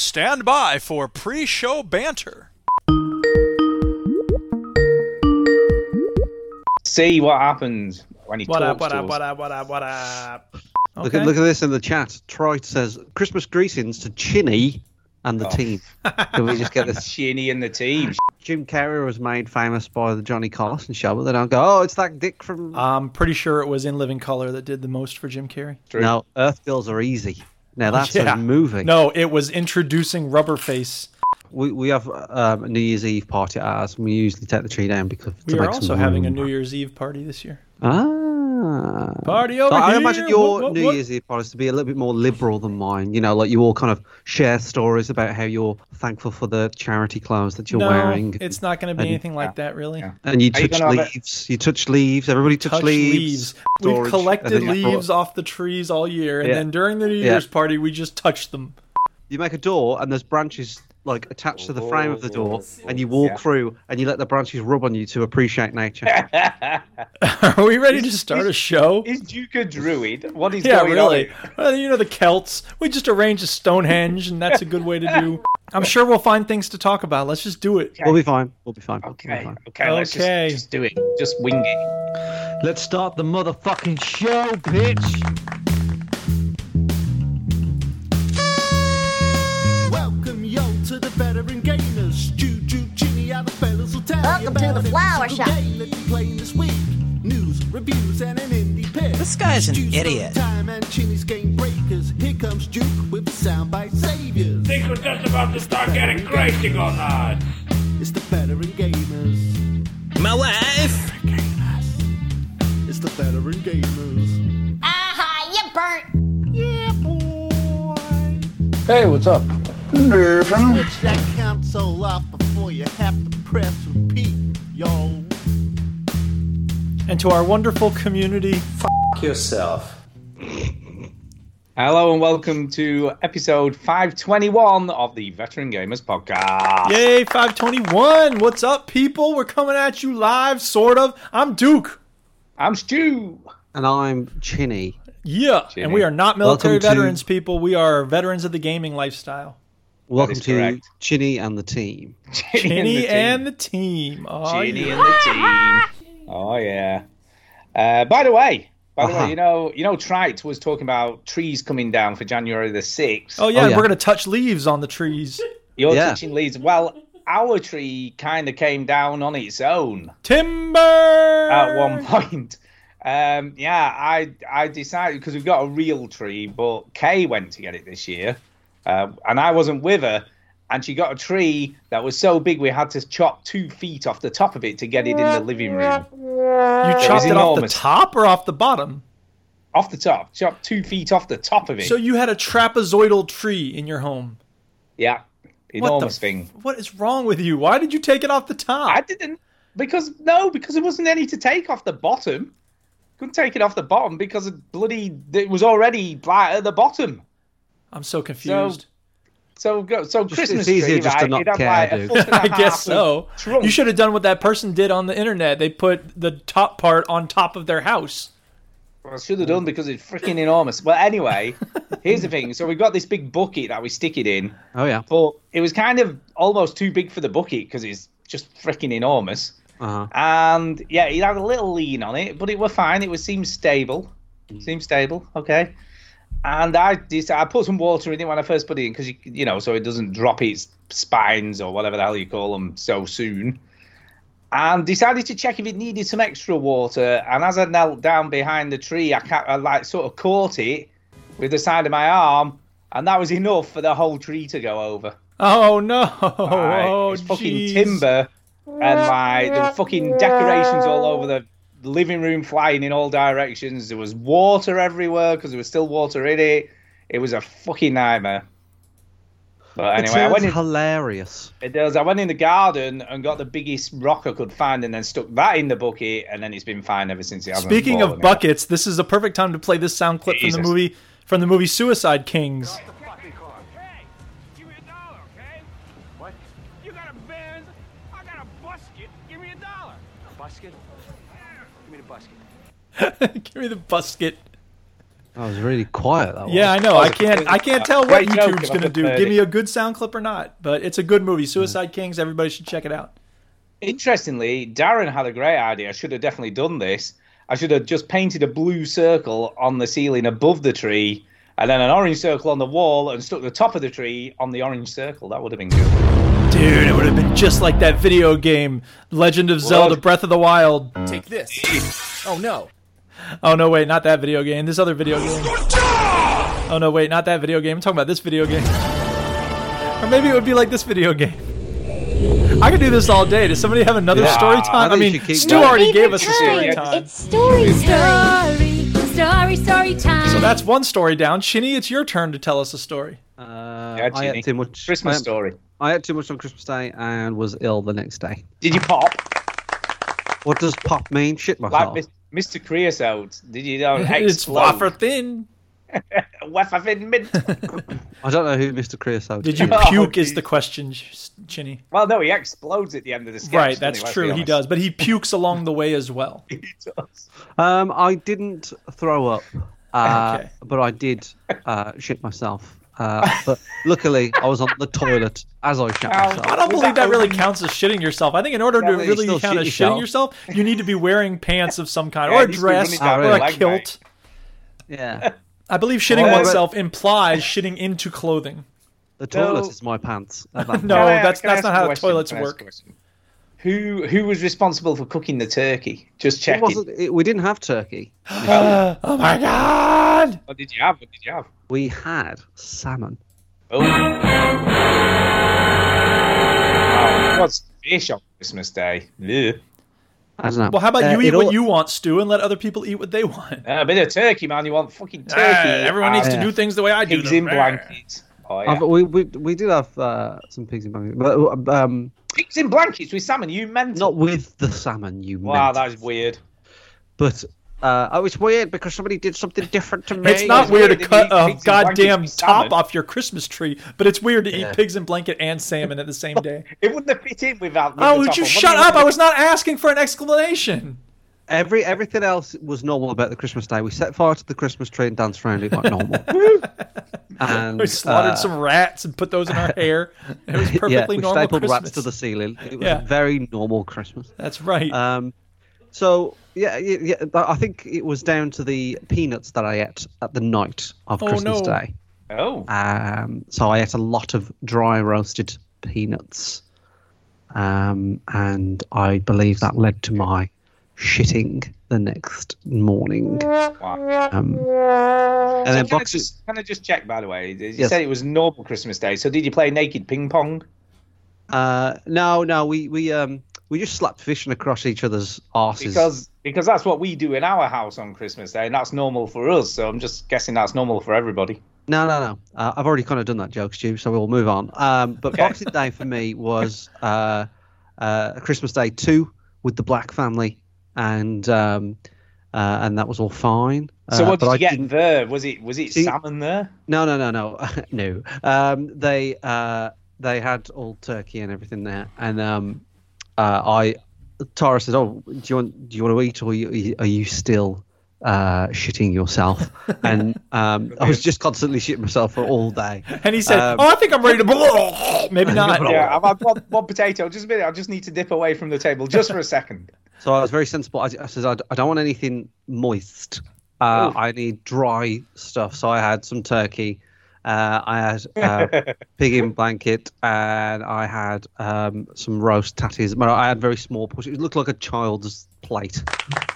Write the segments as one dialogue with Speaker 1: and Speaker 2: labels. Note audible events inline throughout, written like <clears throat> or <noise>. Speaker 1: Stand by for pre show banter.
Speaker 2: See what happens when he
Speaker 3: What
Speaker 2: talks
Speaker 3: up, what
Speaker 2: to
Speaker 3: up,
Speaker 2: us.
Speaker 3: what up, what up, what up?
Speaker 4: Look, at, look at this in the chat. Troy says Christmas greetings to Chinny and the
Speaker 2: Oh. <laughs>
Speaker 4: team. Can we just get this?
Speaker 2: Shinny and the team.
Speaker 4: Jim Carrey was made famous by the Johnny Carson show, but they don't go, oh, it's that dick from.
Speaker 3: I'm pretty sure it was In Living Color that did the most for Jim Carrey.
Speaker 2: True.
Speaker 4: No, Earth Girls are easy.
Speaker 3: <laughs>
Speaker 4: Now that's
Speaker 3: Yeah.
Speaker 4: a movie.
Speaker 3: No, it was introducing Rubberface.
Speaker 4: We, we have um, a New Year's Eve party at ours, and we usually take the tree down because
Speaker 3: We
Speaker 4: to
Speaker 3: are
Speaker 4: make
Speaker 3: also
Speaker 4: some
Speaker 3: having a
Speaker 4: room.
Speaker 3: New Year's Eve party this year.
Speaker 4: Ah.
Speaker 3: Party
Speaker 4: So
Speaker 3: over
Speaker 4: I
Speaker 3: here,
Speaker 4: imagine
Speaker 3: what,
Speaker 4: your
Speaker 3: what,
Speaker 4: New
Speaker 3: what?
Speaker 4: Year's Eve parties to be a little bit more liberal than mine. You know, like you all kind of share stories about how you're thankful for the charity clothes that you're
Speaker 3: no,
Speaker 4: wearing.
Speaker 3: it's not going to be
Speaker 4: and-
Speaker 3: anything like that, really.
Speaker 2: yeah.
Speaker 4: and you
Speaker 2: Are you
Speaker 4: touch
Speaker 2: gonna have a-
Speaker 4: leaves. You touch leaves. Everybody touch,
Speaker 3: Touch leaves.
Speaker 4: leaves.
Speaker 3: We've
Speaker 4: Storage. I
Speaker 3: collected
Speaker 4: think I brought-
Speaker 3: leaves off the trees all year, and
Speaker 4: Yeah.
Speaker 3: then during the New
Speaker 4: Yeah.
Speaker 3: Year's party, we just touch them.
Speaker 4: You make a door, and there's branches like attached to the frame of the door, and you walk
Speaker 2: Oh. Yeah.
Speaker 4: through, and you let the branches rub on you to appreciate nature.
Speaker 3: <laughs> Are we ready to start a show?
Speaker 2: is Duke a druid? What is
Speaker 3: Yeah,
Speaker 2: going
Speaker 3: really.
Speaker 2: on?
Speaker 3: Well, you know the Celts. We just arrange a Stonehenge, and that's a good way to
Speaker 2: <laughs>
Speaker 3: do. I'm sure we'll find things to talk about. Let's just do it.
Speaker 4: We'll be fine. We'll be fine. We'll be
Speaker 2: Okay,
Speaker 4: fine.
Speaker 2: okay, let's just,
Speaker 3: Okay.
Speaker 2: just do it. Just wing it.
Speaker 5: Let's start the motherfucking show, bitch. Welcome, yo, to the veteran gamers. Juju, Ginny, and the fellas will tell
Speaker 6: Welcome
Speaker 5: you
Speaker 6: to
Speaker 5: about
Speaker 6: the
Speaker 5: every
Speaker 6: flower
Speaker 5: single
Speaker 6: shop.
Speaker 5: game that you playing this week. News, reviews, and an indie pick.
Speaker 7: This guy's an
Speaker 5: Juke's
Speaker 7: idiot.
Speaker 5: Time and Ginny's game breakers. Here comes Duke with the soundbite saviors.
Speaker 8: Things were just about to start getting crazy going on.
Speaker 5: It's the veteran gamers.
Speaker 7: My wife.
Speaker 5: It's the veteran gamers.
Speaker 6: Aha, you burnt.
Speaker 5: Yeah, boy. Switch that console off before you have to press repeat, yo.
Speaker 3: And to our wonderful community,
Speaker 2: Hello and welcome to episode 521 of the Veteran Gamers Podcast.
Speaker 3: yay, 521. What's up, people? We're coming at you live, sort of. I'm Duke.
Speaker 2: I'm Stu.
Speaker 4: And I'm Chinny.
Speaker 3: Yeah, and
Speaker 2: Jimmy.
Speaker 3: we are not military
Speaker 4: Welcome to-
Speaker 3: veterans, people. We are veterans of the
Speaker 2: <laughs>
Speaker 3: gaming lifestyle.
Speaker 4: Welcome
Speaker 2: is
Speaker 4: to
Speaker 2: correct.
Speaker 4: Chinny and the team.
Speaker 3: Kenny
Speaker 2: Ginny
Speaker 3: and the team. Oh,
Speaker 2: Ginny
Speaker 3: yeah.
Speaker 2: and the team. Oh yeah. Uh, by the way, by the
Speaker 4: Uh-huh.
Speaker 2: way, you know, you know, Trite was talking about trees coming down for January the sixth.
Speaker 3: Oh, yeah,
Speaker 4: Oh, yeah.
Speaker 3: we're gonna touch leaves on the trees.
Speaker 2: You're
Speaker 4: yeah.
Speaker 2: teaching leads. Well, our tree kind of came down on its own
Speaker 3: Timber.
Speaker 2: at one point. Um, yeah, I I decided because we've got a real tree, but Kay went to get it this year, um, and I wasn't with her. And she got a tree that was so big we had to chop two feet off the top of it to get it in the living room.
Speaker 3: You chopped it off the
Speaker 2: enormous.
Speaker 3: top or off the bottom?
Speaker 2: off the top, chop two feet off the top of it.
Speaker 3: So you had a trapezoidal tree in your home.
Speaker 2: yeah, enormous
Speaker 3: f-
Speaker 2: thing.
Speaker 3: What is wrong with you? Why did you take it off the top?
Speaker 2: I didn't because no, because there wasn't any to take off the bottom. Couldn't take it off the bottom because it bloody it was already like at the bottom.
Speaker 3: I'm so confused.
Speaker 2: So go so Christmas
Speaker 4: it's easier
Speaker 2: tree,
Speaker 4: just to
Speaker 2: right?
Speaker 4: not
Speaker 2: it had
Speaker 4: care,
Speaker 2: like a
Speaker 4: dude.
Speaker 2: foot and a
Speaker 3: <laughs> I
Speaker 2: half of
Speaker 3: guess so.
Speaker 2: Trunk.
Speaker 3: You should have done what that person did on the internet. They put the top part on top of their house.
Speaker 2: I should have done because it's freaking enormous. Well,
Speaker 3: <laughs>
Speaker 2: anyway, here's the thing. So we've got this big bucket that we stick it in,
Speaker 4: <laughs> Oh yeah.
Speaker 2: but it was kind of almost too big for the bucket because it's just freaking enormous.
Speaker 4: Uh-huh.
Speaker 2: and yeah, it had a little lean on it, but it were fine. It was seemed stable, seemed stable. Okay, and I just I put some water in it when I first put it in because you you know so it doesn't drop its spines or whatever the hell you call them so soon. And decided to check if it needed some extra water. And as I knelt down behind the tree, I, ca- I like sort of caught it with the side of my arm, and that was enough for the whole tree to go over.
Speaker 3: Oh no!
Speaker 2: Right.
Speaker 3: Oh,
Speaker 2: it's fucking
Speaker 3: jeez.
Speaker 2: timber and like the fucking decorations all over the living room flying in all directions. There was water everywhere because there was still water in it. It was a fucking nightmare. But
Speaker 4: it
Speaker 2: anyway, I
Speaker 4: sounds
Speaker 2: went, in,
Speaker 4: hilarious.
Speaker 2: it does. I went in the garden and got the biggest rock I could find and then stuck that in the bucket and then it's been fine ever since. It hasn't
Speaker 3: Speaking
Speaker 2: fallen
Speaker 3: of
Speaker 2: out.
Speaker 3: buckets, this is a perfect time to play this sound clip from
Speaker 2: Jesus.
Speaker 3: the movie from the movie Suicide Kings.
Speaker 8: Hey, give me a dollar, okay? What? You got a Benz? I got a busket. Give me a dollar.
Speaker 3: Give me the busket.
Speaker 4: I was really quiet. That
Speaker 3: Yeah, I know. I can't.
Speaker 2: <laughs>
Speaker 3: I can't tell what
Speaker 2: Great joke
Speaker 3: YouTube's
Speaker 2: if I
Speaker 3: going to
Speaker 2: could
Speaker 3: do.
Speaker 2: heard
Speaker 3: Give
Speaker 2: it.
Speaker 3: me a good sound clip or not. But it's a good movie, Suicide Kings. Everybody should check it out.
Speaker 2: Interestingly, Darren had a great idea. I should have definitely done this. I should have just painted a blue circle on the ceiling above the tree, and then an orange circle on the wall, and stuck the top of the tree on the orange circle. That would have been good.
Speaker 3: Dude, it would have been just like that video game, Legend of Zelda: Breath of the Wild.
Speaker 7: Take this. Oh no.
Speaker 3: Oh no, wait, not that video game. This other video game. Oh no, wait, not that video game. I'm talking about this video game. <laughs> Or maybe it would be like this video game. I could do this all day. Does somebody have another
Speaker 4: Yeah,
Speaker 3: story
Speaker 4: I
Speaker 3: time? I,
Speaker 4: think
Speaker 3: mean,
Speaker 4: you keep
Speaker 3: Stu
Speaker 4: going.
Speaker 3: already gave us a story
Speaker 2: time.
Speaker 3: time.
Speaker 6: It's story time. Story, story time.
Speaker 3: So that's one story down. Shinny, it's your turn to tell us a story.
Speaker 4: Uh,
Speaker 2: Yeah,
Speaker 4: I
Speaker 2: Genie.
Speaker 4: ate too much.
Speaker 2: Christmas
Speaker 4: I,
Speaker 2: story.
Speaker 4: I ate too much on Christmas Day and was ill the next day.
Speaker 2: Did you pop
Speaker 4: What does pop mean? Shit myself.
Speaker 2: like Mis- Mr. Creosote? Did you know?
Speaker 3: <laughs> It's
Speaker 2: <laughs>
Speaker 3: wafer thin.
Speaker 2: Waffer thin
Speaker 3: <laughs>
Speaker 2: mint.
Speaker 4: I don't know who Mr. Creosote
Speaker 3: Did you
Speaker 4: is.
Speaker 2: Oh,
Speaker 3: puke? Is the
Speaker 2: geez.
Speaker 3: question, Sh- Chinny?
Speaker 2: well, no, he explodes at the end of the sketch.
Speaker 3: Right,
Speaker 2: doesn't he?
Speaker 3: that's
Speaker 2: Let's be
Speaker 3: true. He
Speaker 2: honest.
Speaker 3: does, but he pukes along the way as well.
Speaker 2: <laughs> He does.
Speaker 4: Um, I didn't throw up, uh,
Speaker 3: Okay.
Speaker 4: but I did uh, shit myself. Uh, but luckily, I was on the toilet as I shit
Speaker 2: Ow.
Speaker 4: myself.
Speaker 3: I don't
Speaker 2: Was that
Speaker 3: believe that really
Speaker 2: only-
Speaker 3: counts as shitting yourself. I think in order to
Speaker 2: Yeah, but you
Speaker 3: really
Speaker 4: still
Speaker 3: count
Speaker 4: shit
Speaker 3: as shitting yourself, you need to be wearing pants of some kind,
Speaker 2: Yeah,
Speaker 3: or a
Speaker 2: it needs to be
Speaker 3: dress,
Speaker 2: running
Speaker 4: down
Speaker 3: or
Speaker 4: the
Speaker 3: a
Speaker 2: leg, Oh,
Speaker 3: kilt.
Speaker 2: <laughs>
Speaker 4: Yeah,
Speaker 3: I believe shitting
Speaker 2: Well,
Speaker 3: oneself implies shitting into clothing.
Speaker 4: the toilet
Speaker 2: No.
Speaker 4: is
Speaker 3: <laughs>
Speaker 4: my pants. at that
Speaker 3: No,
Speaker 2: Can
Speaker 4: point.
Speaker 2: I-
Speaker 3: that's-
Speaker 2: can I ask
Speaker 3: that's not how
Speaker 2: a question?
Speaker 3: toilets
Speaker 2: Can I ask a
Speaker 3: work.
Speaker 2: question? Who who was responsible for cooking the turkey? Just
Speaker 4: it
Speaker 2: checking.
Speaker 4: wasn't. It, we didn't have turkey.
Speaker 3: <gasps>
Speaker 2: <laughs>
Speaker 3: Oh my god!
Speaker 2: What did you have? What did you have?
Speaker 4: We had salmon.
Speaker 2: Oh. Wow, What's fish on Christmas Day? Ugh.
Speaker 4: I don't know.
Speaker 3: Well, how about
Speaker 4: Uh,
Speaker 3: you
Speaker 4: it
Speaker 3: eat
Speaker 4: all-
Speaker 3: what you want, Stu, and let other people eat what they want?
Speaker 2: A bit of turkey, man. You want fucking turkey?
Speaker 3: Ah, everyone needs
Speaker 2: and
Speaker 3: to do things the way
Speaker 2: <laughs>
Speaker 3: I do
Speaker 2: pigs in
Speaker 3: them.
Speaker 2: blankets. Oh, yeah.
Speaker 4: I've- Uh, we, we we did have uh, some pigs in bangladesh, but um,
Speaker 2: Pigs in blankets with salmon. You meant
Speaker 4: not with the salmon. You
Speaker 2: Wow,
Speaker 4: meant.
Speaker 2: that is weird.
Speaker 4: But uh, oh, it's weird because somebody did something different to me.
Speaker 3: It's not
Speaker 2: it's
Speaker 3: weird to
Speaker 2: weird that you
Speaker 3: cut
Speaker 2: eat
Speaker 3: a
Speaker 2: pigs in
Speaker 3: goddamn
Speaker 2: blankets with salmon.
Speaker 3: top off your Christmas tree, but it's weird to
Speaker 4: Yeah.
Speaker 3: eat pigs in blanket and salmon at
Speaker 2: <laughs>
Speaker 3: the same day.
Speaker 2: It wouldn't have fit in without. With
Speaker 3: Oh,
Speaker 2: the
Speaker 3: would
Speaker 2: top
Speaker 3: you
Speaker 2: on.
Speaker 3: shut
Speaker 2: Wouldn't
Speaker 3: up? I
Speaker 2: it?
Speaker 3: was not asking for an explanation.
Speaker 4: Every everything else was normal about the Christmas day. We set fire to the Christmas tree and danced around it
Speaker 3: <laughs>
Speaker 4: like normal. and
Speaker 3: We slaughtered
Speaker 4: uh,
Speaker 3: some rats and put those in our hair. It was perfectly
Speaker 4: <laughs> yeah, we
Speaker 3: normal
Speaker 4: stapled
Speaker 3: Christmas.
Speaker 4: rats to the ceiling. It was
Speaker 3: Yeah.
Speaker 4: a very normal Christmas.
Speaker 3: That's right.
Speaker 4: Um, so yeah, yeah, yeah, but I think it was down to the peanuts that I ate at the night of
Speaker 3: Oh,
Speaker 4: Christmas
Speaker 3: no.
Speaker 4: Day.
Speaker 2: Oh,
Speaker 4: Um, so I ate a lot of dry roasted peanuts, um, and I believe that led to my shitting the next morning.
Speaker 2: wow.
Speaker 3: <laughs>
Speaker 4: Um, and then
Speaker 2: Can I,
Speaker 4: boxes.
Speaker 2: just, can I just check, by the way? You
Speaker 4: Yes.
Speaker 2: said it was normal Christmas Day, so did you play naked ping pong?
Speaker 4: Uh, no, no, we we um we just slapped fishing across each other's asses.
Speaker 2: Because because that's what we do in our house on Christmas Day, and that's normal for us. So I'm just guessing that's normal for everybody.
Speaker 4: No, no, no. Uh, I've already kind of done that joke, Stu, so we'll move on. Um, but
Speaker 2: Okay.
Speaker 4: Boxing Day for me was uh, uh, Christmas Day 2 with the Black family, and um, uh, and that was all fine.
Speaker 2: So
Speaker 4: Uh,
Speaker 2: what did
Speaker 4: but
Speaker 2: you
Speaker 4: I
Speaker 2: get
Speaker 4: didn't-
Speaker 2: there? Was it was it
Speaker 4: See-
Speaker 2: salmon there?
Speaker 4: No, no, no, no, <laughs> no. Um, they uh, they had all turkey and everything there, and um, uh, I Tara said, "Oh, do you want do you want to eat, or are you, are you still uh,
Speaker 3: <laughs>
Speaker 4: shitting yourself?" and um, I was just constantly shitting myself for all day.
Speaker 3: and he said,
Speaker 4: um,
Speaker 3: "Oh, I think I'm ready to." <laughs>
Speaker 4: <laughs>
Speaker 3: Maybe not.
Speaker 2: Yeah, I've had one, one potato. Just a minute, I just need to dip away from the table just for a second.
Speaker 4: So I was very sensible. I, I said, I, d- I don't want anything moist. Uh, I need dry stuff. So I had some turkey. Uh, I had
Speaker 2: <laughs>
Speaker 4: uh, pig in blanket, and I had um, some roast tatties. Well, I had very small portions. It looked like a child's plate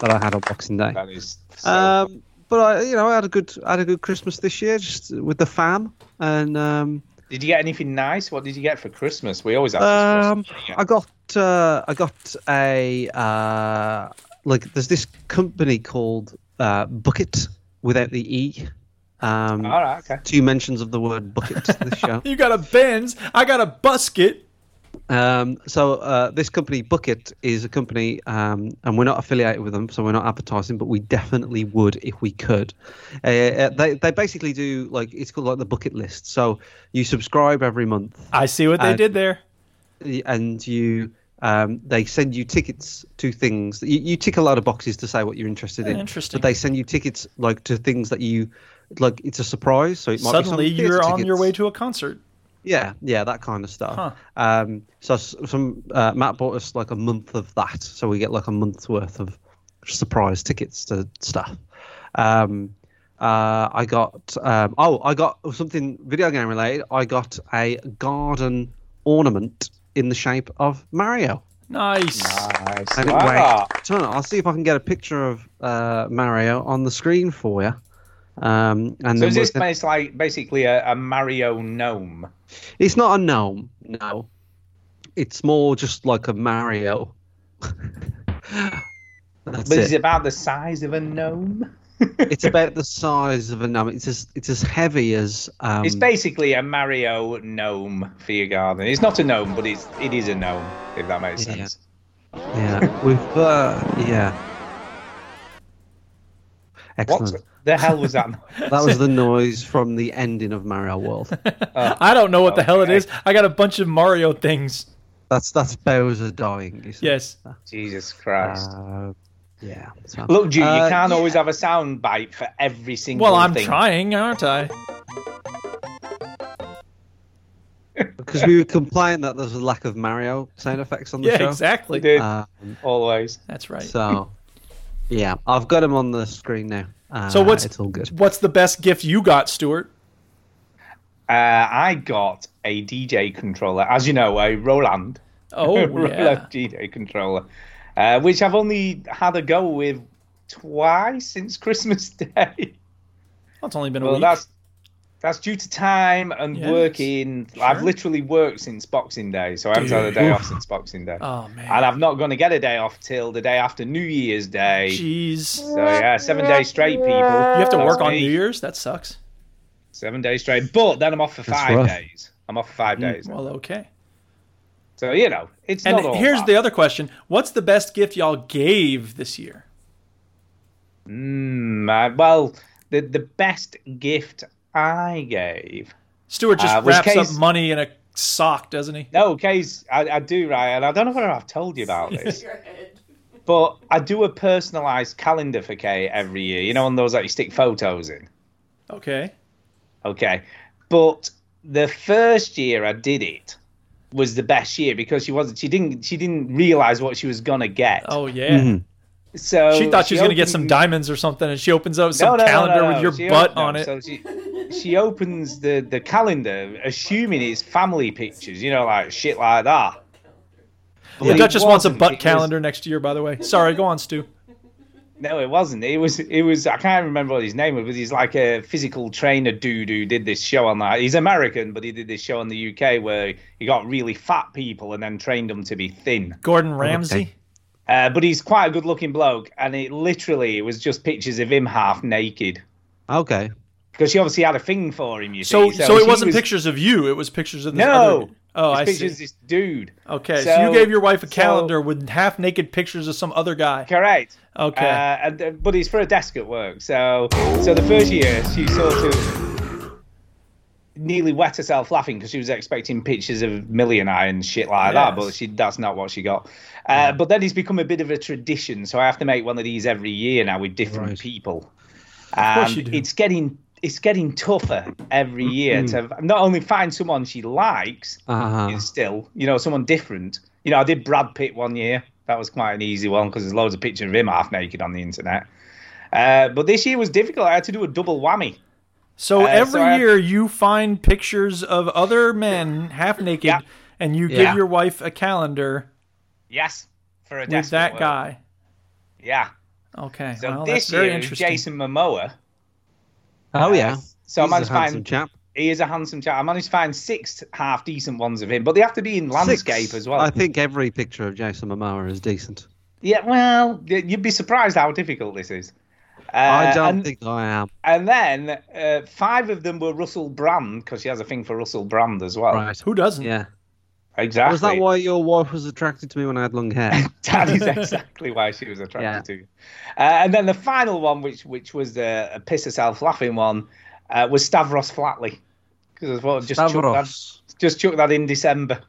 Speaker 4: that I had on Boxing Day.
Speaker 2: That is. So,
Speaker 4: Um, but I, you know, I had a good, I had a good Christmas this year, just with the fam, and um,
Speaker 2: did you get anything nice? What did you get for Christmas? We always have. this
Speaker 4: um,
Speaker 2: question. Yeah.
Speaker 4: I got uh, I got a uh, like there's this company called uh, Bucket without the e. Um,
Speaker 2: All right. Okay.
Speaker 4: Two mentions of the word bucket in this show.
Speaker 3: <laughs> You got a Benz. I got a busket.
Speaker 4: Um, so uh, this company Bucket is a company, um, and we're not affiliated with them, so we're not advertising, but we definitely would if we could. Uh, Uh, they they basically do like it's called like the bucket list. So you subscribe every month,
Speaker 3: I see what they
Speaker 4: Uh,
Speaker 3: did there.
Speaker 4: y- and you Um, they send you tickets to things. You, you tick a lot of boxes to say what you're interested in.
Speaker 3: Interesting.
Speaker 4: But they send you tickets like to things that you like. It's a surprise, so it might
Speaker 3: Suddenly,
Speaker 4: be some theatre
Speaker 3: you're on
Speaker 4: tickets.
Speaker 3: your way to a concert.
Speaker 4: Yeah, yeah, that kind of stuff.
Speaker 3: Huh.
Speaker 4: Um, so s- some uh, Matt bought us like a month of that, so we get like a month's worth of surprise tickets to stuff. Um, uh, I got um, oh, I got something video game related. I got a garden ornament in the shape of Mario.
Speaker 3: Nice.
Speaker 2: Nice.
Speaker 4: And it
Speaker 2: Ah,
Speaker 4: weighed- Turn it- I'll see if I can get a picture of uh, Mario on the screen for you. Um,
Speaker 2: so
Speaker 4: and then
Speaker 2: is
Speaker 4: we'll
Speaker 2: this
Speaker 4: send-
Speaker 2: place like basically a, a Mario gnome?
Speaker 4: It's not a gnome, no. It's more just like a Mario. <laughs> That's
Speaker 2: But it's
Speaker 4: it.
Speaker 2: about the size of a gnome.
Speaker 4: It's about the size of a gnome. It's as it's as heavy as um,
Speaker 2: It's basically a Mario gnome for your garden. It's not a gnome, but it's it is a gnome. If that makes
Speaker 4: Yeah.
Speaker 2: sense.
Speaker 4: yeah. We've uh, yeah.
Speaker 2: What
Speaker 4: Excellent.
Speaker 2: the hell was that? noise?
Speaker 4: <laughs>
Speaker 2: <laughs>
Speaker 4: That was the noise from the ending of Mario World.
Speaker 2: Uh.
Speaker 3: I don't know what the hell it
Speaker 2: Okay.
Speaker 3: is. I got a bunch of Mario things.
Speaker 4: That's that's Bowser dying. You see.
Speaker 3: Yes.
Speaker 2: Jesus Christ!
Speaker 4: Uh, yeah. so-
Speaker 2: Look, Jude,
Speaker 4: Uh,
Speaker 2: you can't always have a sound bite for every single.
Speaker 3: Well, I'm
Speaker 2: thing.
Speaker 3: trying, aren't I?
Speaker 4: because we would complain that there's a lack of Mario sound effects on the
Speaker 3: Yeah,
Speaker 4: show.
Speaker 3: exactly.
Speaker 2: Dude,
Speaker 4: Um,
Speaker 2: always.
Speaker 3: That's right. So,
Speaker 4: So, yeah, I've got him on the screen now. Uh,
Speaker 3: what's
Speaker 4: it's all good?
Speaker 3: what's the best gift you got, Stuart?
Speaker 2: Uh, I got a DJ controller, as you know, a Roland. <laughs>
Speaker 3: Oh yeah.
Speaker 2: Roland DJ controller, uh, which I've only had a go with twice since <laughs> Christmas Day.
Speaker 3: Well, it's only been a
Speaker 2: Well,
Speaker 3: week.
Speaker 2: that's that's due to time and
Speaker 3: Yes,
Speaker 2: working. I've literally worked since Boxing Day, so I haven't had a day off since Boxing Day,
Speaker 3: Oh man.
Speaker 2: and I'm not going to get a day off till the day after New Year's Day.
Speaker 3: Jeez.
Speaker 2: So yeah, seven days straight, people.
Speaker 3: You have to work on
Speaker 2: me.
Speaker 3: New Year's. That sucks.
Speaker 2: Seven days straight, but then I'm off for
Speaker 4: That's
Speaker 2: five
Speaker 4: rough.
Speaker 2: days. I'm off for five days.
Speaker 3: Well, okay.
Speaker 2: So you know, it's
Speaker 3: And
Speaker 2: not all
Speaker 3: here's
Speaker 2: bad.
Speaker 3: the other question: What's the best gift y'all gave this year?
Speaker 2: Mm, I- well, the the best gift I gave.
Speaker 3: Stuart just
Speaker 2: Uh, was
Speaker 3: wraps
Speaker 2: Case-
Speaker 3: up money in a sock, doesn't he?
Speaker 2: No, Case, I, I do, Ryan. I don't know whether I've told you about this, but I do a personalised calendar for Kay every year. You know, on those that you stick photos in.
Speaker 3: Okay.
Speaker 2: Okay, but the first year I did it was the best year because she wasn't. She didn't. She didn't realise what she was gonna get.
Speaker 3: Oh yeah. Mm-hmm.
Speaker 2: so
Speaker 3: She thought she was gonna get some
Speaker 2: opened-
Speaker 3: diamonds or something, and she opens up some calendar with your
Speaker 2: She
Speaker 3: butt
Speaker 2: op- no,
Speaker 3: on it.
Speaker 2: So she, she opens the, the calendar, assuming it's family pictures, you know, like shit like that. But
Speaker 3: the
Speaker 2: it
Speaker 3: Duchess wants a
Speaker 2: wasn't.
Speaker 3: butt
Speaker 2: It was-
Speaker 3: calendar next year, by the way. Sorry, go on, Stu.
Speaker 2: no, it wasn't. It was. It was. I can't remember what his name was, but he's like a physical trainer dude who did this show on that. He's American, but he did this show in the UK where he got really fat people and then trained them to be thin.
Speaker 3: Gordon Ramsay.
Speaker 2: Uh, but he's quite a good looking bloke, and it literally it was just pictures of him half naked
Speaker 4: Okay.
Speaker 2: because she obviously had a thing for him. You
Speaker 3: So,
Speaker 2: see,
Speaker 3: so, it
Speaker 2: she
Speaker 3: wasn't
Speaker 2: was-
Speaker 3: pictures of you. It was pictures of this
Speaker 2: No.
Speaker 3: other. Oh,
Speaker 2: His
Speaker 3: I
Speaker 2: picture's
Speaker 3: see.
Speaker 2: this dude.
Speaker 3: Okay, so, you
Speaker 2: So-
Speaker 3: gave your wife a
Speaker 2: so-
Speaker 3: calendar with half naked pictures of some other guy.
Speaker 2: Correct.
Speaker 3: Okay.
Speaker 2: Uh, and, uh, but he's for a desk at work. So so the first year she sort of nearly wet herself laughing because she was expecting pictures of millionaire and shit like that,
Speaker 3: Yes.
Speaker 2: but she that's not what she got. Uh, But then it's become a bit of a tradition, so I have to make one of these every year now with different
Speaker 4: Right.
Speaker 2: people.
Speaker 3: course
Speaker 2: And
Speaker 3: you do.
Speaker 2: it's getting it's getting tougher every year
Speaker 3: Mm-hmm.
Speaker 2: to not only find someone she likes,
Speaker 4: Uh-huh.
Speaker 2: is still, you know, someone different. You know, I did Brad Pitt one year. That was quite an easy one because there's loads of pictures of him half naked on the internet. Uh, but this year was difficult. I had to do a double whammy.
Speaker 3: So
Speaker 2: uh,
Speaker 3: every
Speaker 2: so I-
Speaker 3: year you find pictures of other men half naked,
Speaker 2: Yeah.
Speaker 3: and you
Speaker 4: Yeah.
Speaker 3: give your wife a calendar
Speaker 2: Yes, for a
Speaker 3: with
Speaker 2: desperate
Speaker 3: that
Speaker 2: work.
Speaker 3: guy.
Speaker 2: Yeah.
Speaker 3: Okay,
Speaker 2: So
Speaker 3: well that's
Speaker 2: this
Speaker 3: very
Speaker 2: year it was
Speaker 3: interesting.
Speaker 2: Jason Momoa.
Speaker 4: Oh yeah.
Speaker 2: So I
Speaker 4: He's a
Speaker 2: managed to
Speaker 4: handsome
Speaker 2: find
Speaker 4: chap.
Speaker 2: he is a handsome chap. I managed to find six half decent ones of him, but they have to be in landscape
Speaker 4: Six.
Speaker 2: as well.
Speaker 4: I think every picture of Jason Momoa is decent.
Speaker 2: Yeah, well, y- you'd be surprised how difficult this is. Uh,
Speaker 4: I don't
Speaker 2: and-
Speaker 4: think I am.
Speaker 2: And then uh, five of them were Russell Brand because she has a thing for Russell Brand as well.
Speaker 4: Right.
Speaker 3: Who doesn't?
Speaker 4: Yeah.
Speaker 2: Exactly.
Speaker 4: Was that why your wife was attracted to me when I had
Speaker 2: <laughs>
Speaker 4: long hair?
Speaker 2: That
Speaker 3: <laughs>
Speaker 2: is exactly why she was attracted to. you. Uh, and then the final one, which which was uh, a piss herself laughing one, uh, was Stavros Flatley. Because I thought just chuck, that,
Speaker 4: Stavros.
Speaker 2: <laughs> just chuck that in December.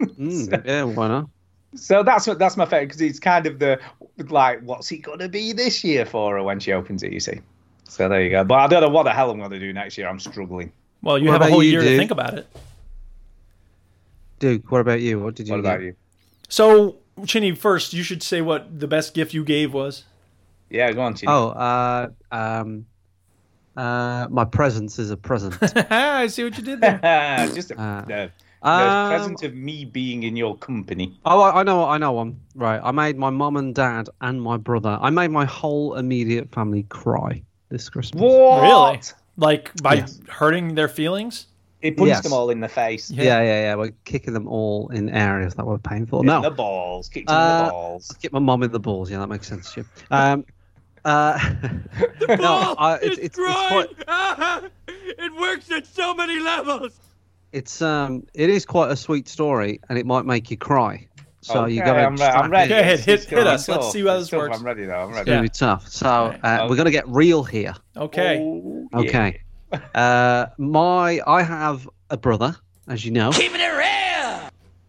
Speaker 4: Mm, yeah. Why not?
Speaker 2: So that's what that's my favorite because it's kind of the like, what's he gonna be this year for her when she opens it? You see. So there you go. But I don't know what the hell I'm gonna do next year. I'm struggling.
Speaker 3: Well, you
Speaker 4: What
Speaker 3: have a
Speaker 4: about
Speaker 3: whole
Speaker 4: you,
Speaker 3: year to
Speaker 4: dude?
Speaker 3: think about it.
Speaker 4: Duke, what about you? What did you
Speaker 2: What
Speaker 4: get?
Speaker 2: about you?
Speaker 3: So, Chinny, first, you should say what the best gift you gave was.
Speaker 2: Yeah, go on, Chidi.
Speaker 4: Oh, uh, um, uh, my presence is a present.
Speaker 3: <laughs>
Speaker 4: <laughs>
Speaker 3: I see what you did there.
Speaker 2: Ah, just a,
Speaker 4: Ah.
Speaker 2: the- the
Speaker 4: Um,
Speaker 2: present of me being in your company.
Speaker 4: Oh, I, I know, I know one. Right, I made my mum and dad and my brother. I made my whole immediate family cry this Christmas.
Speaker 2: What?
Speaker 3: Really? Like by
Speaker 4: Yes.
Speaker 3: hurting their feelings.
Speaker 2: It punched
Speaker 4: Yes.
Speaker 2: them all in the face.
Speaker 3: <laughs>
Speaker 4: Yeah, yeah, yeah. We're kicking them all in areas that were painful.
Speaker 2: In
Speaker 4: No,
Speaker 2: The balls. Kicked in
Speaker 4: Uh,
Speaker 2: the balls.
Speaker 4: get my mum in the balls. Yeah, that makes sense. Yeah. Um, <laughs> uh, <laughs> no, I, it's, it's, it's quite,
Speaker 7: it works at so many levels.
Speaker 4: it's um, it is quite a sweet story, and it might make you cry. So you
Speaker 2: Okay,
Speaker 4: got
Speaker 2: I'm, re- I'm ready.
Speaker 3: Okay, hit-
Speaker 2: It's
Speaker 3: hit-
Speaker 2: gonna
Speaker 3: hit
Speaker 2: be
Speaker 3: us. Let's
Speaker 2: tough.
Speaker 3: see how
Speaker 2: It's
Speaker 3: this
Speaker 2: tough.
Speaker 3: works.
Speaker 2: I'm ready now. I'm
Speaker 4: It's
Speaker 2: ready.
Speaker 4: gonna be tough. So uh,
Speaker 2: Right.
Speaker 4: we're gonna get real here.
Speaker 3: Okay.
Speaker 2: Oh, yeah.
Speaker 4: Okay. uh, my I have a brother, as you know. Keeping it real.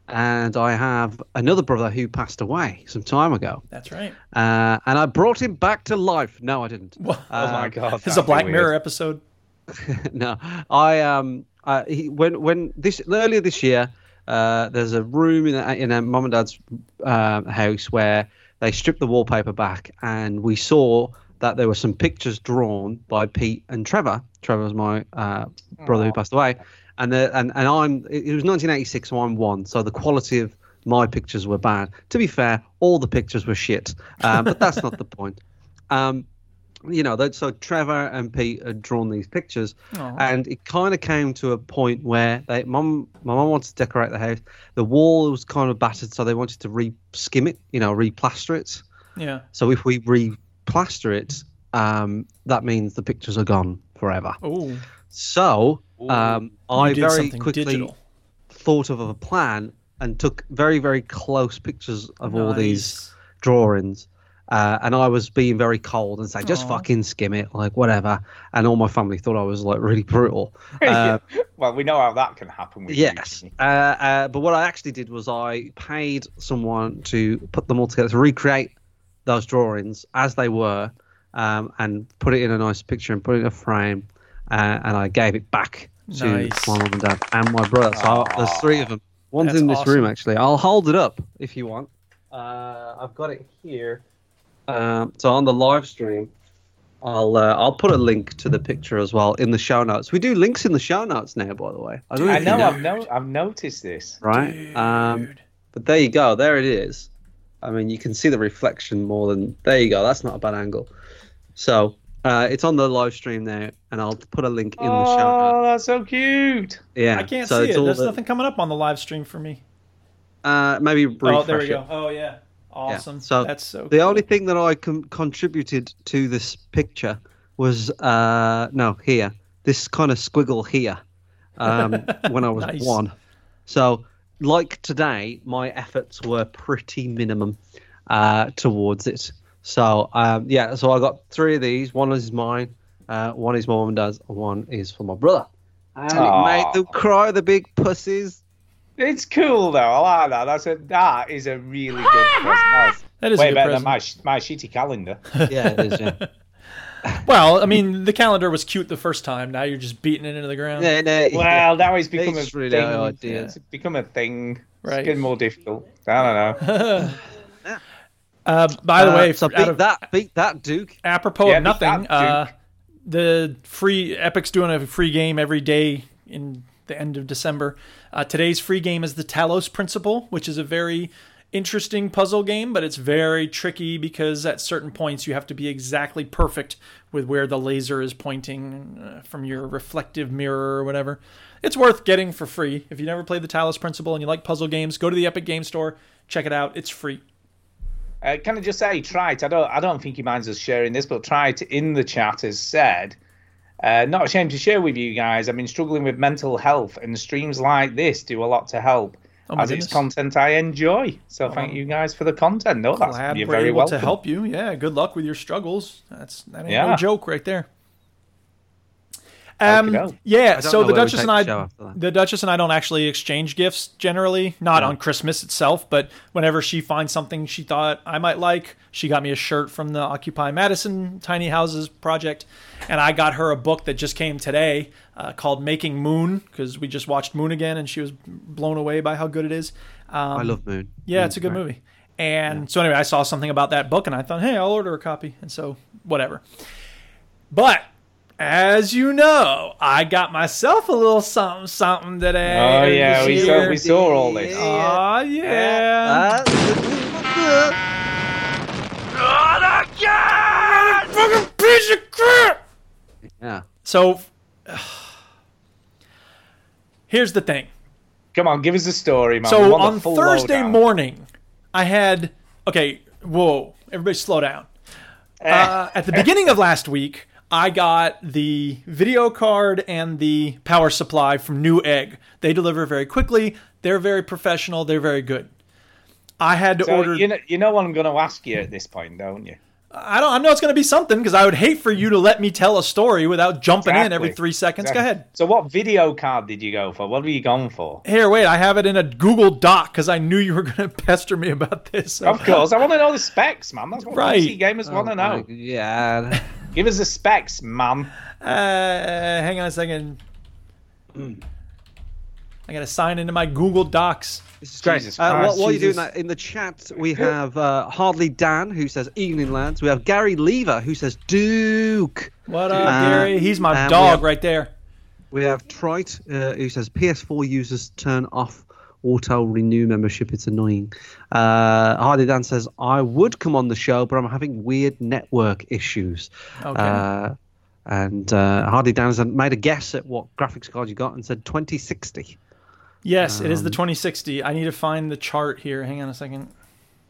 Speaker 4: And I have another brother who passed away some time ago.
Speaker 3: That's right.
Speaker 4: Uh, and I brought him back to life. No, I didn't. Uh,
Speaker 3: Well,
Speaker 2: Oh my god.
Speaker 3: this is a
Speaker 2: that'd be
Speaker 3: Black
Speaker 2: weird.
Speaker 3: Mirror episode.
Speaker 4: <laughs> no, I um, I, he, when when this earlier this year, uh, there's a room in a, in a mum and dad's um, house where they stripped the wallpaper back, and we saw that there were some pictures drawn by Pete and Trevor. Trevor's my uh, brother who passed away, and the, and and I'm it it was 1986, so I'm one, so the quality of my pictures were bad. To be fair, all the pictures were shit, um, but that's not the point. Um, you know, that so Trevor and Pete had drawn these pictures, and it kind of came to a point where they mum, my mum wanted to decorate the house. The wall was kind of battered, so they wanted to re-skim it, you know, re-plaster it.
Speaker 3: Yeah.
Speaker 4: So if we re-plaster it, um, that means the pictures are gone forever.
Speaker 3: Oh,
Speaker 4: So um, I
Speaker 3: you did
Speaker 4: very
Speaker 3: something
Speaker 4: quickly
Speaker 3: digital.
Speaker 4: thought of a plan and took very very close pictures of all these
Speaker 3: Nice.
Speaker 4: drawings. Uh, and I was being very cold and saying, just fucking skim it, like whatever. And all my family thought I was like really brutal.
Speaker 2: <laughs>
Speaker 4: Uh,
Speaker 2: Well, we know how that can happen with you,
Speaker 4: yes.
Speaker 2: Jimmy.
Speaker 4: Uh, uh, but what I actually did was I paid someone to put them all together, to recreate those drawings as they were, um, and put it in a nice picture and put it in a frame. Uh, and I gave it back to
Speaker 3: Nice.
Speaker 4: my mum and dad and my brother. So there's three of them. One's
Speaker 3: That's
Speaker 4: in this room,
Speaker 3: awesome.
Speaker 4: actually. I'll hold it up if you want. Uh, I've got it here. Um, so on the live stream, I'll uh, I'll put a link to the picture as well in the show notes. We do links in the show notes now, by the way. don't
Speaker 2: I
Speaker 4: if you
Speaker 2: know. I've, no- I've noticed this.
Speaker 4: right? Um, but there you go. There it is. I mean, you can see the reflection more than there you go. That's not a bad angle. So uh, it's on the live stream now, and I'll put a link in the show
Speaker 2: Oh,
Speaker 4: notes.
Speaker 2: that's so cute.
Speaker 4: Yeah,
Speaker 3: I can't
Speaker 4: so
Speaker 3: see
Speaker 4: it's
Speaker 3: it.
Speaker 4: all
Speaker 3: There's
Speaker 4: the-
Speaker 3: nothing coming up on the live stream for me.
Speaker 4: Uh, maybe refresh
Speaker 3: oh, there we
Speaker 4: it.
Speaker 3: go. Oh yeah. Awesome. <laughs>
Speaker 4: So
Speaker 3: that's so.
Speaker 4: The
Speaker 3: cool.
Speaker 4: only thing that I con- contributed to this picture was uh, no here this kind of squiggle here
Speaker 3: <laughs>
Speaker 4: um, when I was
Speaker 3: Nice.
Speaker 4: one. So like today, my efforts were pretty minimum uh, towards it. So um, yeah, so I got three of these. One is mine. Uh, one is my mum and dad's. and One is for my brother. And
Speaker 2: Aw.
Speaker 4: it made them cry, the big pussies.
Speaker 2: It's cool though. I like that. That's a that is a really good
Speaker 4: <laughs>
Speaker 2: present. That's
Speaker 3: That is a
Speaker 2: way
Speaker 3: good
Speaker 2: better
Speaker 3: present.
Speaker 2: than my sh- my shitty calendar.
Speaker 4: Yeah, it is. Yeah.
Speaker 3: <laughs> Well, I mean, the calendar was cute the first time. Now you're just beating it into the ground.
Speaker 4: <laughs> yeah, no,
Speaker 2: Well, now it's become
Speaker 4: It's
Speaker 2: a
Speaker 4: really
Speaker 2: thing.
Speaker 4: our idea.
Speaker 2: It's become a thing.
Speaker 3: Right.
Speaker 2: It's getting more difficult. I don't know.
Speaker 3: <laughs> Uh, by the
Speaker 4: Uh,
Speaker 3: way,
Speaker 4: so
Speaker 3: for- out
Speaker 4: beat
Speaker 3: of-
Speaker 4: that, beat that, Duke.
Speaker 3: apropos
Speaker 2: Yeah,
Speaker 3: of
Speaker 2: beat
Speaker 3: nothing,
Speaker 2: that,
Speaker 3: uh,
Speaker 2: Duke.
Speaker 3: the free Epic's doing a free game every day in the end of December. Uh, today's free game is the Talos Principle, which is a very interesting puzzle game, but it's very tricky because at certain points you have to be exactly perfect with where the laser is pointing uh, from your reflective mirror or whatever. It's worth getting for free. If you never played the Talos Principle and you like puzzle games, go to the Epic Game Store, check it out. It's free.
Speaker 2: Uh, can I just say, try it. I don't. I don't think he minds us sharing this, but try it in the chat has said. Uh, not ashamed to share with you guys. I've been struggling with mental health, and streams like this do a lot to help.
Speaker 3: Oh my
Speaker 2: as
Speaker 3: goodness. Oh,
Speaker 2: it's content I enjoy. So thank you guys for the content. No, that's
Speaker 3: glad
Speaker 2: you're
Speaker 3: we're
Speaker 2: very
Speaker 3: able
Speaker 2: welcome.
Speaker 3: to help you. Yeah, good luck with your struggles. That's that ain't no
Speaker 2: Yeah.
Speaker 3: joke right there.
Speaker 2: Okey-doke.
Speaker 3: Um, yeah,
Speaker 4: don't
Speaker 3: so
Speaker 4: know
Speaker 3: the
Speaker 4: where we
Speaker 3: Duchess
Speaker 4: take
Speaker 3: and I,
Speaker 4: the show after that.
Speaker 3: the Duchess and I don't actually exchange gifts generally, not on Christmas itself, but whenever she finds something she thought I might like, she got me a shirt from the Occupy Madison Tiny Houses project, and I got her a book that just came today uh, called Making Moon because we just watched Moon again and she was blown away by how good it is. Um,
Speaker 4: I love Moon.
Speaker 3: yeah, it's a good
Speaker 4: Moon's
Speaker 3: movie. And so anyway, I saw something about that book and I thought, hey, I'll order a copy. And so whatever. But as you know, I got myself a little something something today.
Speaker 2: Oh, yeah, we
Speaker 3: this
Speaker 2: saw,
Speaker 3: year.
Speaker 2: we saw all this.
Speaker 3: Aw, yeah.
Speaker 4: great. Ah,
Speaker 3: piece of crap.
Speaker 4: yeah.
Speaker 3: So here's the thing.
Speaker 2: Come on, give us a story, man. We
Speaker 3: So
Speaker 2: want the
Speaker 3: on
Speaker 2: full
Speaker 3: Thursday
Speaker 2: lowdown.
Speaker 3: morning, I had okay. Whoa, everybody, slow down.
Speaker 2: Eh.
Speaker 3: Uh, at the beginning of last week, I got the video card and the power supply from New Egg. They deliver very quickly. They're very professional. They're very good. I had to
Speaker 2: So
Speaker 3: order.
Speaker 2: you know, you know what I'm going to ask you at this point, don't you?
Speaker 3: I don't. I know it's going to be something because I would hate for you to let me tell a story without jumping in every
Speaker 2: Exactly.
Speaker 3: three seconds.
Speaker 2: Exactly.
Speaker 3: Go ahead.
Speaker 2: So, what video card did you go for? What were you going for?
Speaker 3: Here, wait. I have it in a Google Doc because I knew you were going to <laughs> pester me about this. so- <laughs>
Speaker 2: Of course, I want to know the specs, man. That's what
Speaker 3: Right.
Speaker 2: PC gamers want to know.
Speaker 4: Like, yeah.
Speaker 2: <laughs> Give us the specs, man.
Speaker 3: Uh, hang on a second. I gotta sign into my Google Docs.
Speaker 4: This is great.
Speaker 2: Jesus
Speaker 4: Uh,
Speaker 2: Christ,
Speaker 4: while, while you're doing
Speaker 2: Jesus.
Speaker 4: that, in the chat, we have uh, Hardly Dan, who says, Evening, lads. We have Gary Lever, who says, Duke.
Speaker 3: What up,
Speaker 4: Uh,
Speaker 3: Gary? He's my
Speaker 4: and we
Speaker 3: dog
Speaker 4: have-
Speaker 3: right there.
Speaker 4: We have Trite, uh, who says, PS4 users turn off auto renew membership. It's annoying. Uh, Hardly Dan says, I would come on the show, but I'm having weird network issues.
Speaker 3: Okay.
Speaker 4: Uh, and uh, Hardy Dan has made a guess at what graphics card you got and said 2060.
Speaker 3: Yes, it is
Speaker 4: Um,
Speaker 3: the 2060. I need to find the chart here. Hang on a second.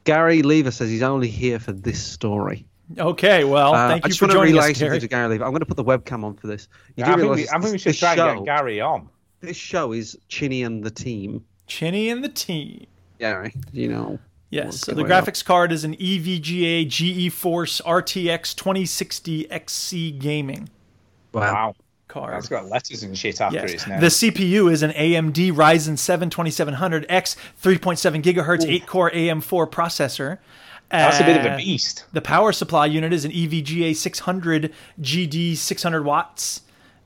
Speaker 4: Gary Lever says he's only here for this story.
Speaker 3: Okay, well,
Speaker 4: Uh,
Speaker 3: thank
Speaker 4: I
Speaker 3: you
Speaker 4: just
Speaker 3: for
Speaker 4: want to
Speaker 3: joining
Speaker 4: relay
Speaker 3: us,
Speaker 4: something
Speaker 3: Gary.
Speaker 4: to Gary Lever. I'm going to put the webcam on for this. You do
Speaker 2: I think,
Speaker 4: realise
Speaker 2: we, I think
Speaker 4: this,
Speaker 2: we should
Speaker 4: this
Speaker 2: try and
Speaker 4: show,
Speaker 2: get Gary on.
Speaker 4: this show is Chinny and the team.
Speaker 3: Chinny and the team.
Speaker 4: Gary, you know.
Speaker 3: Yes,
Speaker 4: what's
Speaker 3: so the
Speaker 4: going on.
Speaker 3: graphics card is an E EVGA GeForce RTX 2060 XC gaming
Speaker 4: Wow.
Speaker 2: Wow.
Speaker 3: card.
Speaker 2: That's got letters and shit after
Speaker 3: Yes.
Speaker 2: its name.
Speaker 3: The CPU is an AMD Ryzen 7 2700X, 3.7 gigahertz, 8 core AM4 processor.
Speaker 2: That's a bit of
Speaker 3: Uh,
Speaker 2: a beast.
Speaker 3: The power supply unit is an E EVGA 600 GD 600 watts.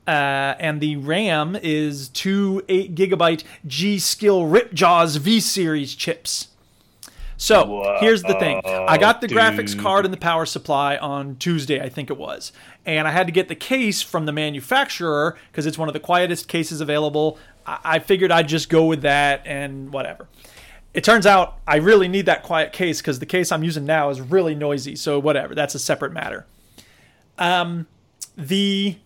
Speaker 3: Uh, and the RAM is two 8 gigabyte G Skill Ripjaws V series chips. So here's the thing I got the graphics card and the power supply on Tuesday, I think it was. And I had to get the case from the manufacturer because it's one of the quietest cases available. I-, I figured I'd just go with that and whatever it turns out I really need that quiet case because the case I'm using now is really noisy. So whatever, that's a separate matter. Um, the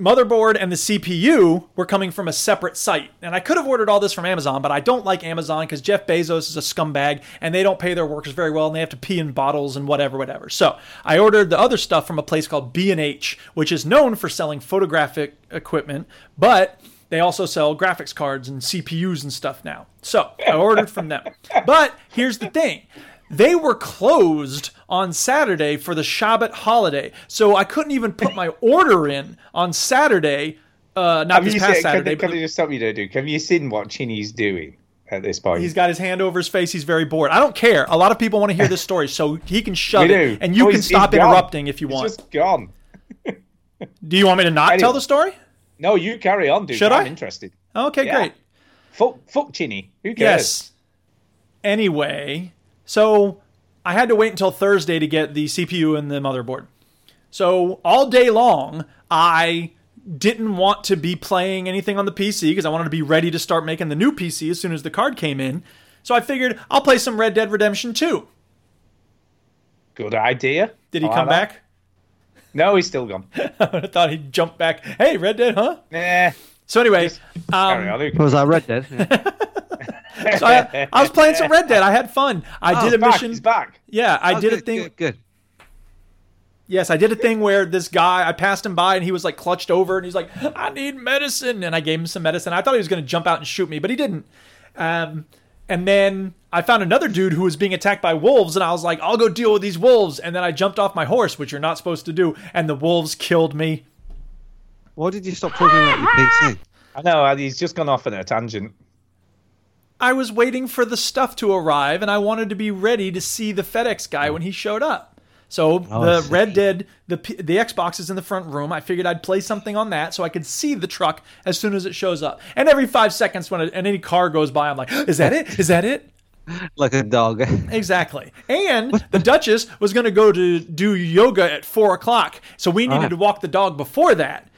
Speaker 3: motherboard and the CPU were coming from a separate site, and I could have ordered all this from Amazon, but I don't like Amazon because Jeff Bezos is a scumbag and they don't pay their workers very well, and they have to pee in bottles and whatever, whatever. So I ordered the other stuff from a place called B and H, which is known for selling photographic equipment, but they also sell graphics cards and CPUs and stuff now. So I ordered from them. But here's the thing they were closed on Saturday for the Shabbat holiday. So I couldn't even
Speaker 2: <laughs>
Speaker 3: put my order in on Saturday, uh, not
Speaker 2: Have
Speaker 3: this
Speaker 2: you
Speaker 3: past
Speaker 2: seen, can,
Speaker 3: Saturday.
Speaker 2: can
Speaker 3: but
Speaker 2: I just stop you there, Duke? Have you seen what Chinny's doing at this point?
Speaker 3: He's got his hand over his face. He's very bored. I don't care. A lot of people want to
Speaker 2: <laughs>
Speaker 3: hear this story, so he can shut
Speaker 2: We
Speaker 3: it,
Speaker 2: do.
Speaker 3: and you
Speaker 2: Oh,
Speaker 3: can
Speaker 2: he's-
Speaker 3: stop
Speaker 2: he's gone.
Speaker 3: interrupting if you
Speaker 2: He's
Speaker 3: want.
Speaker 2: just gone.
Speaker 3: Do you want me to not tell
Speaker 2: Anyway.
Speaker 3: the story?
Speaker 2: No, you carry on, Duke.
Speaker 3: Should
Speaker 2: I'm
Speaker 3: I?
Speaker 2: interested.
Speaker 3: Okay,
Speaker 2: Yeah.
Speaker 3: great.
Speaker 2: Fuck, fuck Chinny. Who cares?
Speaker 3: Yes. Anyway, so I had to wait until Thursday to get the CPU and the motherboard. So all day long, I didn't want to be playing anything on the PC because I wanted to be ready to start making the new PC as soon as the card came in. So I figured I'll play some Red Dead Redemption 2.
Speaker 2: Good idea.
Speaker 3: Did he
Speaker 2: Oh, I like
Speaker 3: come
Speaker 2: that.
Speaker 3: back? <laughs>
Speaker 2: No, he's still gone.
Speaker 3: I thought he'd jump back. Hey, Red Dead, huh?
Speaker 2: nah.
Speaker 3: So anyway, um,
Speaker 2: Carry on, Duke.
Speaker 4: Was I Red Dead? Yeah.
Speaker 3: <laughs> so I, I was playing some Red Dead. I had fun. I did a
Speaker 2: He's back.
Speaker 3: mission.
Speaker 2: He's back.
Speaker 3: Yeah, I
Speaker 4: Oh,
Speaker 3: did a
Speaker 4: good,
Speaker 3: thing.
Speaker 4: Good. good.
Speaker 3: Yes, I did a thing where this guy, I passed him by and he was like clutched over and he's like, I need medicine. And I gave him some medicine. I thought he was going to jump out and shoot me, but he didn't. Um, and then I found another dude who was being attacked by wolves and I was like, I'll go deal with these wolves. And then I jumped off my horse, which you're not supposed to do. And the wolves killed me.
Speaker 4: Why did you stop talking about your PC?
Speaker 2: I know uh, he's just gone off on a tangent.
Speaker 3: I was waiting for the stuff to arrive and I wanted to be ready to see the FedEx guy when he showed up. So
Speaker 4: Oh, I
Speaker 3: the
Speaker 4: see.
Speaker 3: Red Dead, the P- the Xbox is in the front room. I figured I'd play something on that so I could see the truck as soon as it shows up. And every five seconds when it, and any car goes by, I'm like, <laughs> is that it? Is that it?
Speaker 4: <laughs> Like a dog.
Speaker 3: <laughs> Exactly. And the Duchess was going to go to do yoga at four o'clock, so we needed
Speaker 4: Ah.
Speaker 3: to walk the dog before that.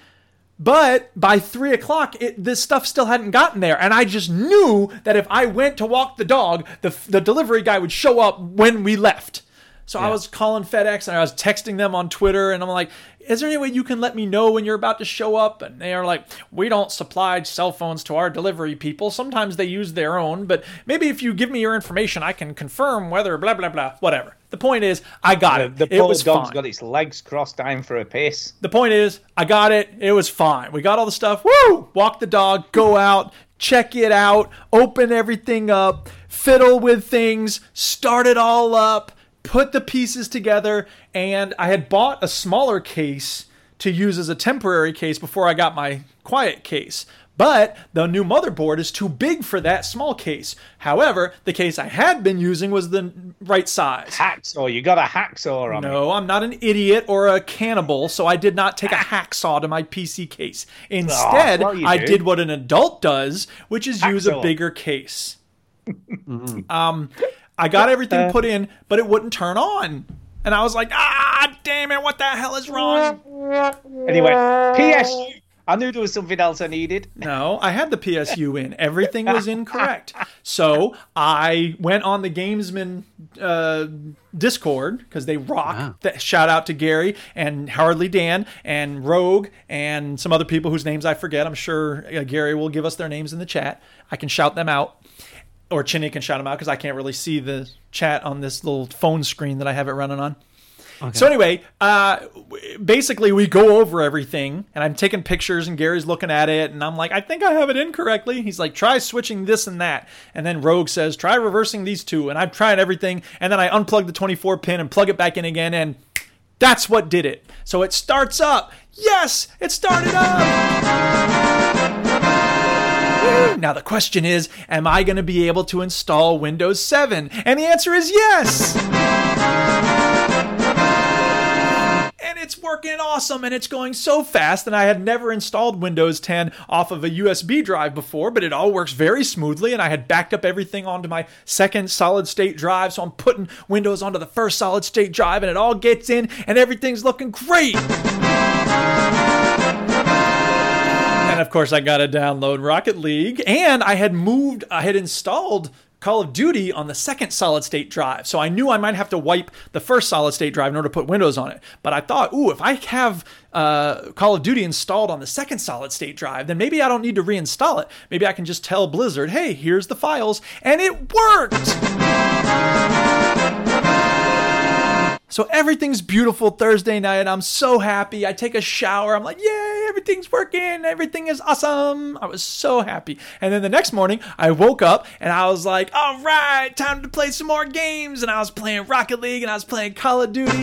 Speaker 3: But by three o'clock, it, this stuff still hadn't gotten there, and I just knew that if I went to walk the dog, the the delivery guy would show up when we left. So I was calling FedEx and I was texting them on Twitter, and I'm like, "Is there any way you can let me know when you're about to show up?" And they are like, "We don't supply cell phones to our delivery people. Sometimes they use their own, but maybe if you give me your information, I can confirm whether blah blah blah whatever." The point is, I <laughs> got it.
Speaker 2: The
Speaker 3: it
Speaker 2: poor
Speaker 3: was
Speaker 2: dog's
Speaker 3: fine
Speaker 2: got its legs crossed, time for a piss.
Speaker 3: the point is, I got it. It was fine. We got all the stuff. Woo! Walk the dog, go out, check it out, open everything up, fiddle with things, start it all up, put the pieces together. And I had bought a smaller case to use as a temporary case before I got my quiet case. But the new motherboard is too big for that small case. However, the case I had been using was the right size.
Speaker 2: Hacksaw, you got a hacksaw on it.
Speaker 3: No, I'm not an idiot or a cannibal, so I did not take a hacksaw to my PC case. Instead,
Speaker 2: Ah. well, you
Speaker 3: I
Speaker 2: did.
Speaker 3: did what an adult does, which is use a
Speaker 2: Hacksaw.
Speaker 3: bigger case. um, I got
Speaker 2: Uh.
Speaker 3: everything put in, but it wouldn't turn on. And I was like, ah, damn it, what the hell is wrong?
Speaker 2: Anyway, PSU. I knew there was something else I needed. <laughs>
Speaker 3: No, I had the PSU in. Everything was incorrect. So I went on the Gamesman uh, Discord because they rock.
Speaker 4: Wow.
Speaker 3: Th- shout out to Gary and Howardly Dan and Rogue and some other people whose names I forget. I'm sure uh, Gary will give us their names in the chat. I can shout them out. Or Chinny can shout them out because I can't really see the chat on this little phone screen that I have it running on. So anyway, uh, w- basically we go over everything, and I'm taking pictures, and Gary's looking at it, and I'm like, I think I have it incorrectly. He's like, try switching this and that, and then Rogue says, try reversing these two, and I've tried everything, and then I unplug the 24 pin and plug it back in again, and that's what did it. So it starts up. Yes, it started up. Woo! Now the question is, am I going to be able to install Windows 7? And the answer is yes. and it's working awesome and it's going so fast and I had never installed Windows 10 off of a USB drive before but it all works very smoothly and I had backed up everything onto my second solid state drive so I'm putting Windows onto the first solid state drive and it all gets in and everything's looking great and of course I got to download Rocket League and I had moved I had installed Call of Duty on the second solid state drive. So I knew I might have to wipe the first solid state drive in order to put Windows on it. But I thought, ooh, if I have uh, Call of Duty installed on the second solid state drive, then maybe I don't need to reinstall it. Maybe I can just tell Blizzard, hey, here's the files. And it worked! So everything's beautiful Thursday night. I'm so happy. I take a shower. I'm like, yay, everything's working. Everything is awesome. I was so happy. And then the next morning, I woke up and I was like, all right, time to play some more games. And I was playing Rocket League and I was playing Call of Duty.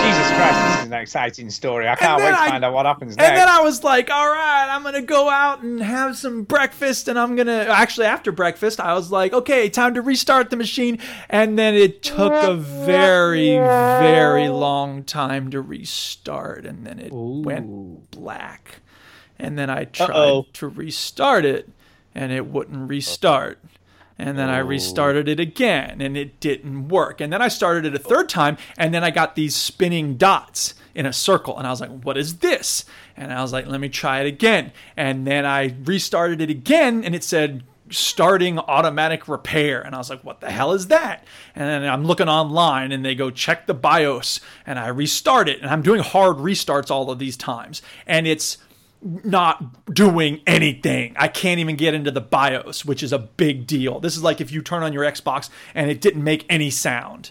Speaker 2: Jesus Christ, this is an exciting story. I can't wait
Speaker 3: then
Speaker 2: to
Speaker 3: I-
Speaker 2: find out what happens
Speaker 3: And
Speaker 2: next.
Speaker 3: then I was like, all right, I'm going to go out and have some breakfast. And I'm going to, actually, after breakfast, I was like, okay, time to restart the machine. And then it took a very, very long time to restart. And then it went black. And then I tried
Speaker 2: Uh-oh.
Speaker 3: to restart it, and it wouldn't restart. And then I restarted it again and it didn't work. And then I started it a third time and then I got these spinning dots in a circle. And I was like, what is this? And I was like, let me try it again. And then I restarted it again and it said, starting automatic repair. And I was like, what the hell is that? And then I'm looking online and they go, check the BIOS. And I restart it. And I'm doing hard restarts all of these times. And it's not doing anything. I can't even get into the BIOS, which is a big deal. This is like if you turn on your Xbox and it didn't make any sound.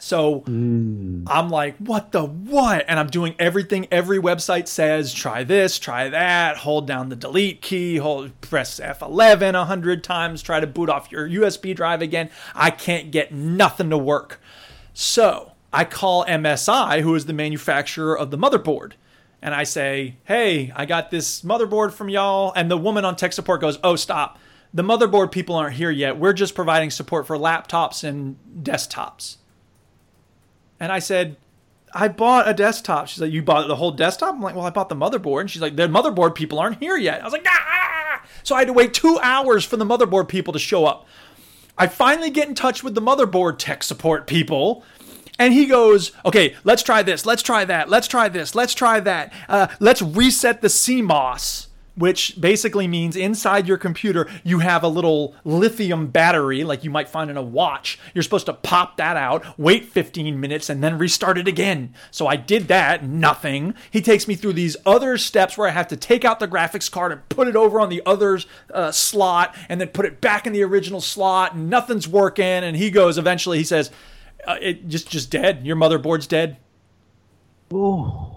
Speaker 3: So I'm like, what the what? And I'm doing everything every website says try this, try that, hold down the delete key, hold press F11 a hundred times, try to boot off your USB drive again. I can't get nothing to work. So I call MSI, who is the manufacturer of the motherboard, and I say, "Hey, I got this motherboard from y'all." And the woman on tech support goes, "Oh, stop. The motherboard people aren't here yet. We're just providing support for laptops and desktops." And I said, I bought a desktop. She's like, you bought the whole desktop? I'm like, well, I bought the motherboard. And she's like, the motherboard people aren't here yet. I was like, ah! So I had to wait two hours for the motherboard people to show up. I finally get in touch with the motherboard tech support people. And he goes, okay, let's try this. Let's try that. Let's try this. Let's try that. Uh, let's reset the CMOS, which basically means inside your computer, you have a little lithium battery like you might find in a watch. You're supposed to pop that out, wait 15 minutes, and then restart it again. So I did that, nothing. He takes me through these other steps where I have to take out the graphics card and put it over on the other uh, slot and then put it back in the original slot, and nothing's working. And he goes, eventually, he says, uh, it just just dead. Your motherboard's dead.
Speaker 2: Wow.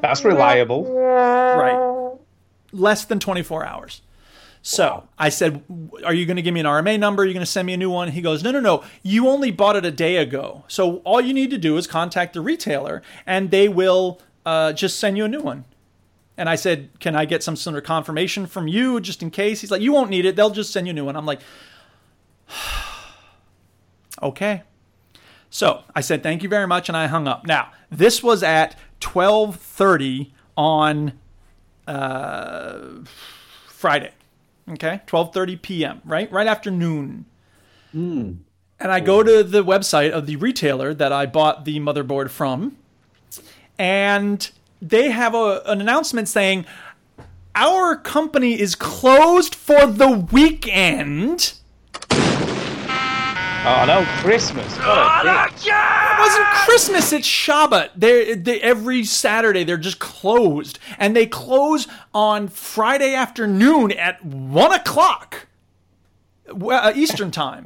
Speaker 2: That's reliable.
Speaker 3: Right. Less than 24 hours. So I said, Are you going to give me an RMA number? Are you going to send me a new one? He goes, No, no, no. You only bought it a day ago. So all you need to do is contact the retailer and they will uh, just send you a new one. And I said, Can I get some sort of confirmation from you just in case? He's like, You won't need it. They'll just send you a new one. I'm like, <sighs> Okay. So I said thank you very much, and I hung up. Now this was at twelve thirty on uh, Friday. Okay, twelve thirty p.m. Right, right after noon.
Speaker 4: Hmm.
Speaker 3: And I go to the website of the retailer that I bought the motherboard from, and they have a, an announcement saying our company is closed for the weekend.
Speaker 2: Oh, no, Christmas. Oh, What a dick.
Speaker 3: wasn't Christmas. It's Shabbat. They're, they every Saturday they're just closed, and they close on Friday afternoon at one o'clock we- uh,
Speaker 2: <laughs>
Speaker 3: Eastern time.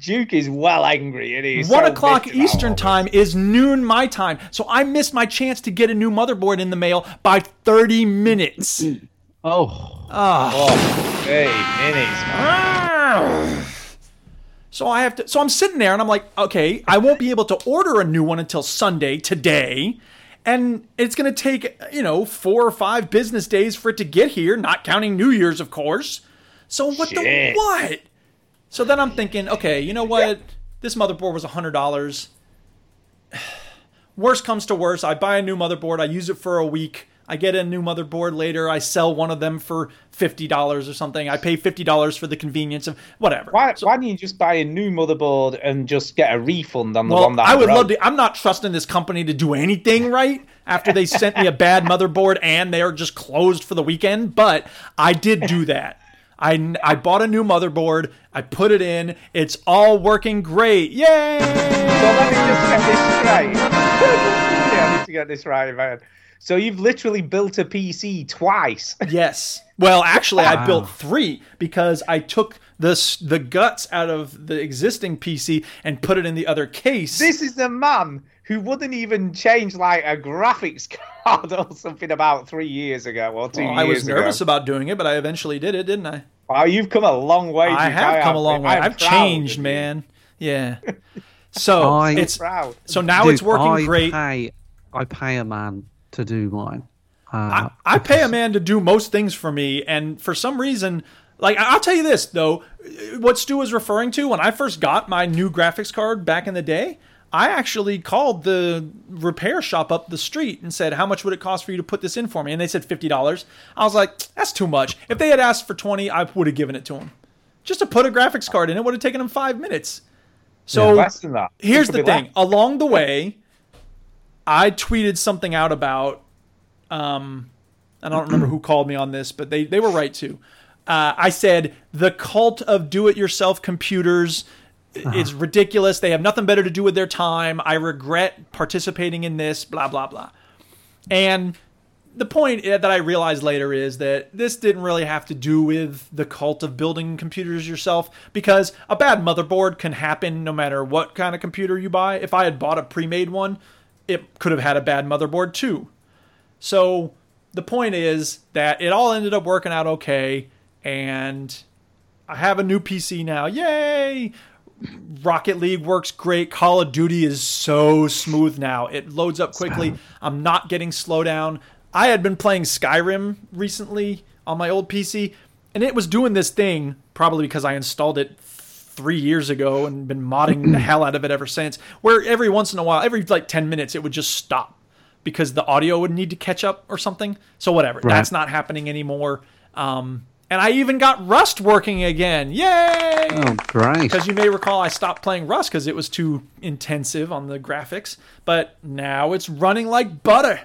Speaker 2: Duke is well angry. and he's
Speaker 3: one
Speaker 2: so
Speaker 3: o'clock
Speaker 2: bitched about all
Speaker 3: Eastern
Speaker 2: this.
Speaker 3: time is noon my time, so I missed my chance to get a new motherboard in the mail by thirty minutes. Ah.
Speaker 4: Oh,
Speaker 2: Hey, minis, man.
Speaker 3: Ah. So I have to. So I'm sitting there and I'm like, okay, I won't be able to order a new one until Sunday today, and it's gonna take you know four or five business days for it to get here, not counting New Year's, of course. So what the
Speaker 2: Shit.
Speaker 3: what? So then I'm thinking, okay, you know what? This motherboard was hundred dollars. Worst comes to worst, I buy a new motherboard. I use it for a week. I get a new motherboard later. I sell one of them for fifty dollars or something. I pay fifty dollars for the convenience of whatever.
Speaker 2: Why, why don't you just buy a new motherboard and just get a refund on the one that
Speaker 3: I would
Speaker 2: wrote?
Speaker 3: love to. I'm not trusting this company to do anything right after they sent me a bad motherboard and they are just closed for the weekend. But I did do that. I, I bought a new motherboard. I put it in. It's all working great. Yay!
Speaker 2: So let me just get this straight. <laughs> yeah, I need to get this right, man. So you've literally built a PC twice.
Speaker 3: Yes. Well, actually, I built three because I took the s- the guts out of the existing PC and put it in the other case.
Speaker 2: this is the <laughs> man who wouldn't even change like a graphics <laughs> card or something about three years ago or two years
Speaker 3: Oh, I was nervous
Speaker 2: ago.
Speaker 3: about doing it, but I eventually did it, didn't I?
Speaker 2: wow, you've come a long way.
Speaker 3: I
Speaker 2: Duke.
Speaker 3: have come a
Speaker 2: am-
Speaker 3: long way.
Speaker 2: I'm
Speaker 3: I've
Speaker 2: proud of
Speaker 3: changed,
Speaker 2: you.
Speaker 3: man. Yeah. So
Speaker 2: <laughs>
Speaker 4: I-
Speaker 3: it's
Speaker 2: Proud.
Speaker 3: so now
Speaker 4: dude,
Speaker 3: it's working
Speaker 4: I
Speaker 3: great.
Speaker 4: Pay, I pay a man to do mine. Uh,
Speaker 3: I, I pay a man to do most things for me, and for some reason, like I- I'll tell you this though, what Stu was referring to when I first got my new graphics card back in the day. I actually called the repair shop up the street and said, "How much would it cost for you to put this in for me?" And they said fifty dollars. I was like, "That's too much." If they had asked for twenty, I would have given it to them. Just to put a graphics card in, it would have taken them five minutes. So
Speaker 2: Less than that.
Speaker 3: here's
Speaker 2: Could
Speaker 3: the
Speaker 2: be less.
Speaker 3: thing along the way i tweeted something out about um i don't remember who called me on this but they they were right too uh, i said the cult of do-it-yourself computers
Speaker 2: Uh-huh.
Speaker 3: i- is ridiculous they have nothing better to do with their time i regret participating in this blah blah blah and the point that I realized later is that this didn't really have to do with the cult of building computers yourself because a bad motherboard can happen no matter what kind of computer you buy. If I had bought a pre made one, it could have had a bad motherboard too. So the point is that it all ended up working out okay and I have a new PC now. Yay! Rocket League works great. Call of Duty is so smooth now. It loads up quickly. I'm not getting slowdown. I had been playing Skyrim recently on my old PC, and it was doing this thing probably because I installed it three years ago and been modding the hell out of it ever since. Where every once in a while, every like 10 minutes, it would just stop because the audio would need to catch up or something. So, whatever. That's not happening anymore. Um, and I even got Rust working again. Yay!
Speaker 4: Oh, great.
Speaker 3: Because you may recall, I stopped playing Rust because it was too intensive on the graphics. But now it's running like butter.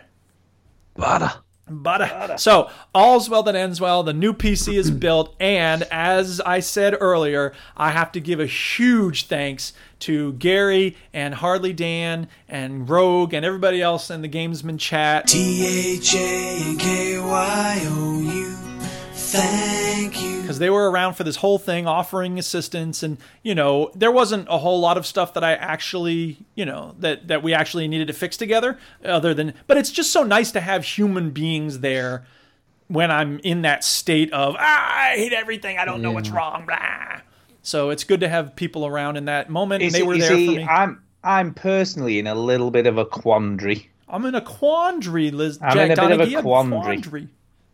Speaker 4: Butter.
Speaker 3: Butter. So, all's well that ends well. The new PC is <clears throat> built. And as I said earlier, I have to give a huge thanks to Gary and Hardly Dan and Rogue and everybody else in the Gamesman chat. because they were around for this whole thing offering assistance and you know there wasn't a whole lot of stuff that i actually you know that that we actually needed to fix together other than but it's just so nice to have human beings there when i'm in that state of ah, i hate everything i don't know what's wrong blah.
Speaker 9: <laughs>
Speaker 3: so it's good to have people around in that moment and
Speaker 2: Is
Speaker 3: they
Speaker 2: it-
Speaker 3: were
Speaker 2: you
Speaker 3: there
Speaker 2: see,
Speaker 3: for me
Speaker 2: I'm I'm personally in a little bit of a quandary
Speaker 3: i'm in a quandary liz
Speaker 2: I'm
Speaker 3: Jack
Speaker 2: in a bit of a
Speaker 3: Donaghy, I'm
Speaker 2: quandary.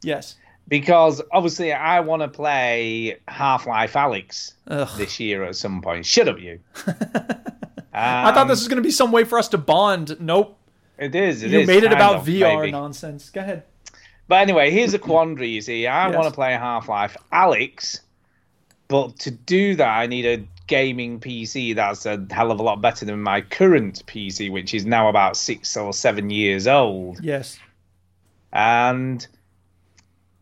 Speaker 3: yes
Speaker 2: because obviously I want to play Half Life Alex this year at some point. Shut up, you.
Speaker 3: <laughs>
Speaker 2: Um,
Speaker 3: i thought this was going to be some way for us to bond nope
Speaker 2: It is. it
Speaker 3: you
Speaker 2: is,
Speaker 3: made it
Speaker 2: kind
Speaker 3: about
Speaker 2: of,
Speaker 3: vr
Speaker 2: maybe.
Speaker 3: nonsense go ahead
Speaker 2: But anyway, here's
Speaker 3: <laughs>
Speaker 2: a quandary. You see, I
Speaker 3: Yes.
Speaker 2: want to play Half Life Alex, but to do that, I need a gaming PC that's a hell of a lot better than my current PC, which is now about six or seven years old.
Speaker 3: yes
Speaker 2: And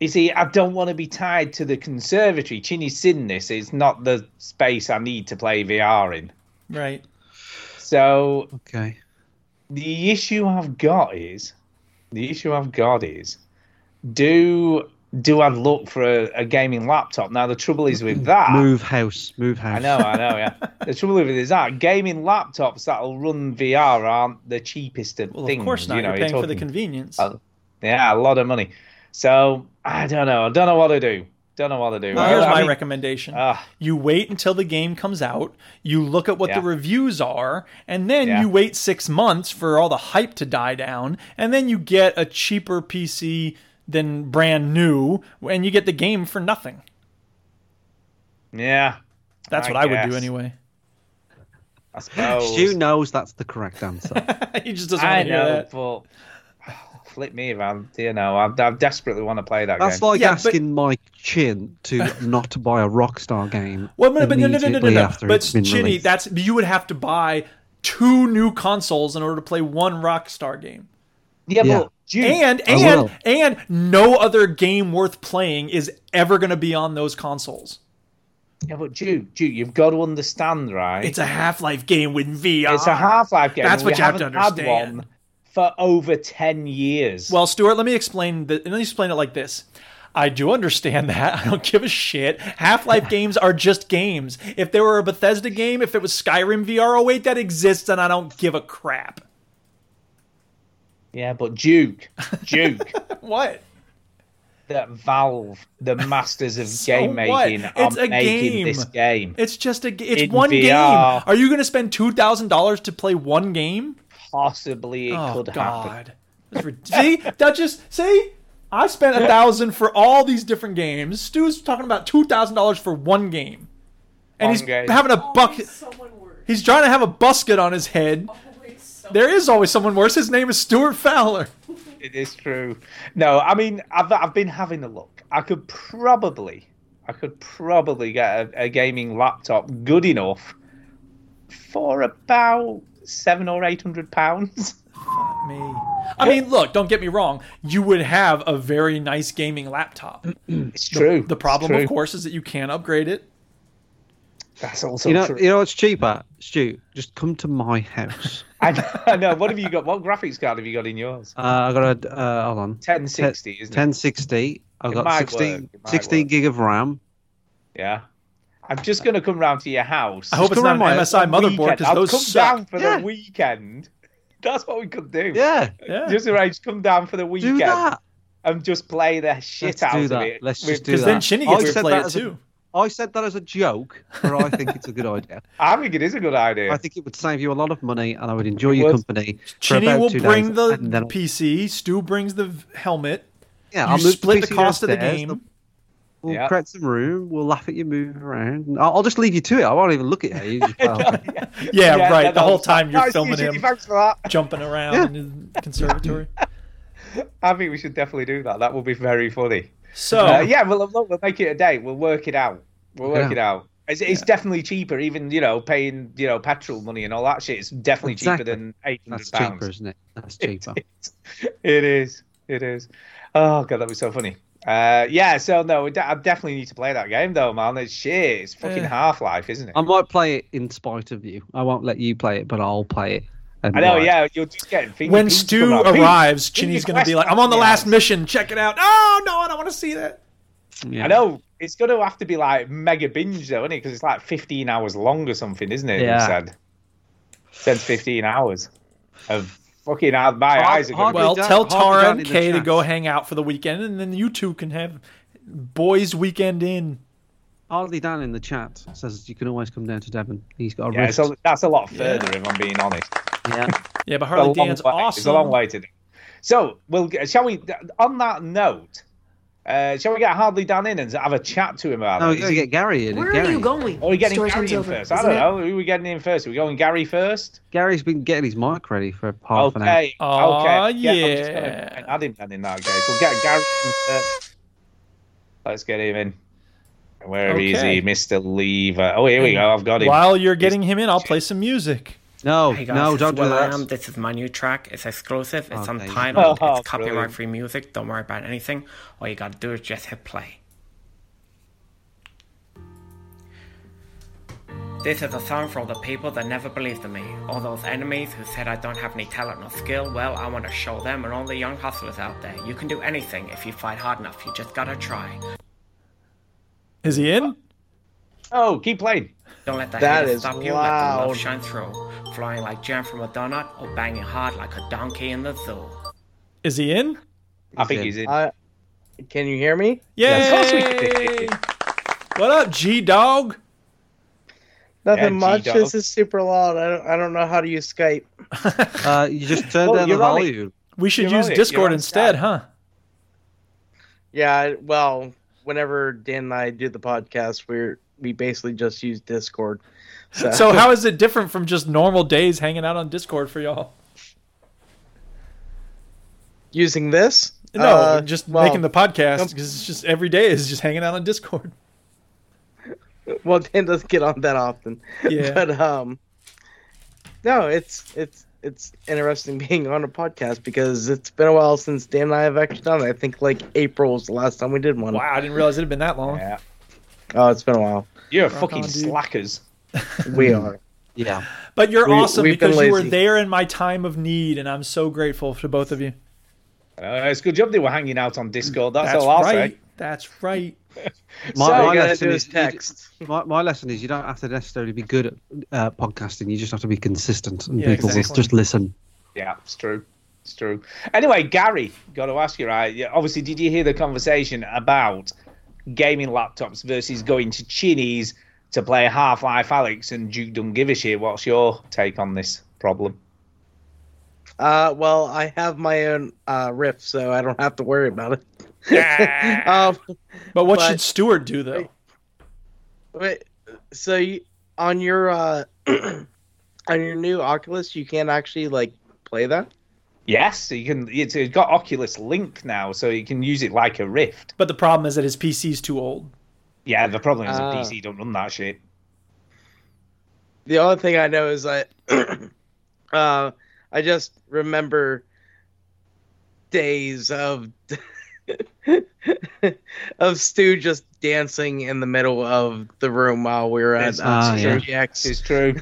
Speaker 2: you see, I don't want to be tied to the conservatory. Chinny's seen this. It's not the space I need to play VR in.
Speaker 3: right
Speaker 2: So
Speaker 4: Okay.
Speaker 2: the issue I've got is the issue I've got is do do I look for a, a gaming laptop? Now the trouble is with that.
Speaker 4: Move house. Move house.
Speaker 2: I know, I know,
Speaker 4: <laughs>
Speaker 2: yeah. The trouble with it is that gaming laptops that'll run VR aren't the cheapest of
Speaker 3: Well,
Speaker 2: things.
Speaker 3: of course not.
Speaker 2: You
Speaker 3: You
Speaker 2: know,
Speaker 3: are paying for the
Speaker 2: talking-
Speaker 3: convenience.
Speaker 2: Uh, yeah, a lot of money. So I don't know. I don't know what to do. Don't know what to do.
Speaker 3: Well, here's
Speaker 2: I
Speaker 3: my
Speaker 2: mean, ah.
Speaker 3: recommendation.
Speaker 2: Ugh.
Speaker 3: you wait until the game comes out, you look at what
Speaker 2: Yeah.
Speaker 3: the reviews are, and then
Speaker 2: Yeah.
Speaker 3: you wait six months for all the hype to die down, and then you get a cheaper PC than brand new, and you get the game for nothing.
Speaker 2: Yeah,
Speaker 3: That's
Speaker 2: I
Speaker 3: what I would do
Speaker 2: guess.
Speaker 3: anyway.
Speaker 2: I suppose.
Speaker 4: Stu knows that's the correct answer.
Speaker 3: <laughs> he just doesn't want
Speaker 2: I
Speaker 3: to hear
Speaker 2: know,
Speaker 3: that.
Speaker 2: but oh, flip me around. You know, I, I desperately want to play that
Speaker 4: That's
Speaker 2: game.
Speaker 4: like
Speaker 3: Yeah, but-
Speaker 4: asking Mike Chin to not buy a Rockstar game.
Speaker 3: Well, but, but no, no, no, no, no,
Speaker 4: immediately
Speaker 3: no.
Speaker 4: after
Speaker 3: But
Speaker 4: it's been
Speaker 3: Chinny,
Speaker 4: released.
Speaker 3: that's you would have to buy two new consoles in order to play one Rockstar game.
Speaker 2: yeah,
Speaker 4: yeah.
Speaker 2: but Duke,
Speaker 3: and
Speaker 4: I
Speaker 3: and
Speaker 4: will.
Speaker 3: and no other game worth playing is ever going to be on those consoles.
Speaker 2: yeah, but Duke, Duke, you've got to understand, right?
Speaker 3: It's a Half-Life game with VR.
Speaker 2: It's a Half-Life game.
Speaker 3: That's
Speaker 2: and
Speaker 3: what
Speaker 2: we
Speaker 3: you have to
Speaker 2: haven't had
Speaker 3: understand.
Speaker 2: one for over ten years.
Speaker 3: Well, Stuart, let me explain the, let me explain it like this. I do understand that. I don't give a
Speaker 2: <laughs>
Speaker 3: shit. Half-Life games are just games. If there were a Bethesda game, if it was Skyrim VR, oh wait, that exists and I don't give a crap. <laughs>
Speaker 2: yeah, but Duke, Duke,
Speaker 3: What?
Speaker 2: that Valve, the masters of
Speaker 3: So
Speaker 2: game
Speaker 3: what?
Speaker 2: making, are
Speaker 3: It's a
Speaker 2: making
Speaker 3: game.
Speaker 2: this game.
Speaker 3: It's just a g- it's
Speaker 2: In
Speaker 3: one game.
Speaker 2: VR.
Speaker 3: Are you going to spend $2,000 to play one game? Oh,
Speaker 2: Possibly it could happen.
Speaker 3: That's rid- see, that just see. I spent a thousand for all these different games. Stu's talking about two thousand dollars for one game, and
Speaker 2: One
Speaker 3: he's
Speaker 2: game.
Speaker 3: having a buck.
Speaker 10: Someone worse.
Speaker 3: He's trying to have a busket on his head.
Speaker 10: Always someone
Speaker 3: There is always someone worse. His name is Stuart Fowler.
Speaker 2: It is true. No, I mean, I've I've been having a look. I could probably, I could probably get a, a gaming laptop good enough for about seven or eight hundred pounds. <laughs>
Speaker 3: Me. I mean, look. Don't get me wrong. You would have a very nice gaming laptop.
Speaker 2: It's true.
Speaker 3: The problem,
Speaker 2: It's
Speaker 3: of
Speaker 2: true.
Speaker 3: course, is that you can't upgrade it.
Speaker 2: that's also
Speaker 4: You know,
Speaker 2: true.
Speaker 4: you know what's cheaper, Stu? Just come to
Speaker 3: <laughs>
Speaker 4: my house.
Speaker 2: I know, I know. What have you got? What graphics card have you got in yours?
Speaker 4: Uh, I got a uh, hold on.
Speaker 2: 1060, isn't it?
Speaker 4: 1060. I've
Speaker 2: It
Speaker 4: got
Speaker 2: might
Speaker 4: 16,
Speaker 2: work, it might
Speaker 4: 16
Speaker 2: work.
Speaker 4: gig of RAM.
Speaker 2: Yeah. I'm just going to come round to your house.
Speaker 3: I hope it's
Speaker 4: Just
Speaker 3: not an
Speaker 4: come around
Speaker 3: MSI motherboard because
Speaker 2: I'll
Speaker 3: those
Speaker 2: come
Speaker 3: suck.
Speaker 2: down for
Speaker 4: Yeah.
Speaker 2: the weekend. <laughs> That's what we could do.
Speaker 4: Yeah,
Speaker 3: Yeah.
Speaker 2: Just arrange, come down for the
Speaker 4: do
Speaker 2: weekend
Speaker 4: that.
Speaker 2: and just play the shit
Speaker 4: Let's
Speaker 2: out
Speaker 4: do
Speaker 2: of
Speaker 4: that.
Speaker 2: it.
Speaker 4: Let's
Speaker 2: with-
Speaker 4: just do
Speaker 3: Because
Speaker 4: that.
Speaker 3: then Chinny
Speaker 4: I
Speaker 3: gets to
Speaker 4: said
Speaker 3: play
Speaker 4: that
Speaker 3: it
Speaker 4: as a-
Speaker 3: too.
Speaker 4: I said that as a joke, but I think it's
Speaker 2: <laughs>
Speaker 4: a good idea.
Speaker 2: I think it is a good idea.
Speaker 4: I think it would save you a lot of money, and I would enjoy your
Speaker 2: would.
Speaker 4: company. for
Speaker 3: Chinny
Speaker 4: about
Speaker 3: will
Speaker 4: two
Speaker 3: bring
Speaker 4: days,
Speaker 3: the
Speaker 4: and then I'll-
Speaker 3: PC. Stu brings the v- helmet.
Speaker 4: yeah,
Speaker 3: You
Speaker 4: I'll move
Speaker 3: split the
Speaker 4: PC
Speaker 3: cost of the
Speaker 4: downstairs,
Speaker 3: game.
Speaker 4: they'll- We'll
Speaker 2: Yeah.
Speaker 4: create some room. We'll laugh at you move around. and I'll, I'll just leave you to it. I won't even
Speaker 2: <laughs>
Speaker 4: look at you. you just- well,
Speaker 3: Yeah,
Speaker 2: Yeah,
Speaker 3: right.
Speaker 2: that
Speaker 3: The whole
Speaker 2: helps.
Speaker 3: time you're
Speaker 2: Nice,
Speaker 3: filming
Speaker 2: Eugene,
Speaker 3: him
Speaker 2: Thanks for that.
Speaker 3: jumping around
Speaker 4: Yeah.
Speaker 3: in the conservatory.
Speaker 2: I think we should definitely do that. That would be very funny.
Speaker 3: So
Speaker 2: Uh, yeah, we'll, look, we'll make it a date. We'll work it out. We'll work
Speaker 4: Yeah.
Speaker 2: it out. It's, it's definitely cheaper, even you know, paying you know petrol money and all that shit. It's definitely
Speaker 4: Exactly.
Speaker 2: cheaper than eight hundred
Speaker 4: that's cheaper,
Speaker 2: pounds.
Speaker 4: isn't it? That's cheaper.
Speaker 2: It is. It is. Oh god, that was so funny. Uh, yeah. So no, we de- I definitely need to play that game though, man. It's shit. It's fucking
Speaker 3: Yeah.
Speaker 2: Half Life, isn't it?
Speaker 4: I might play it in spite of you. I won't let you play it, but I'll play it. and
Speaker 2: I know.
Speaker 4: write.
Speaker 2: Yeah, you're just getting fingers.
Speaker 3: when Stu arrives, Chinny's going to be like, I'm on the last mission. Check it out. Oh, no, I don't want to see that.
Speaker 4: yeah.
Speaker 2: I know it's going to have to be like mega binge though, isn't it? Because it's like 15 hours long or something, isn't it?
Speaker 4: Yeah.
Speaker 2: You said. Said 15 hours of fucking out. <laughs> My
Speaker 4: Hard-
Speaker 2: eyes are going.
Speaker 4: hard-
Speaker 2: Well,
Speaker 3: Well,
Speaker 4: down-
Speaker 3: tell
Speaker 4: hardly
Speaker 3: Tara
Speaker 4: down
Speaker 3: and
Speaker 4: in the
Speaker 3: Kay to
Speaker 4: chat.
Speaker 3: go hang out for the weekend, and then you two can have boys' weekend in.
Speaker 4: Hardly Dan in the chat says you can always come down to Devon. He's got a
Speaker 2: yeah,
Speaker 4: wrist.
Speaker 2: so that's a lot further if I'm being honest.
Speaker 4: Yeah.
Speaker 3: Yeah, but
Speaker 2: It's a
Speaker 3: Harley
Speaker 2: long
Speaker 3: Dan's
Speaker 2: way.
Speaker 3: awesome.
Speaker 2: It's a long way to do. So, we'll get- shall we? On that note, uh, shall we get Hardly Dan in and have a chat to him about
Speaker 4: No,
Speaker 2: it?
Speaker 4: we got to get Gary in.
Speaker 10: Where
Speaker 4: Gary.
Speaker 10: are you going?
Speaker 2: Or are we getting
Speaker 10: Store's
Speaker 2: Gary
Speaker 10: runs
Speaker 2: in
Speaker 10: over,
Speaker 2: first? I
Speaker 10: isn't
Speaker 2: don't
Speaker 10: it?
Speaker 2: know. Who are we getting in first? Are we going Gary first?
Speaker 4: Gary's been getting his mic ready for half an hour.
Speaker 2: Okay.
Speaker 3: Aw,
Speaker 2: okay. Yeah. I'm just
Speaker 3: yeah.
Speaker 2: gonna add him then in that case. We'll get Gary in first. Let's get him in. Where is
Speaker 3: Okay.
Speaker 2: he, Mr. Lever? Oh, here we go. I've got him.
Speaker 3: While you're getting him in, I'll play some music.
Speaker 4: Oh, No,
Speaker 10: Hey guys,
Speaker 4: no,
Speaker 10: this
Speaker 4: don't
Speaker 10: is
Speaker 4: do
Speaker 10: Will I
Speaker 4: that.
Speaker 10: am. This is my new track. It's exclusive. It's
Speaker 4: Oh, thank you.
Speaker 10: untitled.
Speaker 2: <laughs> Oh,
Speaker 10: it's
Speaker 2: brilliant.
Speaker 10: copyright-free music. Don't worry about anything. All you gotta do is just hit play. This is a song for all the people that never believed in me. All those enemies who said I don't have any talent or skill. Well, I want to show them and all the young hustlers out there. You can do anything if you fight hard enough. You just gotta try.
Speaker 3: Is he in?
Speaker 2: Oh, keep playing.
Speaker 10: Don't let the
Speaker 2: That
Speaker 10: haters
Speaker 2: is
Speaker 10: stop you. Let the
Speaker 2: loud.
Speaker 10: love shine through. Flying like jam from a donut or banging hard like a donkey in the zoo.
Speaker 3: Is he in?
Speaker 2: I think
Speaker 4: in.
Speaker 2: he's in.
Speaker 11: Uh, can you hear me?
Speaker 3: Yeah.
Speaker 2: course we can.
Speaker 3: What up, G Dog?
Speaker 11: Nothing
Speaker 2: Yeah,
Speaker 11: much.
Speaker 2: G-Dog.
Speaker 11: This is super loud. I don't, I don't know how to use Skype.
Speaker 4: Uh, you just turn
Speaker 2: Well,
Speaker 4: down the
Speaker 2: you're on it.
Speaker 4: volume.
Speaker 3: We should
Speaker 2: You're
Speaker 3: use
Speaker 2: on it. You're
Speaker 3: Discord
Speaker 2: on
Speaker 3: instead,
Speaker 2: Skype.
Speaker 3: huh?
Speaker 11: Yeah, I- well, whenever Dan and I do the podcast, we're we basically just use Discord. So, <laughs>
Speaker 3: So how is it different from just normal days hanging out on Discord for y'all?
Speaker 11: using this?
Speaker 3: No,
Speaker 11: Uh,
Speaker 3: just
Speaker 11: well,
Speaker 3: making the podcast
Speaker 11: nope.
Speaker 3: because it's just every day is just hanging out on Discord.
Speaker 11: <laughs> well, Dan doesn't get on that often.
Speaker 3: Yeah.
Speaker 11: <laughs> But um, no, it's it's it's interesting <laughs> being on a podcast because it's been a while since Dan and I have actually done it. I think like April was the last time we did one.
Speaker 3: Wow, I <laughs> didn't realize it had been that long.
Speaker 2: Yeah.
Speaker 11: Oh, it's been a while.
Speaker 2: You're fucking
Speaker 3: on, dude. <laughs>
Speaker 2: slackers.
Speaker 11: We are.
Speaker 4: Yeah.
Speaker 3: But you're
Speaker 11: We-
Speaker 3: awesome
Speaker 11: we've been
Speaker 3: because you were
Speaker 11: lazy.
Speaker 3: there in my time of need, and I'm so grateful to both of you.
Speaker 2: Uh, it's a good job they were hanging out on Discord. That's,
Speaker 3: That's
Speaker 2: all I'll
Speaker 3: right.
Speaker 2: say. uh,
Speaker 3: That's
Speaker 11: <laughs>
Speaker 3: right.
Speaker 4: My,
Speaker 11: All
Speaker 4: my
Speaker 11: you gotta
Speaker 4: lesson
Speaker 11: do is
Speaker 4: is,
Speaker 11: text.
Speaker 4: my, my lesson is you don't have to necessarily be good at uh, podcasting. You just have to be consistent, and
Speaker 3: Yeah,
Speaker 4: people
Speaker 3: exactly.
Speaker 4: will just listen.
Speaker 2: Yeah, it's true. It's true. Anyway, Gary, got to ask you, right? Yeah, Obviously, did you hear the conversation about gaming laptops versus going to Chinese to play Half Life Alex and Duke Don't Give a Shit? What's your take on this problem?
Speaker 11: Uh, well, I have my own uh, riff, so I don't have to worry about it. <laughs> um,
Speaker 3: But what
Speaker 11: But-
Speaker 3: should Stewart do though?
Speaker 11: wait, so you, on your uh, <clears throat> on your new Oculus, you can actually like play that.
Speaker 2: Yes, you can. It's, it's got Oculus Link now, so you can use it like a Rift.
Speaker 3: But the problem is that his PC's too old.
Speaker 2: Yeah, the problem is
Speaker 11: Ah.
Speaker 2: a PC don't run that shit.
Speaker 11: The only thing I know
Speaker 2: <clears throat>
Speaker 11: is I, uh, I just remember days of <laughs> of Stu just dancing in the middle of the room while we were at
Speaker 2: That's
Speaker 11: uh,
Speaker 4: not true.
Speaker 11: GX.
Speaker 2: It's true.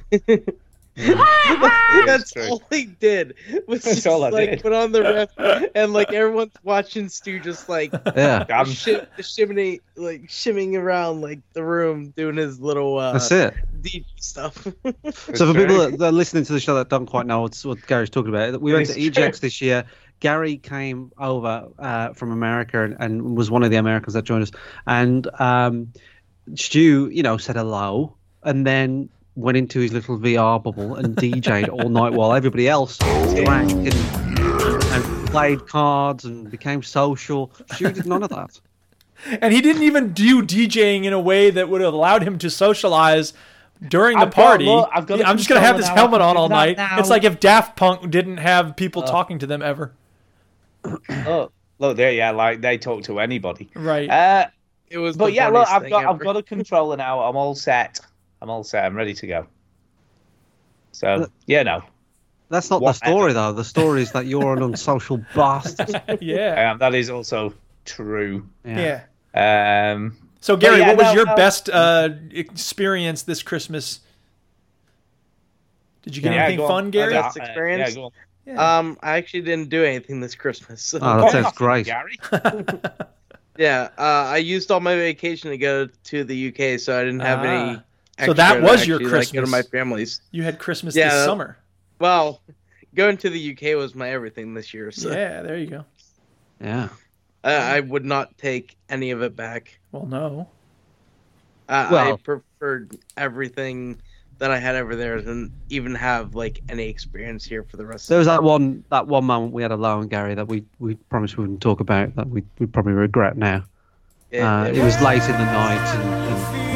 Speaker 11: <laughs> That's
Speaker 2: true.
Speaker 11: all he did was
Speaker 2: That's
Speaker 11: just
Speaker 2: all I
Speaker 11: like
Speaker 2: did.
Speaker 11: put on the ref, and like everyone's watching Stu just like
Speaker 4: <laughs> Yeah,
Speaker 2: I'm,
Speaker 11: shim- shimmy, like shimming around like the room doing his little uh,
Speaker 4: that's it.
Speaker 11: DJ stuff. <laughs>
Speaker 4: So for
Speaker 2: true.
Speaker 4: people that, that are listening to the show that don't quite know what's, what Gary's talking about, we went
Speaker 2: It's
Speaker 4: to EJX this year. Gary came over uh, from America and, and was one of the Americans that joined us. And um, Stu, you know, said hello and then went into his little VR
Speaker 3: <laughs>
Speaker 4: bubble and DJ'd all night while everybody else drank and, and played cards and became social. Stu did none of that.
Speaker 3: And he didn't even do DJing in a way that would have allowed him to socialize during the
Speaker 2: I've got-
Speaker 3: party.
Speaker 2: look, I've got a
Speaker 3: I'm just going to have
Speaker 2: control
Speaker 3: this
Speaker 2: now.
Speaker 3: helmet
Speaker 2: I
Speaker 3: on
Speaker 2: can
Speaker 3: all
Speaker 2: do
Speaker 3: night.
Speaker 2: that now.
Speaker 3: It's like if Daft Punk didn't have people talking to them ever.
Speaker 11: Oh.
Speaker 2: Look, <clears throat> look, there, yeah, like they talk to anybody.
Speaker 3: Right.
Speaker 2: Uh,
Speaker 11: It was.
Speaker 2: but
Speaker 11: the
Speaker 2: yeah, look,
Speaker 11: funniest
Speaker 2: I've
Speaker 11: thing
Speaker 2: got I've
Speaker 11: ever.
Speaker 2: got a controller now. I'm all set. I'm all set. I'm ready to go. So yeah,
Speaker 4: <laughs>
Speaker 2: no,
Speaker 4: That's not the
Speaker 2: Whatever.
Speaker 4: story, though. The story is that you're an
Speaker 11: <laughs>
Speaker 4: unsocial bastard.
Speaker 3: <laughs> yeah.
Speaker 2: um, that is also true.
Speaker 4: Yeah.
Speaker 2: Um,
Speaker 3: So Gary,
Speaker 2: yeah,
Speaker 3: what was
Speaker 2: no,
Speaker 3: your
Speaker 2: no.
Speaker 3: best uh, experience this Christmas? Did you get
Speaker 2: yeah,
Speaker 3: anything
Speaker 2: go on.
Speaker 3: fun, Gary?
Speaker 11: Yeah.
Speaker 2: Uh,
Speaker 11: Best experience?
Speaker 2: yeah, go on.
Speaker 11: Um, I actually didn't do anything this Christmas. so-
Speaker 4: Oh, that
Speaker 11: <laughs>
Speaker 4: sounds
Speaker 3: <laughs>
Speaker 4: great.
Speaker 2: Gary.
Speaker 11: yeah, uh, I used all my vacation to go to the UK, so I didn't have any.
Speaker 3: Ah. So that
Speaker 11: extra to
Speaker 3: was your
Speaker 11: actually, like, go to
Speaker 3: Christmas.
Speaker 11: my family's.
Speaker 3: You had Christmas
Speaker 11: Yeah,
Speaker 3: this
Speaker 11: that-
Speaker 3: summer.
Speaker 11: Well, going to the UK was my everything this year, so
Speaker 3: Yeah, there you go.
Speaker 4: Yeah.
Speaker 11: uh, I would not take any of it back.
Speaker 3: Well, no.
Speaker 11: Uh, I
Speaker 4: Well-
Speaker 11: preferred everything that I had over there than even have like any experience here for the rest
Speaker 4: There
Speaker 11: of
Speaker 4: was that one that one moment we had alone, Gary, that we, we promised we wouldn't talk about that we we probably regret now.
Speaker 11: it.
Speaker 4: Uh,
Speaker 11: It
Speaker 4: it was late in the night, and, and-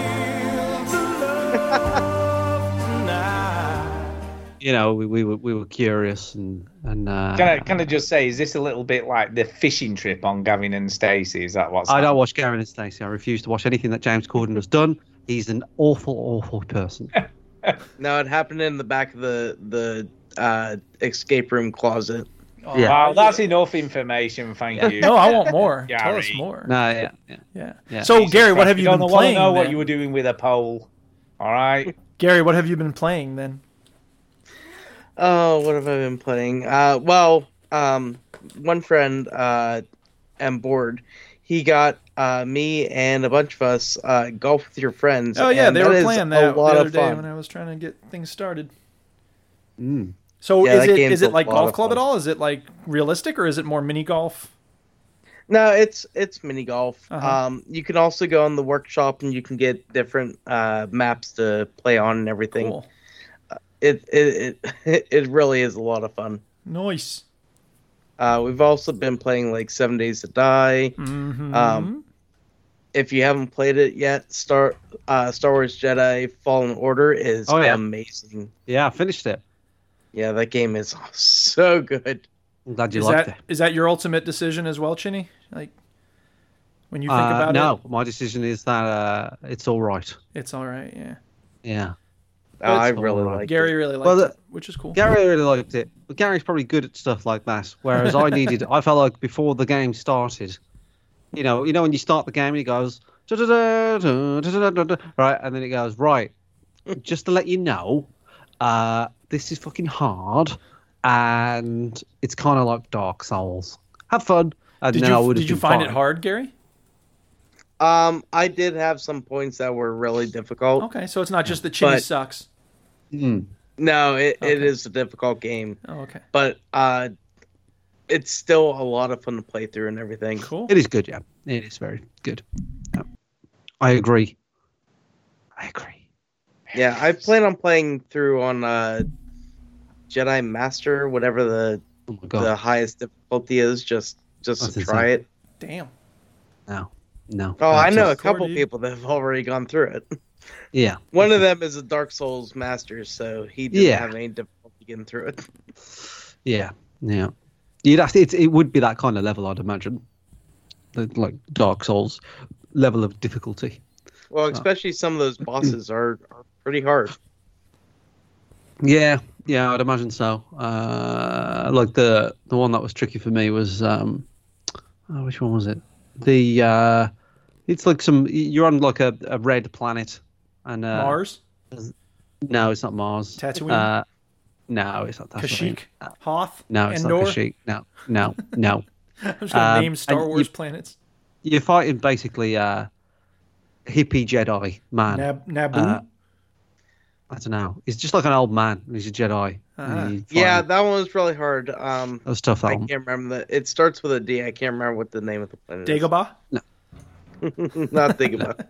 Speaker 4: you know we, we were we were curious and and uh,
Speaker 2: Can I can I just say, is this a little bit like the fishing trip on Gavin and Stacey? Is that what's?
Speaker 4: I don't watch Gary and Stacey. I refuse to watch anything that James Corden has done. He's an awful, awful
Speaker 11: <laughs>
Speaker 4: person.
Speaker 11: No, it happened in the back of the the uh, escape room closet.
Speaker 4: Yeah.
Speaker 2: Oh, Wow, that's enough information. Thank you.
Speaker 3: No, I
Speaker 2: <laughs>
Speaker 3: want more. Tell
Speaker 2: Gary.
Speaker 3: us more.
Speaker 4: No, yeah, yeah.
Speaker 3: Yeah.
Speaker 4: Yeah.
Speaker 3: So
Speaker 2: Jesus
Speaker 3: Gary, what
Speaker 2: Christ,
Speaker 3: have you,
Speaker 2: don't
Speaker 3: been
Speaker 2: wanna
Speaker 3: playing?
Speaker 2: know what
Speaker 3: then?
Speaker 2: you were doing with a poll. All right.
Speaker 3: Gary, what have you been playing then?
Speaker 11: Oh, what have I been playing? Uh, well, um, one friend, uh, am bored. He got uh, me and a bunch of us uh, golf with your friends.
Speaker 3: Oh yeah,
Speaker 11: and
Speaker 3: they
Speaker 11: that
Speaker 3: were
Speaker 11: is
Speaker 3: playing that
Speaker 11: a lot
Speaker 3: the other
Speaker 11: of
Speaker 3: day
Speaker 11: fun.
Speaker 3: when I was trying to get things started.
Speaker 4: Mm.
Speaker 3: So
Speaker 11: Yeah,
Speaker 3: is
Speaker 11: that
Speaker 3: it
Speaker 11: game's
Speaker 3: is it
Speaker 11: a
Speaker 3: like
Speaker 11: lot
Speaker 3: golf
Speaker 11: of
Speaker 3: club at
Speaker 11: fun.
Speaker 3: all? Is it like realistic or is it more mini golf?
Speaker 11: No, it's it's mini golf.
Speaker 3: Uh-huh.
Speaker 11: Um, you can also go on the workshop and you can get different uh, maps to play on and everything. Uh,
Speaker 3: Cool.
Speaker 11: It, it it <laughs> it really is a lot of fun.
Speaker 3: Nice.
Speaker 11: Uh, we've also been playing like Seven Days to Die.
Speaker 3: Mm-hmm.
Speaker 11: Um, If you haven't played it yet, Star uh, Star Wars Jedi Fallen Order is
Speaker 4: Oh, yeah.
Speaker 11: amazing.
Speaker 4: yeah, I finished it.
Speaker 11: Yeah, that game is <laughs> so good.
Speaker 4: I'm glad you
Speaker 3: is
Speaker 4: liked
Speaker 3: that
Speaker 4: it.
Speaker 3: is that your ultimate decision as well, Chinny? Like when you think
Speaker 4: Uh,
Speaker 3: about
Speaker 4: no,
Speaker 3: it,
Speaker 4: my decision is that uh, it's all right.
Speaker 3: it's all right. Yeah,
Speaker 4: Yeah.
Speaker 11: Oh, I
Speaker 4: It's
Speaker 11: really
Speaker 4: alright.
Speaker 11: like
Speaker 3: Gary
Speaker 11: it.
Speaker 3: really liked
Speaker 4: Well,
Speaker 3: it, which is cool.
Speaker 4: Gary really liked it. But Gary's probably good at stuff like that. Whereas I needed, I felt like before the game started, you know, you know when you start the game, it goes "Da-da-da, da-da-da-da-da," right, and then it goes right. Just to let you know, uh, this is fucking hard, and it's kind of like Dark Souls. Have fun. And
Speaker 3: Did
Speaker 4: Uh, then I
Speaker 3: you
Speaker 4: would
Speaker 3: did
Speaker 4: have
Speaker 3: you
Speaker 4: been
Speaker 3: find
Speaker 4: fine.
Speaker 3: it hard, Gary?
Speaker 11: Um, I did have some points that were really difficult.
Speaker 3: Okay, so it's not just that Chinny
Speaker 11: But-
Speaker 3: sucks.
Speaker 11: Hmm.
Speaker 4: Mm.
Speaker 11: No, it, it
Speaker 3: Okay.
Speaker 11: is a difficult game,
Speaker 3: Oh, okay,
Speaker 11: but uh, it's still a lot of fun to play through and everything.
Speaker 3: cool.
Speaker 4: It is good, yeah. It is very good. Yeah. I agree. I agree.
Speaker 11: Yeah, I plan on playing through on uh, Jedi Master, whatever the
Speaker 4: Oh my god.
Speaker 11: the highest difficulty is, just just
Speaker 4: That's
Speaker 11: to
Speaker 4: insane.
Speaker 11: try it.
Speaker 3: Damn.
Speaker 4: No, no.
Speaker 11: Oh, I
Speaker 4: That's
Speaker 11: know
Speaker 4: it.
Speaker 11: a couple
Speaker 3: Authority.
Speaker 11: people that have already gone through it. <laughs>
Speaker 4: Yeah,
Speaker 11: One of them is a Dark Souls master, so he didn't
Speaker 4: Yeah.
Speaker 11: have any difficulty getting through it. <laughs>
Speaker 4: yeah, yeah. You'd have to, it, it would be that kind of level, I'd imagine. The, like Dark Souls level of difficulty.
Speaker 11: Well, especially some of those bosses are, are pretty hard.
Speaker 4: Yeah, yeah, I'd imagine so. Uh, like the the one that was tricky for me was um, oh, which one was it? The uh, it's like some you're on like a, a red planet, and uh,
Speaker 3: Mars,
Speaker 4: No, it's not Mars.
Speaker 3: Tatooine?
Speaker 4: Uh, no, it's not Tatooine.
Speaker 3: Kashyyyk, Hoth,
Speaker 4: No, it's
Speaker 3: Endor.
Speaker 4: not Kashyyyk. No, no, no.
Speaker 3: <laughs> I'm just gonna
Speaker 4: Um,
Speaker 3: name Star
Speaker 4: and
Speaker 3: Wars
Speaker 4: you-
Speaker 3: planets.
Speaker 4: you're fighting basically uh hippie Jedi man.
Speaker 3: Nab- Naboo.
Speaker 4: Uh, I don't know. He's just like an old man. and He's a Jedi.
Speaker 3: Uh-huh.
Speaker 4: and you fight
Speaker 11: Yeah,
Speaker 4: him.
Speaker 11: that one was really hard. Um,
Speaker 4: that was tough. That
Speaker 11: I
Speaker 4: one.
Speaker 11: can't remember the. It starts with a D. <laughs> I can't remember what the name of the planet is.
Speaker 3: Dagobah.
Speaker 11: Not Dagobah.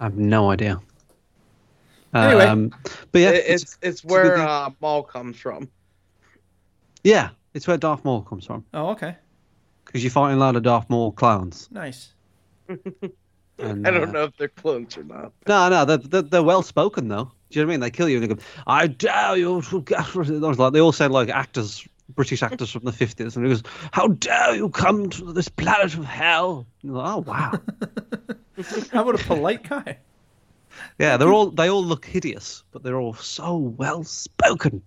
Speaker 4: I have no idea. Um,
Speaker 11: Anyway.
Speaker 4: <laughs> but yeah,
Speaker 11: It- it's it's where uh, Maul comes from.
Speaker 4: yeah, it's where Darth Maul comes from
Speaker 3: Oh, okay.
Speaker 4: because you're fighting a lot of Darth Maul clones.
Speaker 3: Nice.
Speaker 11: <laughs>
Speaker 4: And,
Speaker 11: I
Speaker 4: uh,
Speaker 11: don't know if they're clones or not.
Speaker 4: No, no, they're, they're, they're well spoken though. Do you know what I mean? They kill you and they go, "I dare you!" to get rid of-" Those, Like they all sound like actors, British actors from the fifties, and he goes, "How dare you come to this planet of hell?" And you're like, oh wow,
Speaker 3: <laughs> How about a polite guy?
Speaker 4: yeah, they're all they all look hideous, but they're all so well spoken.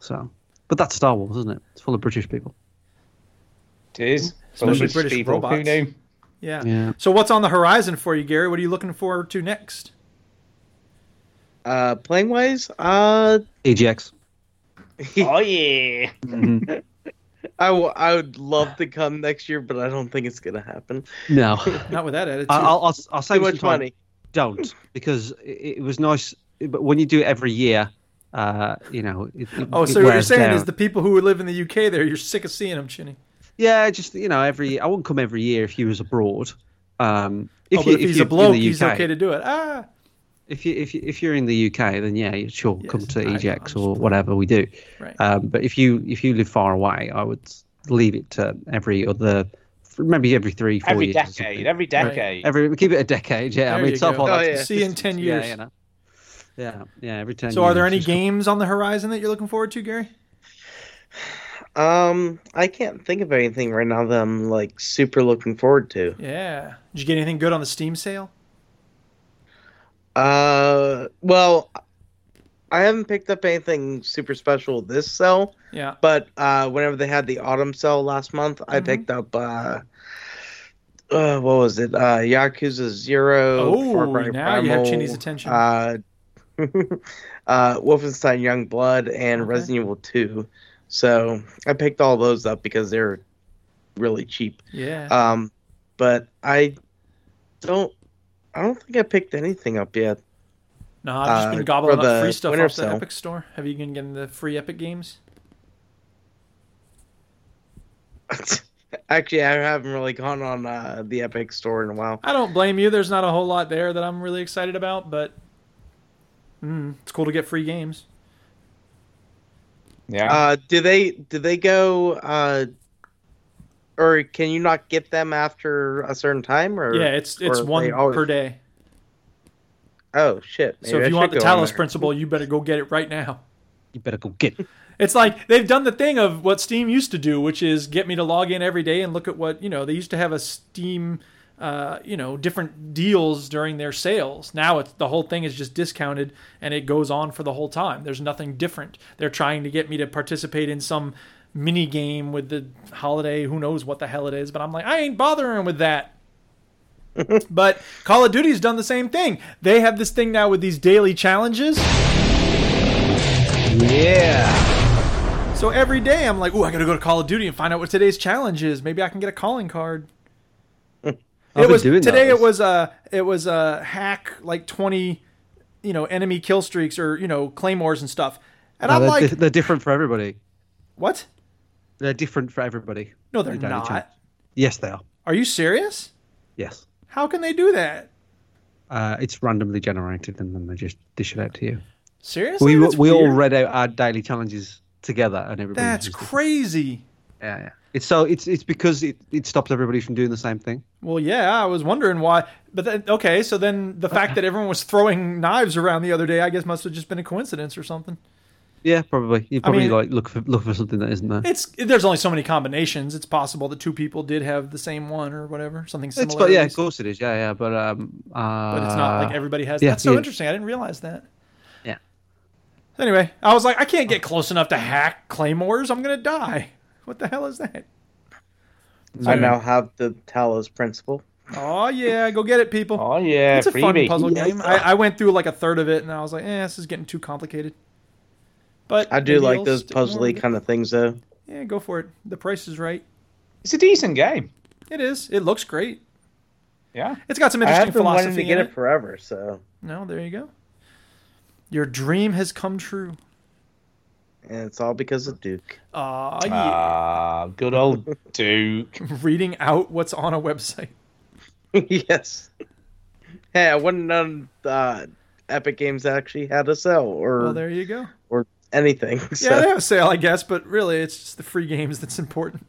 Speaker 4: So, but that's Star Wars, isn't it? It's full of British people.
Speaker 2: It is.
Speaker 3: Especially
Speaker 2: British
Speaker 3: British
Speaker 2: people. Who
Speaker 3: robots.
Speaker 2: knew?
Speaker 3: Yeah.
Speaker 4: Yeah.
Speaker 3: So what's on the horizon for you, Gary? What are you looking forward to next?
Speaker 11: Uh, playing wise, uh,
Speaker 4: EGX.
Speaker 11: <laughs>
Speaker 2: Oh yeah.
Speaker 4: Mm-hmm.
Speaker 11: I, w- I would love to come next year, but I don't think it's gonna happen. <laughs>
Speaker 4: No, <laughs>
Speaker 3: Not with that attitude.
Speaker 4: I- I'll, I'll, I'll save
Speaker 11: Too
Speaker 4: some
Speaker 11: much
Speaker 4: time.
Speaker 11: money.
Speaker 4: Don't because it, it was nice, but when you do it every year. Uh, you know. It, it-
Speaker 3: oh,
Speaker 4: it
Speaker 3: so what you're
Speaker 4: wears
Speaker 3: saying
Speaker 4: down.
Speaker 3: is the people who live in the UK there, you're sick of seeing them, Chinny.
Speaker 4: Yeah, just you know, every I wouldn't come every year if you was abroad. Um, if,
Speaker 3: oh, but
Speaker 4: you,
Speaker 3: if, he's
Speaker 4: you're
Speaker 3: a bloke,
Speaker 4: in the
Speaker 3: he's
Speaker 4: UK,
Speaker 3: okay to do it. Ah.
Speaker 4: if you if you if you're in the UK, then yeah, you sure come to
Speaker 3: I-
Speaker 4: EJX
Speaker 3: I'm
Speaker 4: or whatever we do.
Speaker 3: Right.
Speaker 4: Um, but if you if you live far away, I would leave it to every other, maybe every three, four
Speaker 2: Every
Speaker 4: years. or
Speaker 2: decade.
Speaker 4: something.
Speaker 2: Every decade.
Speaker 4: every give it a decade. Yeah, I
Speaker 3: There
Speaker 4: mean,
Speaker 3: you
Speaker 4: some
Speaker 3: go.
Speaker 4: of that-
Speaker 11: Oh, yeah.
Speaker 3: See you in 10 years.
Speaker 4: Yeah, you know. yeah, yeah, every ten.
Speaker 3: So are there
Speaker 4: years,
Speaker 3: any
Speaker 4: just-
Speaker 3: games on the horizon that you're looking forward to, Gary?
Speaker 11: Um, I can't think of anything right now that I'm like super looking forward to.
Speaker 3: Yeah. Did you get anything good on the Steam sale?
Speaker 11: Uh, well, I haven't picked up anything super special this sale,
Speaker 3: Yeah.
Speaker 11: but uh, whenever they had the autumn sale last month, I
Speaker 3: Mm-hmm.
Speaker 11: picked up uh, uh, what was it? Uh, Yakuza Zero.
Speaker 3: Oh,
Speaker 11: Far Cry
Speaker 3: now you have
Speaker 11: Primal,
Speaker 3: Chinny's attention.
Speaker 11: Uh, <laughs> uh, Wolfenstein Young Blood and Resident Evil Two. So I picked all those up because they're really cheap.
Speaker 3: yeah.
Speaker 2: Uh,
Speaker 11: Um, but I don't. I don't think I picked anything up yet.
Speaker 3: no, I've just
Speaker 11: uh,
Speaker 3: been
Speaker 11: for
Speaker 3: gobbling
Speaker 11: the
Speaker 3: up free stuff
Speaker 11: winter
Speaker 3: off the
Speaker 11: sale.
Speaker 3: Epic Store. Have you been getting the free Epic games?
Speaker 11: Actually, I haven't really gone on uh, the Epic Store in a while.
Speaker 3: I don't blame you. There's not a whole lot there that I'm really excited about, but mm, it's cool to get free games.
Speaker 2: Yeah.
Speaker 11: Uh, do they? Do they go? Uh, or can you not get them after a certain time? Or
Speaker 3: yeah, it's it's
Speaker 11: or
Speaker 3: one
Speaker 11: they always-
Speaker 3: per day.
Speaker 11: Oh shit!
Speaker 3: So
Speaker 11: maybe
Speaker 3: if
Speaker 11: I
Speaker 3: you want the
Speaker 11: should go on
Speaker 3: Talos
Speaker 11: there.
Speaker 3: Principle, you better go get it right now.
Speaker 4: You better go get.
Speaker 3: It's like they've done the thing of what Steam used to do, which is get me to log in every day and look at what you know. They used to have a Steam, uh, you know, different deals during their sales. Now it's the whole thing is just discounted and it goes on for the whole time. There's nothing different. They're trying to get me to participate in some mini game with the holiday. Who knows what the hell it is? But I'm like, I ain't bothering with that. but Call of Duty's done the same thing. They have this thing now with these daily challenges.
Speaker 4: Yeah.
Speaker 3: So every day I'm like, ooh, I gotta go to Call of Duty and find out what today's challenge is. Maybe I can get a calling
Speaker 4: <laughs>
Speaker 3: card.
Speaker 4: I've
Speaker 3: it
Speaker 4: been
Speaker 3: was
Speaker 4: doing
Speaker 3: today.
Speaker 4: those.
Speaker 3: It was a it was a hack like twenty, you know, enemy kill streaks or you know claymores and stuff. And
Speaker 4: No,
Speaker 3: I'm
Speaker 4: they're,
Speaker 3: like,
Speaker 4: di- they're different for everybody.
Speaker 3: what?
Speaker 4: They're different for everybody.
Speaker 3: No, they're
Speaker 4: Daily
Speaker 3: not.
Speaker 4: challenge. Yes, they are.
Speaker 3: Are you serious?
Speaker 4: Yes.
Speaker 3: How can they do that?
Speaker 4: Uh, it's randomly generated, and then they just dish it out to you.
Speaker 3: Seriously,
Speaker 4: We
Speaker 3: That's
Speaker 4: we all
Speaker 3: weird.
Speaker 4: read out our daily challenges together, and everybody.
Speaker 3: That's
Speaker 4: just-
Speaker 3: crazy.
Speaker 4: Yeah, yeah. It's so it's it's because it, it stops everybody from doing the same thing.
Speaker 3: Well, yeah, I was wondering why. But then, okay, so then the fact that everyone was throwing knives around the other day, I guess, must have just been a coincidence or something.
Speaker 4: Yeah, probably. You probably
Speaker 3: mean-
Speaker 4: like look for look for something that isn't there.
Speaker 3: It's there's only so many combinations. It's possible that two people did have the same one or whatever, something
Speaker 4: It's
Speaker 3: similar.
Speaker 4: but yeah, of course it is. Yeah, yeah. But um, uh,
Speaker 3: but it's not like everybody has.
Speaker 4: yeah,
Speaker 3: That's so
Speaker 4: yeah.
Speaker 3: interesting. I didn't realize that.
Speaker 4: Yeah.
Speaker 3: Anyway, I was like, I can't get close enough to hack claymores. I'm gonna die. What the hell is that?
Speaker 11: I now have the Talos Principle.
Speaker 3: Oh yeah, go get it, people.
Speaker 2: oh yeah.
Speaker 3: it's a fun
Speaker 2: freebie.
Speaker 3: puzzle game. I, I went through like a third of it, and I was like, eh, this is getting too complicated. But
Speaker 11: I do
Speaker 3: maybe
Speaker 11: like
Speaker 3: I'll
Speaker 11: those
Speaker 3: stick more
Speaker 11: puzzly
Speaker 3: with it.
Speaker 11: kind of things though.
Speaker 3: Yeah, go for it. The price is right.
Speaker 2: It's a decent game.
Speaker 3: It is. It looks great.
Speaker 2: Yeah.
Speaker 3: It's got some
Speaker 11: I
Speaker 3: interesting
Speaker 11: have been
Speaker 3: philosophy.
Speaker 11: wanting to
Speaker 3: in
Speaker 11: get
Speaker 3: it.
Speaker 11: it forever, so
Speaker 3: No, there you go. Your dream has come true.
Speaker 11: and it's all because of Duke.
Speaker 3: Ah, yeah.
Speaker 2: Ah, good
Speaker 3: <laughs>
Speaker 2: old Duke.
Speaker 11: <laughs>
Speaker 3: reading out what's on a website.
Speaker 11: yes. hey, I wouldn't known uh, Epic Games actually had a sale or
Speaker 3: Well, there you go.
Speaker 11: or
Speaker 3: <laughs>
Speaker 11: anything.
Speaker 3: Yeah, they
Speaker 11: So.
Speaker 3: have a sale, I guess, but really, it's just the free games that's important.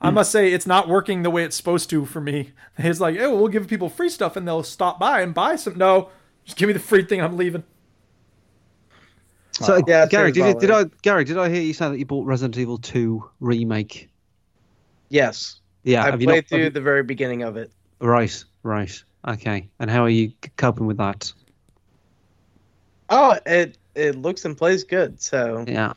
Speaker 3: I must say, it's not working the way it's supposed to for me. <laughs> It's like, oh, we'll give people free stuff and they'll stop by and buy some. No, just give me the free thing. I'm leaving.
Speaker 4: So,
Speaker 11: Yeah,
Speaker 4: Gary,
Speaker 11: sounds
Speaker 4: did, you,
Speaker 11: about
Speaker 4: did I
Speaker 11: right.
Speaker 4: Gary did I hear you say that you bought Resident Evil Two remake?
Speaker 11: Yes,
Speaker 4: Yeah,
Speaker 11: I
Speaker 4: have
Speaker 11: played
Speaker 4: you not?
Speaker 11: through
Speaker 4: have
Speaker 11: the very beginning of it.
Speaker 4: you- right, right, okay. And how are you c- coping with that?
Speaker 11: Oh, it it looks and plays good. So
Speaker 4: Yeah,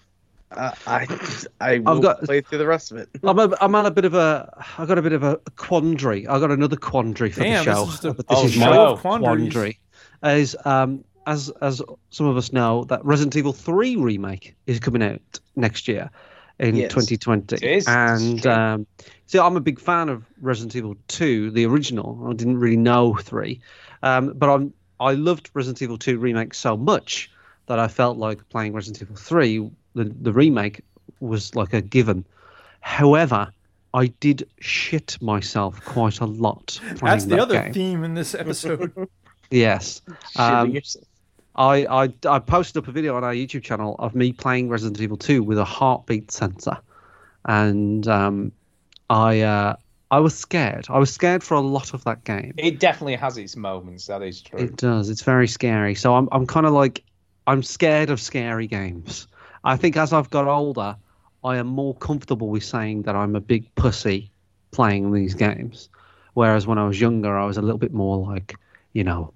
Speaker 11: uh, I <laughs> I will
Speaker 4: got-
Speaker 11: play through the rest of it.
Speaker 4: I'm, a, I'm on a bit of a. I got a bit of a quandary. I got another quandary for
Speaker 3: Damn,
Speaker 4: the
Speaker 3: this
Speaker 4: show.
Speaker 3: is just a-
Speaker 4: But
Speaker 2: oh,
Speaker 4: my
Speaker 2: show
Speaker 3: of quandaries.
Speaker 4: quandary. Is um as as some of us know that Resident Evil Three remake is coming out next year in
Speaker 11: Yes.
Speaker 4: 2020,
Speaker 2: It is. It's
Speaker 4: and
Speaker 2: true.
Speaker 4: um, so I'm a big fan of Resident Evil Two, the original. I didn't really know Three, um, but I'm I loved Resident Evil Two remake so much that I felt like playing Resident Evil Three, the the remake, was like a given. However, I did shit myself quite a lot. Playing
Speaker 3: That's the
Speaker 4: that
Speaker 3: other
Speaker 4: game.
Speaker 3: theme in this episode.
Speaker 4: Yes. Um,
Speaker 11: Shitting yourself.
Speaker 4: I, I I posted up a video on our YouTube channel of me playing Resident Evil 2 with a heartbeat sensor, and um, I uh, I was scared. I was scared for a lot of that game.
Speaker 2: It definitely has its moments. That is true.
Speaker 4: It does. It's very scary. So I'm I'm kind of like I'm scared of scary games. I think as I've got older, I am more comfortable with saying that I'm a big pussy playing these games. Whereas when I was younger, I was a little bit more like, you know,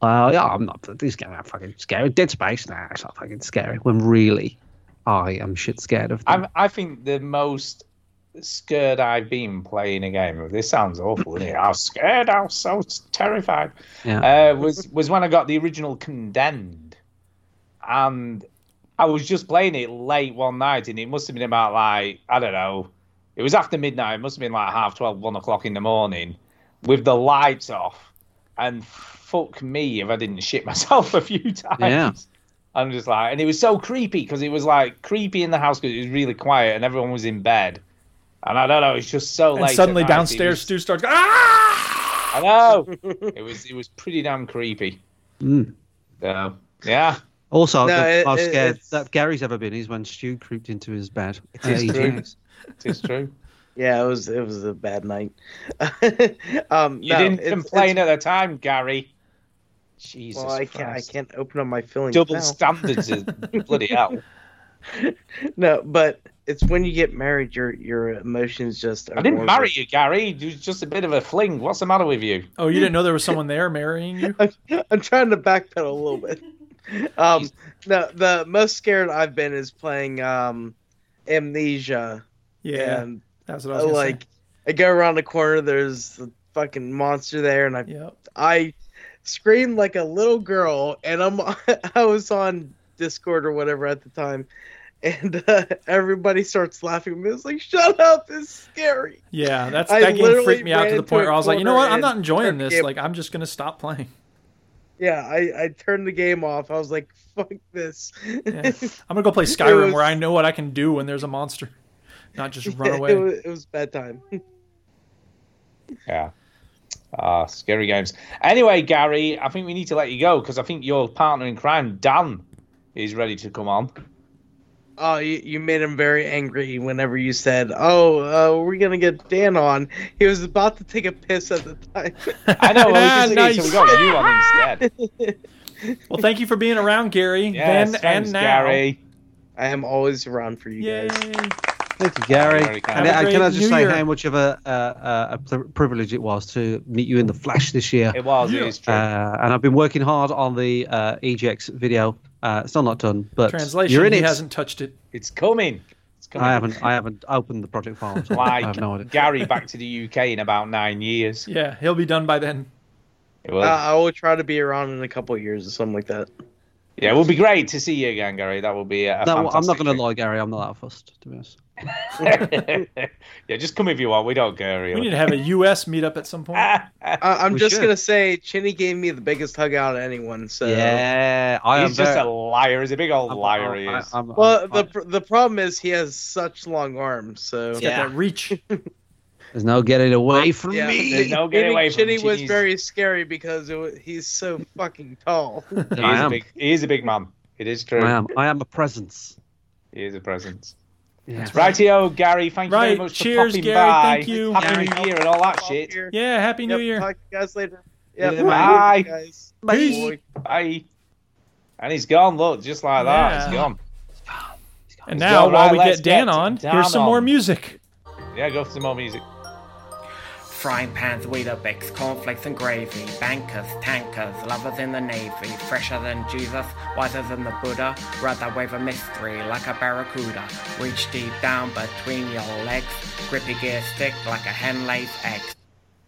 Speaker 4: uh, yeah, I'm not this game. I'm fucking scary. Dead Space, nah, it's not fucking scary. When really, I am shit scared of. Them.
Speaker 2: I I think the most scared I've been playing a game. This sounds awful, isn't it? I was scared. I was so terrified.
Speaker 4: Yeah.
Speaker 2: Uh, was was when I got the original Condemned, and I was just playing it late one night, and it must have been about like I don't know. It was after midnight. It must have been like half twelve, one o'clock in the morning, with the lights off, and fuck me if I didn't shit <laughs> myself a few times.
Speaker 4: Yeah.
Speaker 2: I'm just like, and it was so creepy because it was like creepy in the house because it was really quiet and everyone was in bed. And I don't know, it's just so
Speaker 3: and
Speaker 2: late. at
Speaker 3: suddenly
Speaker 2: night, it
Speaker 3: downstairs,
Speaker 2: was-
Speaker 3: Stu starts, ah!
Speaker 2: I
Speaker 3: <laughs>
Speaker 2: know. it was it was pretty damn creepy.
Speaker 4: Mm.
Speaker 2: So, yeah,
Speaker 4: Also,
Speaker 11: No,
Speaker 4: the-
Speaker 11: it-
Speaker 4: how
Speaker 11: it-
Speaker 4: scared
Speaker 11: it's-
Speaker 4: that Gary's ever been is when Stu creeped into his bed.
Speaker 2: is
Speaker 4: Uh,
Speaker 2: true.
Speaker 4: yes.
Speaker 2: it's true.
Speaker 11: Yeah, it was it was a bad night. <laughs> um,
Speaker 2: You
Speaker 11: no,
Speaker 2: didn't
Speaker 11: it's-
Speaker 2: complain
Speaker 11: it's-
Speaker 2: at the time, Gary. Jesus
Speaker 11: Well, I can't I
Speaker 2: Christ.
Speaker 11: can't open up my feelings.
Speaker 2: Double
Speaker 11: now.
Speaker 2: standards is bloody hell.
Speaker 11: <laughs> No, but it's when you get married, your your emotions just. Are
Speaker 2: I didn't
Speaker 11: more-
Speaker 2: marry you, Gary. It was just a bit of a fling. What's the matter with you?
Speaker 3: Oh, you didn't know there was someone there marrying you?
Speaker 11: <laughs> I'm, I'm trying to backpedal a little bit. Um, no, the most scared I've been is playing um, Amnesia,
Speaker 3: Yeah,
Speaker 11: and
Speaker 3: that's what I
Speaker 11: uh,
Speaker 3: was gonna
Speaker 11: like I go around the corner, there's the fucking monster there, and I
Speaker 3: say. Yep.
Speaker 11: I screamed like a little girl, and I'm <laughs> I was on Discord or whatever at the time, and uh, everybody starts laughing. at me. It's like, shut up, it's scary.
Speaker 3: Yeah, that's
Speaker 11: I
Speaker 3: that game
Speaker 11: literally
Speaker 3: freaked me out
Speaker 11: ran
Speaker 3: to the
Speaker 11: into
Speaker 3: point
Speaker 11: a
Speaker 3: where I was like, you know
Speaker 11: corner
Speaker 3: what? I'm not
Speaker 11: and
Speaker 3: enjoying
Speaker 11: turned
Speaker 3: this.
Speaker 11: it-
Speaker 3: Like, I'm just gonna stop playing.
Speaker 11: Yeah, I, I turned the game off. I was like, fuck this.
Speaker 3: Yeah.
Speaker 11: <laughs>
Speaker 3: I'm gonna go play Skyrim
Speaker 11: was-
Speaker 3: where I know what I can do when there's a monster, not just run
Speaker 11: <laughs> Yeah,
Speaker 3: away.
Speaker 11: It was, it was bad time.
Speaker 2: Yeah. Ah, scary games. Anyway, Gary, I think we need to let you go because I think your partner in crime, Dan, is ready to come on.
Speaker 11: <laughs> Oh, you, you made him very angry whenever you said, "Oh, uh, we're gonna get Dan on." He was about to take a piss at the time.
Speaker 2: I know.
Speaker 3: Ah,
Speaker 2: Well,
Speaker 11: <laughs>
Speaker 2: we just- so we
Speaker 3: nice.
Speaker 2: got you on instead.
Speaker 3: Well, thank you for being around, Gary.
Speaker 2: Yes,
Speaker 3: then
Speaker 2: thanks,
Speaker 3: and now.
Speaker 2: Gary.
Speaker 11: I am always around for you
Speaker 3: Yay.
Speaker 11: guys.
Speaker 4: Thank you, Gary.
Speaker 2: Very kind.
Speaker 4: And
Speaker 3: Have a
Speaker 4: I,
Speaker 3: great
Speaker 4: can I just
Speaker 3: New
Speaker 4: say
Speaker 3: Year.
Speaker 4: how much of a, uh, uh, a pri- privilege it was to meet you in the flesh this year.
Speaker 2: It was. It
Speaker 3: Yeah.
Speaker 2: is true.
Speaker 4: Uh, and I've been working hard on the uh, EGX video. Uh, still not done, but
Speaker 3: Translation.
Speaker 4: you're in
Speaker 3: he
Speaker 4: it.
Speaker 3: hasn't touched it.
Speaker 2: it's coming. It's coming.
Speaker 4: I haven't. I haven't opened the project file. So I
Speaker 2: Like
Speaker 4: have no idea.
Speaker 2: Gary back to the UK in about nine years.
Speaker 3: Yeah, he'll be done by then.
Speaker 2: It will.
Speaker 11: Uh, I will try to be around in a couple of years or something like that.
Speaker 2: yeah, it will be great to see you again, Gary. That will be a
Speaker 4: No, I'm not
Speaker 2: fantastic
Speaker 4: going
Speaker 2: treat.
Speaker 4: to lie, Gary. I'm not that fussed, to be honest.
Speaker 2: <laughs> yeah, just come if you want. We don't care, really.
Speaker 3: We need to have a U.S. meetup at some point.
Speaker 11: I, I'm
Speaker 4: We
Speaker 11: just
Speaker 4: should.
Speaker 11: gonna say, Chinny gave me the biggest hug out of anyone. So
Speaker 4: yeah, I
Speaker 2: He's
Speaker 4: am
Speaker 2: just
Speaker 4: very-
Speaker 2: a liar. He's a big old
Speaker 4: I'm-
Speaker 3: Oh,
Speaker 2: liar.
Speaker 4: I'm-
Speaker 2: He is.
Speaker 4: I'm- I'm-
Speaker 11: Well, the
Speaker 4: I'm-
Speaker 11: pr- the problem is he has such long arms. So
Speaker 3: Got that reach.
Speaker 4: There's no getting away from
Speaker 11: Yeah.
Speaker 4: me.
Speaker 2: no getting
Speaker 11: Eating
Speaker 2: away from
Speaker 11: chili was
Speaker 2: cheese.
Speaker 11: very scary because it was, he's so fucking
Speaker 3: <laughs>
Speaker 11: tall.
Speaker 2: He
Speaker 4: I
Speaker 2: is, a
Speaker 4: am.
Speaker 2: big, he is a big man. It is true.
Speaker 4: I am. I am a presence.
Speaker 2: He is a presence.
Speaker 4: Yeah.
Speaker 2: <laughs> Rightio, Gary. Thank you
Speaker 3: Right,
Speaker 2: very much
Speaker 3: cheers,
Speaker 2: for popping
Speaker 3: Gary,
Speaker 2: by.
Speaker 3: thank you.
Speaker 2: Happy New Year and all that shit.
Speaker 11: Here.
Speaker 3: Yeah, happy
Speaker 11: Yep,
Speaker 3: new year.
Speaker 11: Talk to you guys later.
Speaker 2: Yeah,
Speaker 11: Yep,
Speaker 2: bye.
Speaker 11: guys.
Speaker 2: Bye. Bye. And he's gone. Look, just like that, he's
Speaker 3: Yeah.
Speaker 2: gone.
Speaker 3: And now
Speaker 2: All
Speaker 3: while
Speaker 2: right,
Speaker 3: we
Speaker 2: let's
Speaker 3: get Dan
Speaker 2: get
Speaker 3: on,
Speaker 2: Dan
Speaker 3: here's some
Speaker 2: on.
Speaker 3: more music.
Speaker 2: Yeah, go for some more music.
Speaker 10: Frying pans, Weetabix, cornflakes and gravy, bankers, tankers, lovers in the navy, fresher than Jesus, wiser than the Buddha, ride that wave of mystery like a barracuda, reach deep down between your legs, grippy gear stick like a hen lays eggs.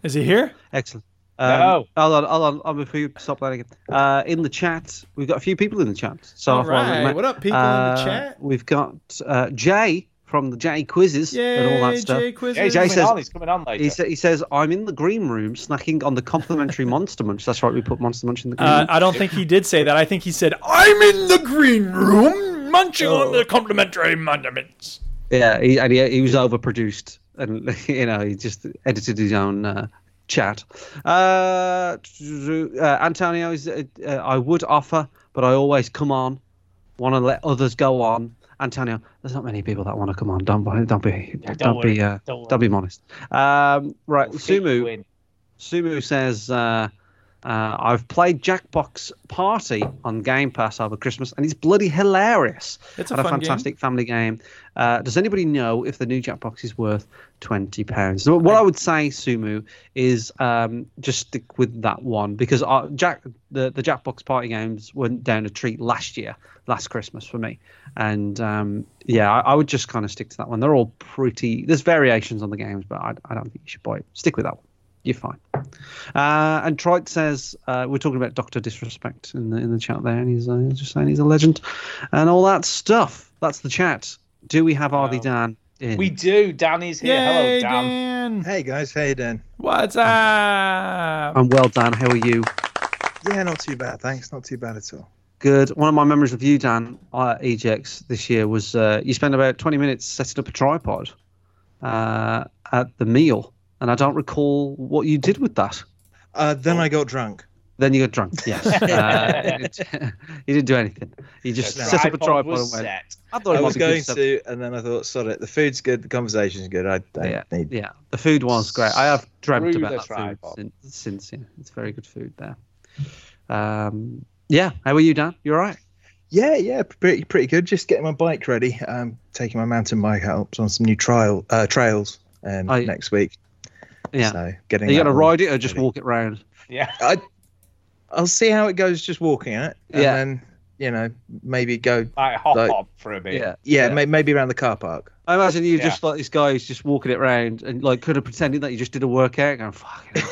Speaker 3: Is he here?
Speaker 4: Excellent. Um,
Speaker 2: No.
Speaker 4: Hold on, hold on. I'll before you stop that again. Uh, in the chat, we've got a few people in the chat. So
Speaker 3: All
Speaker 4: far, we've
Speaker 3: right,
Speaker 4: met-
Speaker 3: what up, people in the
Speaker 4: uh,
Speaker 3: chat?
Speaker 4: We've got uh, Jay from the Jay Quizzes and all
Speaker 3: Yay,
Speaker 4: that stuff.
Speaker 3: Jay Quizzes.
Speaker 2: Yeah, he's
Speaker 4: Jay
Speaker 2: coming
Speaker 4: says-
Speaker 2: on. He's coming on later.
Speaker 4: He, sa- he says, I'm in the green room snacking on
Speaker 3: <laughs>
Speaker 4: the complimentary Monster Munch. That's right, we put Monster Munch in the green
Speaker 3: Uh,
Speaker 4: room.
Speaker 3: I don't think he did say that. I think he said, "I'm in the green room munching on the complimentary monuments."
Speaker 4: Yeah, he, and he, he was overproduced and, <laughs> you know, he just edited his own uh, chat. Uh, <laughs> uh, Antonio, is, uh, uh, I would offer, but I always come on, want to let others go on. Antonio, there's not many people that want to come on. Don't, don't be, don't be, don't,
Speaker 2: worry,
Speaker 4: be, uh,
Speaker 2: don't worry.
Speaker 4: don't be modest. Um, right,
Speaker 2: We'll see
Speaker 4: Sumu.
Speaker 2: you in.
Speaker 4: Sumu says, uh, uh, I've played Jackbox Party on Game Pass over Christmas, and it's bloody hilarious.
Speaker 3: It's a
Speaker 4: and a
Speaker 3: fun game.
Speaker 4: fantastic family game. Uh, does anybody know if the new Jackbox is worth twenty pounds? So what I would say, Sumu, is um, just stick with that one because our Jack the the Jackbox Party games went down a treat last year, last Christmas for me, and um, yeah, I, I would just kind of stick to that one. They're all pretty. There's variations on the games, but I, I don't think you should buy it. Stick with that one. You're fine. Uh, and Trite says uh, we're talking about Doctor Disrespect in the in the chat there, and he's uh, just saying he's a legend, and all that stuff. That's the chat. Do we have Ardy Dan? In?
Speaker 2: We do. Danny's here. Hello,
Speaker 3: Yay,
Speaker 2: Dan.
Speaker 3: Dan.
Speaker 5: Hey guys, how you doing?
Speaker 3: What's
Speaker 4: Um,
Speaker 3: up?
Speaker 4: I'm well, Dan. How are you?
Speaker 5: Yeah, not too bad, thanks. Not too bad at
Speaker 4: <laughs>
Speaker 5: all.
Speaker 4: Good. One of my memories of you, Dan, uh, at EGX this year was uh, you spent about 20 minutes setting up a tripod uh, at the meal, and I don't recall what you did with that.
Speaker 5: Uh, then I got drunk.
Speaker 4: Then you got drunk. Yes. uh, you didn't- you didn't do anything.
Speaker 2: <laughs>
Speaker 4: You just
Speaker 5: The
Speaker 4: set up a tripod
Speaker 2: was
Speaker 4: and went.
Speaker 2: set.
Speaker 4: I thought
Speaker 5: I
Speaker 4: it might
Speaker 5: was
Speaker 4: be good
Speaker 5: going
Speaker 4: stuff.
Speaker 5: to, and then I thought, sod it. The food's good. The conversation's good. I don't
Speaker 4: Yeah,
Speaker 5: need.
Speaker 4: yeah. The food was great. I have dreamt
Speaker 2: Screw
Speaker 4: about
Speaker 2: the
Speaker 4: that food
Speaker 2: tripod.
Speaker 4: since, since. Yeah, it's very good food there. Um, yeah. How are you, Dan? You all right?
Speaker 5: Yeah, yeah, pretty pretty good. Just getting my bike ready. Um, taking my mountain bike out on some new trial uh, trails um,
Speaker 4: Oh, yeah.
Speaker 5: next week.
Speaker 4: Yeah.
Speaker 5: So getting.
Speaker 4: are you
Speaker 5: that
Speaker 4: gonna
Speaker 5: all
Speaker 4: ride it or just
Speaker 5: ready.
Speaker 4: walk it round?
Speaker 2: Yeah.
Speaker 5: I, I'll see how it goes. Just walking it. And
Speaker 4: Yeah.
Speaker 5: Then you know maybe go.
Speaker 2: Like hop
Speaker 5: Like-
Speaker 2: hop for a bit.
Speaker 5: Yeah,
Speaker 4: Yeah.
Speaker 5: May, maybe around the car park.
Speaker 4: I imagine you
Speaker 2: Yeah.
Speaker 4: just like this guy who's just walking it round and like kind of pretending that you just did a workout. Going, fuck. it."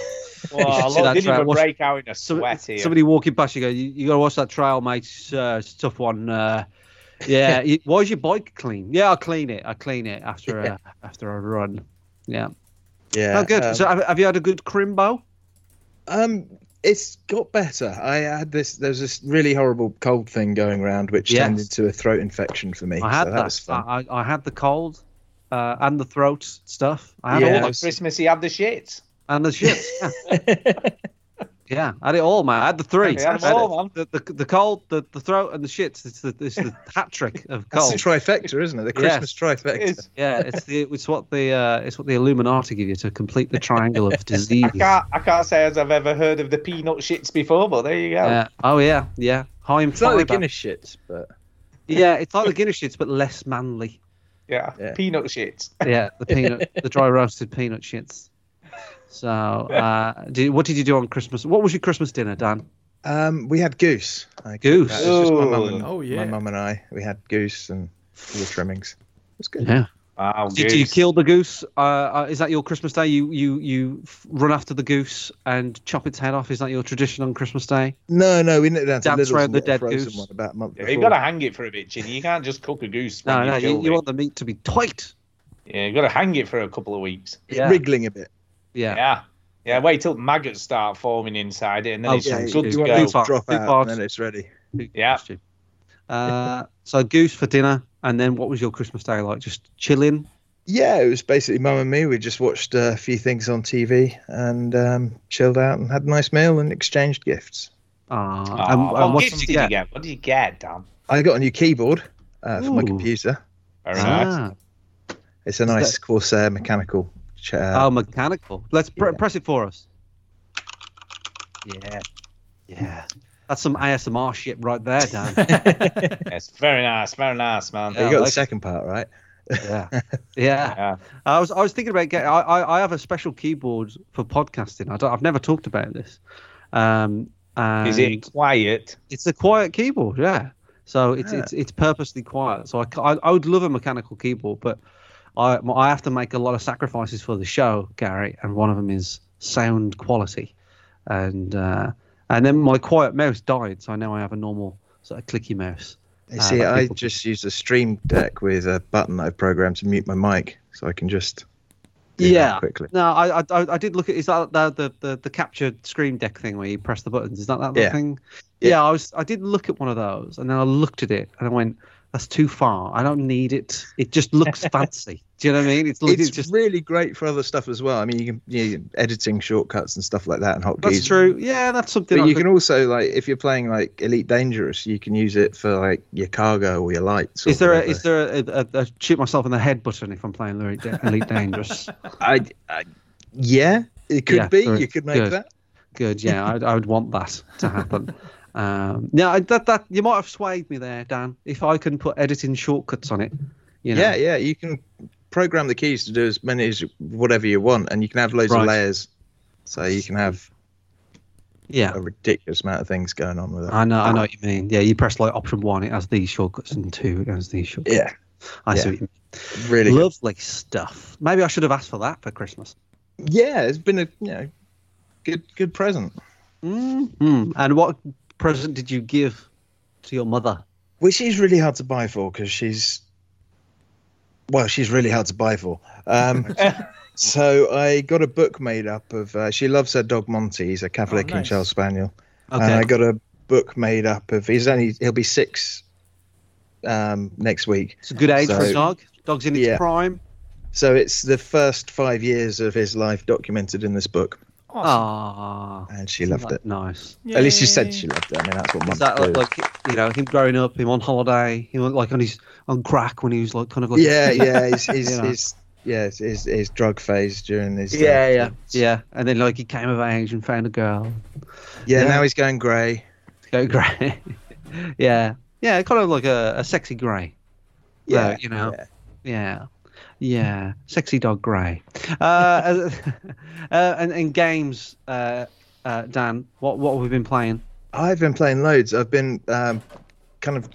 Speaker 2: Well, I
Speaker 4: You should see
Speaker 2: love-
Speaker 4: that
Speaker 2: didn't
Speaker 4: trail.
Speaker 2: even
Speaker 4: Watch-
Speaker 2: break out in a
Speaker 4: Some-
Speaker 2: sweat here.
Speaker 4: somebody walking past you, go, you, you gotta watch that trail, mate. It's, uh, it's a tough one. Uh,
Speaker 5: <laughs>
Speaker 4: yeah. you- why is your bike clean? Yeah, I clean it. I clean it after a, after a run. Yeah.
Speaker 5: Yeah.
Speaker 4: oh, good.
Speaker 5: um,
Speaker 4: so have, have you had a good crimbo?
Speaker 5: Um, it's got better. I had this. There was this really horrible cold thing going around, which
Speaker 4: Yes.
Speaker 5: turned into a throat infection for me.
Speaker 4: I had
Speaker 5: so that,
Speaker 4: that.
Speaker 5: was fun.
Speaker 4: I, I I had the cold uh, and the throat stuff. I had
Speaker 5: Yeah.
Speaker 4: all
Speaker 2: Like
Speaker 4: that.
Speaker 2: Christmas, he had the shit.
Speaker 4: And the shit. Yeah. yeah, I had it all, man. I had the three.
Speaker 2: Yeah,
Speaker 4: I
Speaker 2: that's
Speaker 4: had
Speaker 2: all, man.
Speaker 4: The, the, the cold, the, the throat, and the shits. It's the, it's the hat trick of
Speaker 5: <laughs> That's
Speaker 4: cold.
Speaker 5: the trifecta, isn't it? The
Speaker 4: Yes.
Speaker 5: Christmas trifecta.
Speaker 2: It's-
Speaker 4: yeah, it's the it's what the uh, it's what the Illuminati give you to complete the triangle of
Speaker 2: <laughs>
Speaker 4: disease.
Speaker 2: I can't, I can't say as I've ever heard of the peanut shits before, but there you go.
Speaker 4: Yeah. oh yeah, yeah. High in
Speaker 5: It's not
Speaker 4: fiber.
Speaker 5: the Guinness shit, but
Speaker 4: Yeah, it's like the Guinness shits, but less manly.
Speaker 2: Yeah,
Speaker 5: Yeah.
Speaker 2: peanut shits.
Speaker 4: <laughs> Yeah, the peanut, the dry roasted peanut shits. So, uh, do, what did you do on Christmas? What was your Christmas dinner, Dan?
Speaker 5: um, we had goose. I cooked
Speaker 4: Goose.
Speaker 5: that. It was just my mum and
Speaker 3: Oh, yeah.
Speaker 5: my mum and I. We had goose and the trimmings. It was good.
Speaker 4: Yeah.
Speaker 2: Wow,
Speaker 4: Did you
Speaker 2: goose.
Speaker 4: kill the goose? Uh, uh, is that your Christmas day? You you you f- run after the goose and chop its head off. Is that your tradition on Christmas day?
Speaker 5: No, no, we knit it down to
Speaker 4: Dance
Speaker 5: Lidl's
Speaker 4: around
Speaker 5: and
Speaker 4: the
Speaker 5: got a
Speaker 4: dead
Speaker 5: frozen
Speaker 4: goose.
Speaker 5: one about a month
Speaker 2: Yeah,
Speaker 5: before.
Speaker 2: You've got to hang it for a bit, Chinny. You can't just cook a goose.
Speaker 4: No,
Speaker 2: when
Speaker 4: no.
Speaker 2: you,
Speaker 4: You,
Speaker 2: kill
Speaker 4: you
Speaker 2: it.
Speaker 4: want the meat to be tight.
Speaker 2: Yeah, you've got to hang it for a couple of weeks.
Speaker 4: Yeah.
Speaker 5: Wriggling a bit.
Speaker 4: Yeah.
Speaker 2: Yeah. Yeah, wait till maggots start forming inside it, and then
Speaker 4: Oh,
Speaker 2: it's
Speaker 4: yeah,
Speaker 2: good
Speaker 4: you
Speaker 2: to
Speaker 4: want
Speaker 2: go.
Speaker 4: these- Two parts,
Speaker 5: Drop
Speaker 4: two
Speaker 5: out,
Speaker 4: parts.
Speaker 5: and then it's ready.
Speaker 2: Yeah.
Speaker 4: Uh, so goose for dinner, and then what was your Christmas day like? Just chilling,
Speaker 5: yeah, it was basically mum and me. We just watched a few things on TV and um, chilled out and had a nice meal and exchanged gifts.
Speaker 4: Ah,
Speaker 2: Aw, what gifts did you get? What did you get, Dan?
Speaker 5: I got a new keyboard uh, for my
Speaker 4: Ooh.
Speaker 5: computer.
Speaker 2: Very nice.
Speaker 4: Ah.
Speaker 5: It's a nice Corsair mechanical chair.
Speaker 4: oh, mechanical. Let's pr- press it for us. Yeah. Yeah. That's some ASMR shit right there, Dan.
Speaker 5: <laughs>
Speaker 4: <laughs>
Speaker 2: Yes, very nice, very nice, man.
Speaker 5: you
Speaker 4: yeah,
Speaker 5: got the
Speaker 4: like-
Speaker 5: second part right. <laughs>
Speaker 4: yeah. Yeah.
Speaker 2: Yeah.
Speaker 4: I was I was thinking about getting. I, I, I have a special keyboard for podcasting. I don't, I've never talked about this. Um, and
Speaker 2: Is it quiet?
Speaker 4: It's a quiet keyboard, yeah. So it's
Speaker 5: Yeah.
Speaker 4: it's it's purposely quiet. So I, ca- I I would love a mechanical keyboard, but I I have to make a lot of sacrifices for the show, Gary, and one of them is sound quality, and uh, and then my quiet mouse died, so now I have a normal sort of clicky mouse.
Speaker 5: You
Speaker 4: Ah,
Speaker 5: see,
Speaker 4: that
Speaker 5: I
Speaker 4: people-
Speaker 5: just used a stream deck with a button that I've programmed to mute my mic, so I can just do that
Speaker 4: yeah
Speaker 5: quickly.
Speaker 4: no I, I i did look at is that the the the, the captured screen deck thing where you press the buttons is that that little
Speaker 5: Yeah.
Speaker 4: thing
Speaker 5: Yeah.
Speaker 4: yeah. i was i did look at one of those and then i looked at it and i went that's too far i don't need it it
Speaker 5: <laughs>
Speaker 4: just looks fancy do you know what i mean it's,
Speaker 5: It's
Speaker 4: it's just
Speaker 5: really great for other stuff as well. I mean, you can you know, editing shortcuts and stuff like that and hotkeys.
Speaker 4: that's true yeah that's something
Speaker 5: But
Speaker 4: I
Speaker 5: you
Speaker 4: could-
Speaker 5: can also like if you're playing like Elite Dangerous, you can use it for like your cargo or your lights. Or
Speaker 4: is there a,
Speaker 5: whatever.
Speaker 4: is there a, a, a shoot myself in the head button if i'm playing elite, elite dangerous
Speaker 5: I, I, yeah, it could
Speaker 4: Yeah,
Speaker 5: be.
Speaker 4: there-
Speaker 5: You could make
Speaker 4: good.
Speaker 5: that.
Speaker 4: good yeah I, I would want that to
Speaker 5: <laughs>
Speaker 4: happen um yeah I, that that you might have swayed me there dan if i can put editing shortcuts on it you know
Speaker 5: Yeah, yeah, you can program the keys to do as many as whatever you want, and you can have loads
Speaker 4: Right.
Speaker 5: of layers. So you can have
Speaker 4: yeah
Speaker 5: a ridiculous amount of things going on with it.
Speaker 4: I know, I know what you mean. Yeah, you press like option one, it has these shortcuts, and two, it has these shortcuts.
Speaker 5: yeah,
Speaker 4: I
Speaker 5: yeah.
Speaker 4: see what you
Speaker 5: really.
Speaker 4: mean.
Speaker 5: good.
Speaker 4: Lovely stuff. Maybe I should have asked for that for Christmas.
Speaker 5: Yeah, it's been a you know good good present.
Speaker 4: Mm. And what present did you give to your mother?
Speaker 5: which is really hard to buy for because she's well she's really hard to buy for
Speaker 4: <laughs>
Speaker 5: um so i got a book made up of uh, she loves her dog monty he's a cavalier
Speaker 3: Oh,
Speaker 5: king
Speaker 3: nice.
Speaker 5: charles spaniel and
Speaker 4: Okay.
Speaker 5: i got a book made up of he's only he'll be six um next week
Speaker 4: it's a good age for a
Speaker 5: So-
Speaker 4: dog. Dog's in its
Speaker 5: Yeah.
Speaker 4: prime.
Speaker 5: so it's the first five years of his life documented in this book
Speaker 3: Awesome.
Speaker 4: Ah,
Speaker 5: and she loved it
Speaker 4: Nice.
Speaker 5: at least she
Speaker 3: Yay.
Speaker 5: said she loved it i mean that's what
Speaker 4: Is
Speaker 5: mums
Speaker 4: that
Speaker 5: do
Speaker 4: like, like, you know him growing up, him on holiday, him like on his on crack when he was like kind of
Speaker 5: <laughs>
Speaker 4: like
Speaker 5: yeah
Speaker 4: <laughs>
Speaker 5: yeah he's, he's,
Speaker 4: You know.
Speaker 5: he's yeah his, his, his drug phase during his uh,
Speaker 11: Yeah, yeah.
Speaker 4: yeah, and then like he came of age and found a girl.
Speaker 5: yeah
Speaker 4: Yeah.
Speaker 5: now he's going grey
Speaker 4: Go grey. <laughs> yeah. Yeah, kind of like a, a sexy grey. Yeah, you know.
Speaker 5: yeah.
Speaker 4: Yeah. Yeah. Sexy dog grey. Uh, <laughs> uh, and, and games, uh, uh, Dan, what, what have we been playing?
Speaker 5: I've been playing loads. I've been um, kind of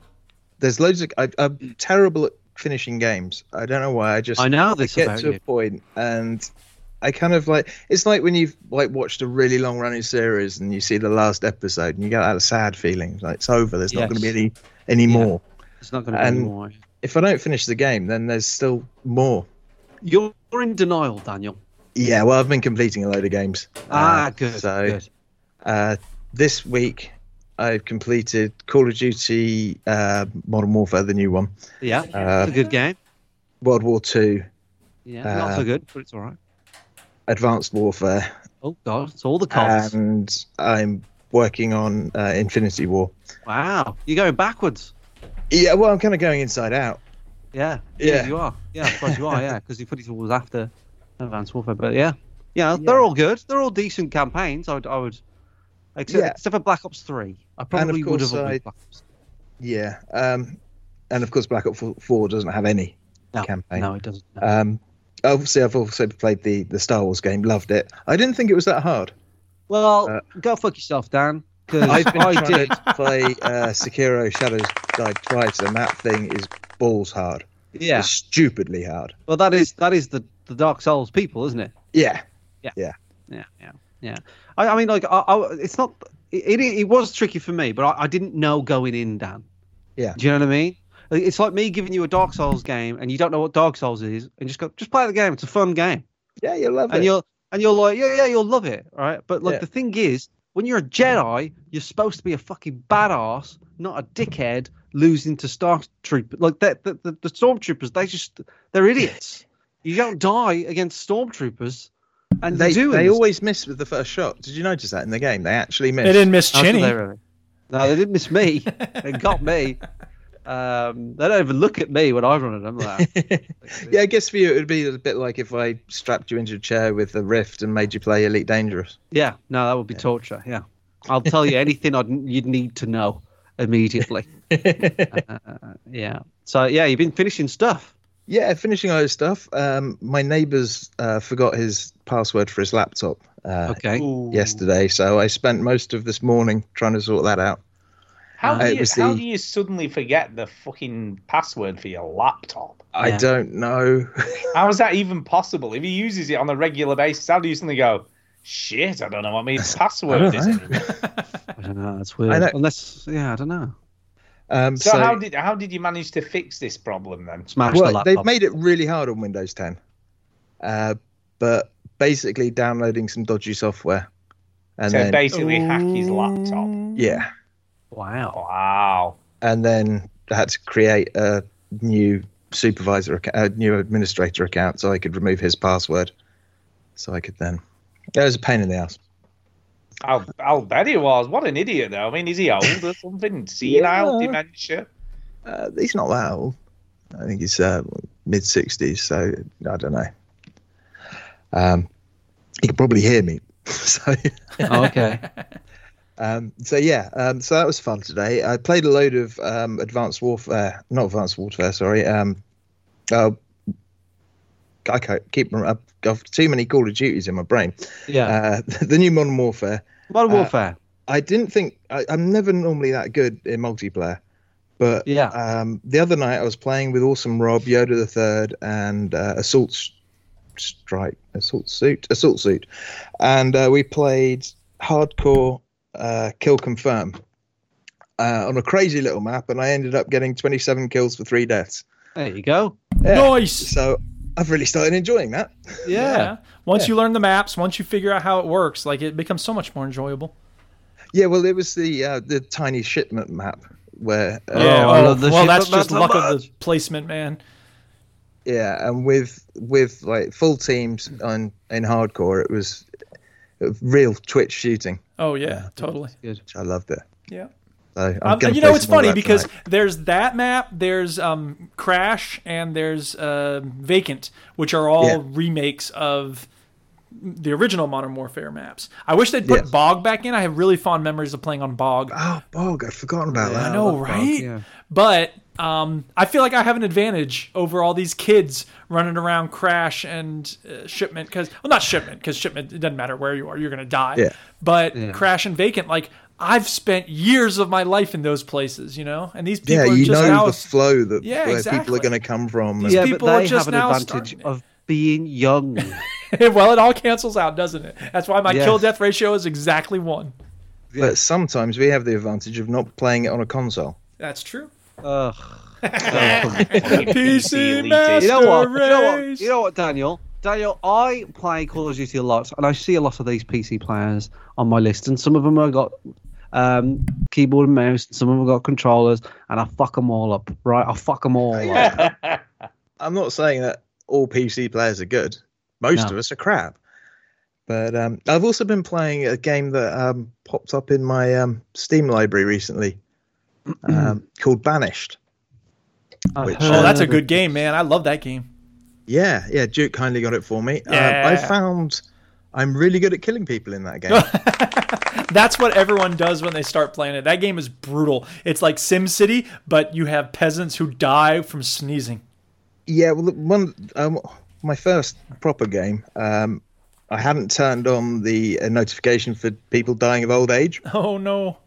Speaker 5: there's loads of I, I'm terrible at finishing games. I don't know why. I just
Speaker 4: I know this
Speaker 5: get
Speaker 4: about
Speaker 5: to a
Speaker 4: you.
Speaker 5: point and I kind of like it's like when you've like watched a really long running series and you see the last episode and you get that sad feeling it's like it's over. There's not going to be
Speaker 4: Yes.
Speaker 5: any any
Speaker 4: Yeah.
Speaker 5: more.
Speaker 4: It's not going to be
Speaker 5: and-
Speaker 4: anymore.
Speaker 5: If I don't finish the game, then there's still more.
Speaker 4: You're in denial, Daniel.
Speaker 5: Yeah, well, I've been completing a load of games.
Speaker 4: ah,
Speaker 5: Uh,
Speaker 4: good.
Speaker 5: So
Speaker 4: good.
Speaker 5: Uh, this week, I've completed Call of Duty uh, Modern Warfare, the new one,
Speaker 4: Yeah.
Speaker 5: uh,
Speaker 4: it's a good game.
Speaker 5: World War Two,
Speaker 4: Yeah. not so
Speaker 5: uh,
Speaker 4: good, but it's all right.
Speaker 5: Advanced Warfare,
Speaker 4: Oh, God. It's all the costs.
Speaker 5: and I'm working on uh, Infinity War.
Speaker 4: wow. You're going backwards.
Speaker 5: Yeah, well, I'm kind of going inside out.
Speaker 4: Yeah.
Speaker 5: Yeah.
Speaker 4: You are. Yeah, I suppose you are. Yeah, because Infinity War was after Advanced Warfare, but yeah, yeah, they're all good. They're all decent campaigns. I would, I would, except,
Speaker 5: Yeah.
Speaker 4: except for Black Ops Three. I probably would
Speaker 5: course
Speaker 4: have avoided
Speaker 5: I-
Speaker 4: Black Ops.
Speaker 5: Yeah, um, and of course, Black Ops Four doesn't have any
Speaker 4: No,
Speaker 5: campaign.
Speaker 4: no, it doesn't. no.
Speaker 5: Um, obviously, I've also played the the Star Wars game. Loved it. I didn't think it was that hard.
Speaker 4: well,
Speaker 5: uh,
Speaker 4: go fuck yourself, Dan. Because
Speaker 5: I've been
Speaker 4: I
Speaker 5: trying
Speaker 4: did.
Speaker 5: to <laughs> play uh, Sekiro Shadows Die twice, and that thing is balls hard.
Speaker 4: Yeah.
Speaker 5: It's stupidly hard.
Speaker 4: Well, that is that is the the Dark Souls people, isn't it?
Speaker 5: Yeah.
Speaker 4: Yeah, yeah, yeah. I, I mean, like, I, I, it's not. It, it it was tricky for me, but I, I didn't know going in, Dan.
Speaker 5: Yeah.
Speaker 4: Do you know what I mean? Like, It's like me giving you a Dark Souls game, and you don't know what Dark Souls is, and just go, just play the game. It's a fun game,
Speaker 5: Yeah, you love
Speaker 4: and
Speaker 5: it.
Speaker 4: you'll and you're like, yeah, yeah, you'll love it, right? But like
Speaker 5: Yeah.
Speaker 4: the thing is, when you're a Jedi, you're supposed to be a fucking badass, not a dickhead
Speaker 5: <laughs>
Speaker 4: losing to Star Troopers. Like that, the, the, the stormtroopers, they just they're idiots. You don't die against stormtroopers. And
Speaker 5: They
Speaker 4: you do in
Speaker 5: they
Speaker 4: this.
Speaker 5: always miss with the first shot. Did you notice that in the game? They actually missed.
Speaker 3: They didn't miss
Speaker 4: Oh, did
Speaker 3: Chinny.
Speaker 4: they really? No, they didn't miss
Speaker 3: <laughs>
Speaker 4: me. they got me. Um, they don't even look at me when I run at them. <laughs> Like,
Speaker 5: yeah, I guess for you it would be a bit like if I strapped you into a chair with a rift and made you play Elite Dangerous.
Speaker 4: yeah, no, that would be torture. Yeah, I'll tell you anything I'd, you'd need to know
Speaker 5: <laughs>
Speaker 4: immediately. Uh, yeah. So yeah, you've been finishing stuff.
Speaker 5: Yeah, finishing all this stuff. Um, my neighbour's uh, forgot his password for his laptop uh,
Speaker 4: Okay.
Speaker 5: yesterday, so I spent most of this morning trying to sort that out.
Speaker 2: How
Speaker 5: Uh,
Speaker 2: do
Speaker 5: it
Speaker 2: you
Speaker 5: was
Speaker 2: how
Speaker 5: the-
Speaker 2: do you suddenly forget the fucking password for your laptop?
Speaker 5: I
Speaker 4: Yeah.
Speaker 5: don't know.
Speaker 2: How is that even possible? If he uses it on a regular basis, how do you suddenly go, shit, I don't know what my password
Speaker 5: <laughs> I
Speaker 2: is.
Speaker 5: don't
Speaker 2: <laughs>
Speaker 4: I don't know. That's weird.
Speaker 5: I don't-
Speaker 4: Unless yeah, I don't know.
Speaker 5: um,
Speaker 2: So, how did how did you manage to fix this problem then?
Speaker 4: Smash the
Speaker 5: well,
Speaker 4: laptop.
Speaker 5: they've made it really hard on Windows 10, uh, but basically downloading some dodgy software, and
Speaker 2: so
Speaker 5: then
Speaker 2: basically hack his laptop.
Speaker 5: yeah,
Speaker 4: Wow.
Speaker 2: Wow.
Speaker 5: and then I had to create a new supervisor, acc- a new administrator account, so I could remove his password, so I could then. That was a pain in the ass.
Speaker 2: I'll, I'll bet he was. What an idiot, though. I mean, is he old or
Speaker 5: <laughs>
Speaker 2: something? Senile, dementia?
Speaker 5: Uh, he's not that old. I think he's uh, mid 60s, so I don't know. Um, he could probably hear me. so, <laughs>
Speaker 4: okay.
Speaker 5: um, so yeah, um, so that was fun today. I played a load of um, Advanced Warfare, not Advanced Warfare, sorry. Um, uh, I can't keep. uh, I've got too many Call of Duties in my brain.
Speaker 4: Yeah.
Speaker 5: Uh, <laughs> the new Modern Warfare. Uh,
Speaker 4: Modern Warfare.
Speaker 5: I didn't think I, I'm never normally that good in multiplayer, but
Speaker 4: Yeah.
Speaker 5: Um, the other night I was playing with Awesome Rob, Yoda the Third, and uh, Assault S- Strike, Assault Suit, Assault Suit, and uh, we played Hardcore uh, Kill Confirm uh, on a crazy little map, and I ended up getting 27 kills for three deaths.
Speaker 4: there you go.
Speaker 3: Nice.
Speaker 5: So I've really started enjoying that.
Speaker 4: Yeah.
Speaker 3: Yeah. Once you learn the maps, once you figure out how it works, like it becomes so much more enjoyable.
Speaker 5: Yeah, well, it was the uh, the tiny shipment map where uh,
Speaker 4: Oh, I love the
Speaker 3: well,
Speaker 4: shit
Speaker 3: that's
Speaker 4: that
Speaker 3: just
Speaker 4: matters
Speaker 3: luck of the placement, man.
Speaker 5: <laughs> yeah and with with like full teams on in hardcore it was real twitch shooting
Speaker 3: Oh yeah, totally.
Speaker 5: which i loved it
Speaker 3: Yeah.
Speaker 5: so I'm
Speaker 3: Um,
Speaker 5: gonna
Speaker 3: you
Speaker 5: play
Speaker 3: know, it's
Speaker 5: some more
Speaker 3: funny
Speaker 5: of that
Speaker 3: because
Speaker 5: tonight.
Speaker 3: there's that map, there's um, Crash, and there's uh, Vacant, which are all
Speaker 5: Yeah.
Speaker 3: remakes of the original Modern Warfare maps. I wish they'd put
Speaker 5: Yes.
Speaker 3: Bog back in. I have really fond memories of playing on Bog.
Speaker 5: oh bog i'd forgotten about that
Speaker 3: I know, right? But um, I feel like I have an advantage over all these kids running around Crash and uh, Shipment because, well, not Shipment because Shipment it doesn't matter where you are, you're gonna die.
Speaker 5: Yeah.
Speaker 3: But Crash and Vacant, like I've spent years of my life in those places, you know, and these people
Speaker 5: yeah
Speaker 3: are
Speaker 5: you
Speaker 3: just
Speaker 5: know
Speaker 3: now.
Speaker 5: the flow that
Speaker 3: Yeah,
Speaker 5: where people
Speaker 3: exactly.
Speaker 5: are going to come from and-
Speaker 3: These
Speaker 4: Yeah, but
Speaker 3: people are
Speaker 4: they
Speaker 3: just
Speaker 4: have an
Speaker 3: now
Speaker 4: advantage
Speaker 3: starting it.
Speaker 4: of
Speaker 3: <laughs>
Speaker 4: being young.
Speaker 3: well, it all cancels out, doesn't it? That's why my
Speaker 4: Yes.
Speaker 3: kill death ratio is exactly one.
Speaker 5: but sometimes we have the advantage of not playing it on
Speaker 3: <laughs>
Speaker 5: a console
Speaker 3: That's true.
Speaker 4: Ugh.
Speaker 3: PC
Speaker 2: elitist.
Speaker 3: Master
Speaker 4: you know what? You know what?
Speaker 3: Race.
Speaker 4: You know what, Daniel? Daniel, I play Call of Duty a lot, and I see a lot of these PC players on my list, and some of them have got um, keyboard and mouse, and some of them have got controllers, and I fuck them all up, right? I fuck them all up.
Speaker 5: i'm not saying that all pc players are good most
Speaker 4: No.
Speaker 5: of us are crap but um, i've also been playing a game that um, popped up in my um, steam library recently
Speaker 3: Mm.
Speaker 5: um, called banished
Speaker 4: I've
Speaker 5: Which-
Speaker 3: Oh,
Speaker 4: heard
Speaker 3: that's a
Speaker 4: of-
Speaker 3: good game, man. I love that game.
Speaker 5: Yeah, yeah. Duke kindly got it for me. Um, I
Speaker 3: Yeah.
Speaker 5: found I'm really good at killing people in that
Speaker 3: <laughs>
Speaker 5: game.
Speaker 3: That's what everyone does when they start playing it. That game is brutal. It's like Sim City, but you have peasants who die from sneezing. <laughs>
Speaker 5: yeah, well, the one um, my first proper game. Um, I hadn't turned on the uh, notification for people dying of old age,
Speaker 3: <laughs> Oh no.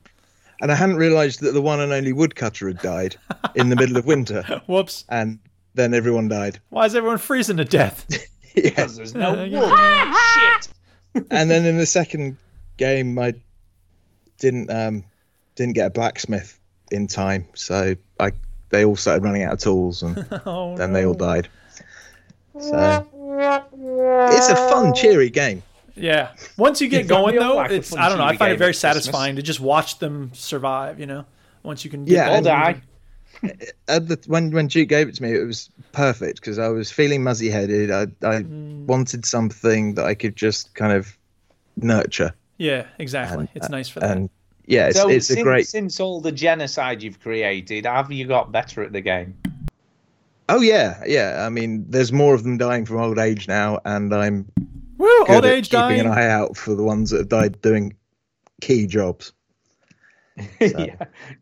Speaker 5: and I hadn't realised that the one and only woodcutter had died in the middle of winter,
Speaker 3: <laughs> Whoops.
Speaker 5: and then everyone died.
Speaker 3: Why is everyone freezing to
Speaker 5: <laughs>
Speaker 3: death?
Speaker 5: yeah.
Speaker 2: Because there's no
Speaker 3: Uh,
Speaker 2: wood.
Speaker 3: <laughs> yeah.
Speaker 2: shit.
Speaker 5: and then in the second game, I didn't um, didn't get a blacksmith in time, so I they all started running out of tools
Speaker 3: <laughs>
Speaker 5: and.
Speaker 3: Oh
Speaker 5: then
Speaker 3: no.
Speaker 5: they all died. So uh, it's a fun, cheery game.
Speaker 3: Yeah. Once you get
Speaker 2: It's not
Speaker 3: going
Speaker 2: real
Speaker 3: though,
Speaker 2: life.
Speaker 3: it's
Speaker 2: It's
Speaker 3: I don't know, I
Speaker 2: cheating
Speaker 3: find it
Speaker 2: game
Speaker 3: very
Speaker 2: at Christmas.
Speaker 3: satisfying to just watch them survive, you know. Once you can get
Speaker 5: Yeah,
Speaker 2: I'll
Speaker 5: and
Speaker 3: them moving.
Speaker 2: die.
Speaker 5: <laughs> at the, when when Duke gave it to me, it was perfect because I was feeling muzzy headed. I I
Speaker 3: Mm.
Speaker 5: wanted something that I could just kind of nurture.
Speaker 3: Yeah, exactly. it's nice for that.
Speaker 5: And yeah, it's,
Speaker 2: so
Speaker 5: it's
Speaker 2: since,
Speaker 5: a great.
Speaker 2: since all the genocide you've created, have you got better at the game?
Speaker 5: Oh yeah, yeah. I mean, there's more of them dying from old age now, and I'm
Speaker 3: Woo,
Speaker 5: good
Speaker 3: old
Speaker 5: at
Speaker 3: age
Speaker 5: keeping
Speaker 3: dying.
Speaker 5: an eye out for the ones that have died doing key jobs.
Speaker 2: yeah.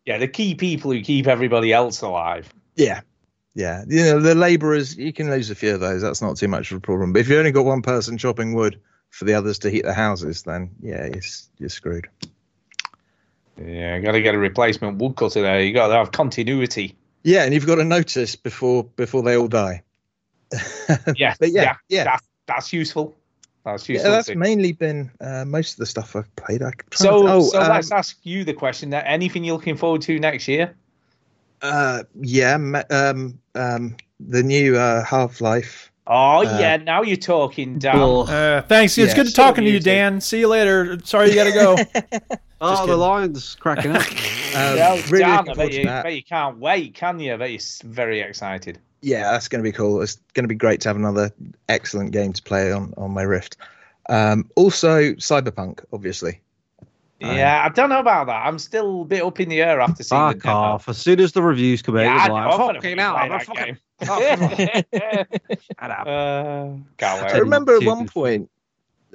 Speaker 2: yeah, the key people who keep everybody else alive.
Speaker 5: Yeah, yeah. You know, the labourers, you can lose a few of those. That's not too much of a problem. But if you only got one person chopping wood for the others to heat their houses, then yeah, you're, s- you're screwed.
Speaker 2: Yeah, got to get a replacement woodcutter there. You got to have <laughs> continuity.
Speaker 5: Yeah, and you've got to notice before before they all die.
Speaker 2: Yeah,
Speaker 5: But yeah, yeah.
Speaker 2: That's, that's useful. That's
Speaker 5: Yeah,
Speaker 2: useful.
Speaker 5: that's
Speaker 2: too.
Speaker 5: mainly been uh, most of the stuff I've played. I could
Speaker 2: so,
Speaker 5: oh,
Speaker 2: so
Speaker 5: um,
Speaker 2: let's ask you the question: that anything you're looking forward to next year?
Speaker 5: uh, yeah, ma- um, um, the new uh, Half Life.
Speaker 2: Oh
Speaker 5: Uh,
Speaker 2: yeah, now you're talking, Dan.
Speaker 3: Uh, thanks. It's
Speaker 5: Yeah,
Speaker 3: good
Speaker 2: still
Speaker 3: talking to you,
Speaker 2: muted.
Speaker 3: Dan. See you later. Sorry you gotta go.
Speaker 4: <laughs> Oh, the
Speaker 3: kidding.
Speaker 4: line's cracking up.
Speaker 5: Um,
Speaker 2: Well,
Speaker 5: really
Speaker 2: Dan,
Speaker 5: looking
Speaker 2: I
Speaker 5: forward
Speaker 2: bet
Speaker 5: to
Speaker 2: you,
Speaker 5: that.
Speaker 2: bet you can't wait, can you? I bet you're s- very excited.
Speaker 5: yeah, that's going to be cool. It's going to be great to have another excellent game to play on on my Rift. Um, also, Cyberpunk, obviously. Um,
Speaker 2: yeah, I don't know about that. I'm still a bit up in the air after seeing
Speaker 5: Ah,
Speaker 2: the
Speaker 4: Fuck
Speaker 2: demo.
Speaker 4: off. As soon as the reviews come out,
Speaker 2: Yeah,
Speaker 4: yeah,
Speaker 2: I know,
Speaker 4: like,
Speaker 2: I'm gonna
Speaker 4: fucking hell,
Speaker 2: play
Speaker 4: I'm a
Speaker 2: that
Speaker 4: fucking
Speaker 2: <laughs> game.
Speaker 4: shut up.
Speaker 2: uh, can't wait.
Speaker 5: I remember at one
Speaker 4: Dude.
Speaker 5: point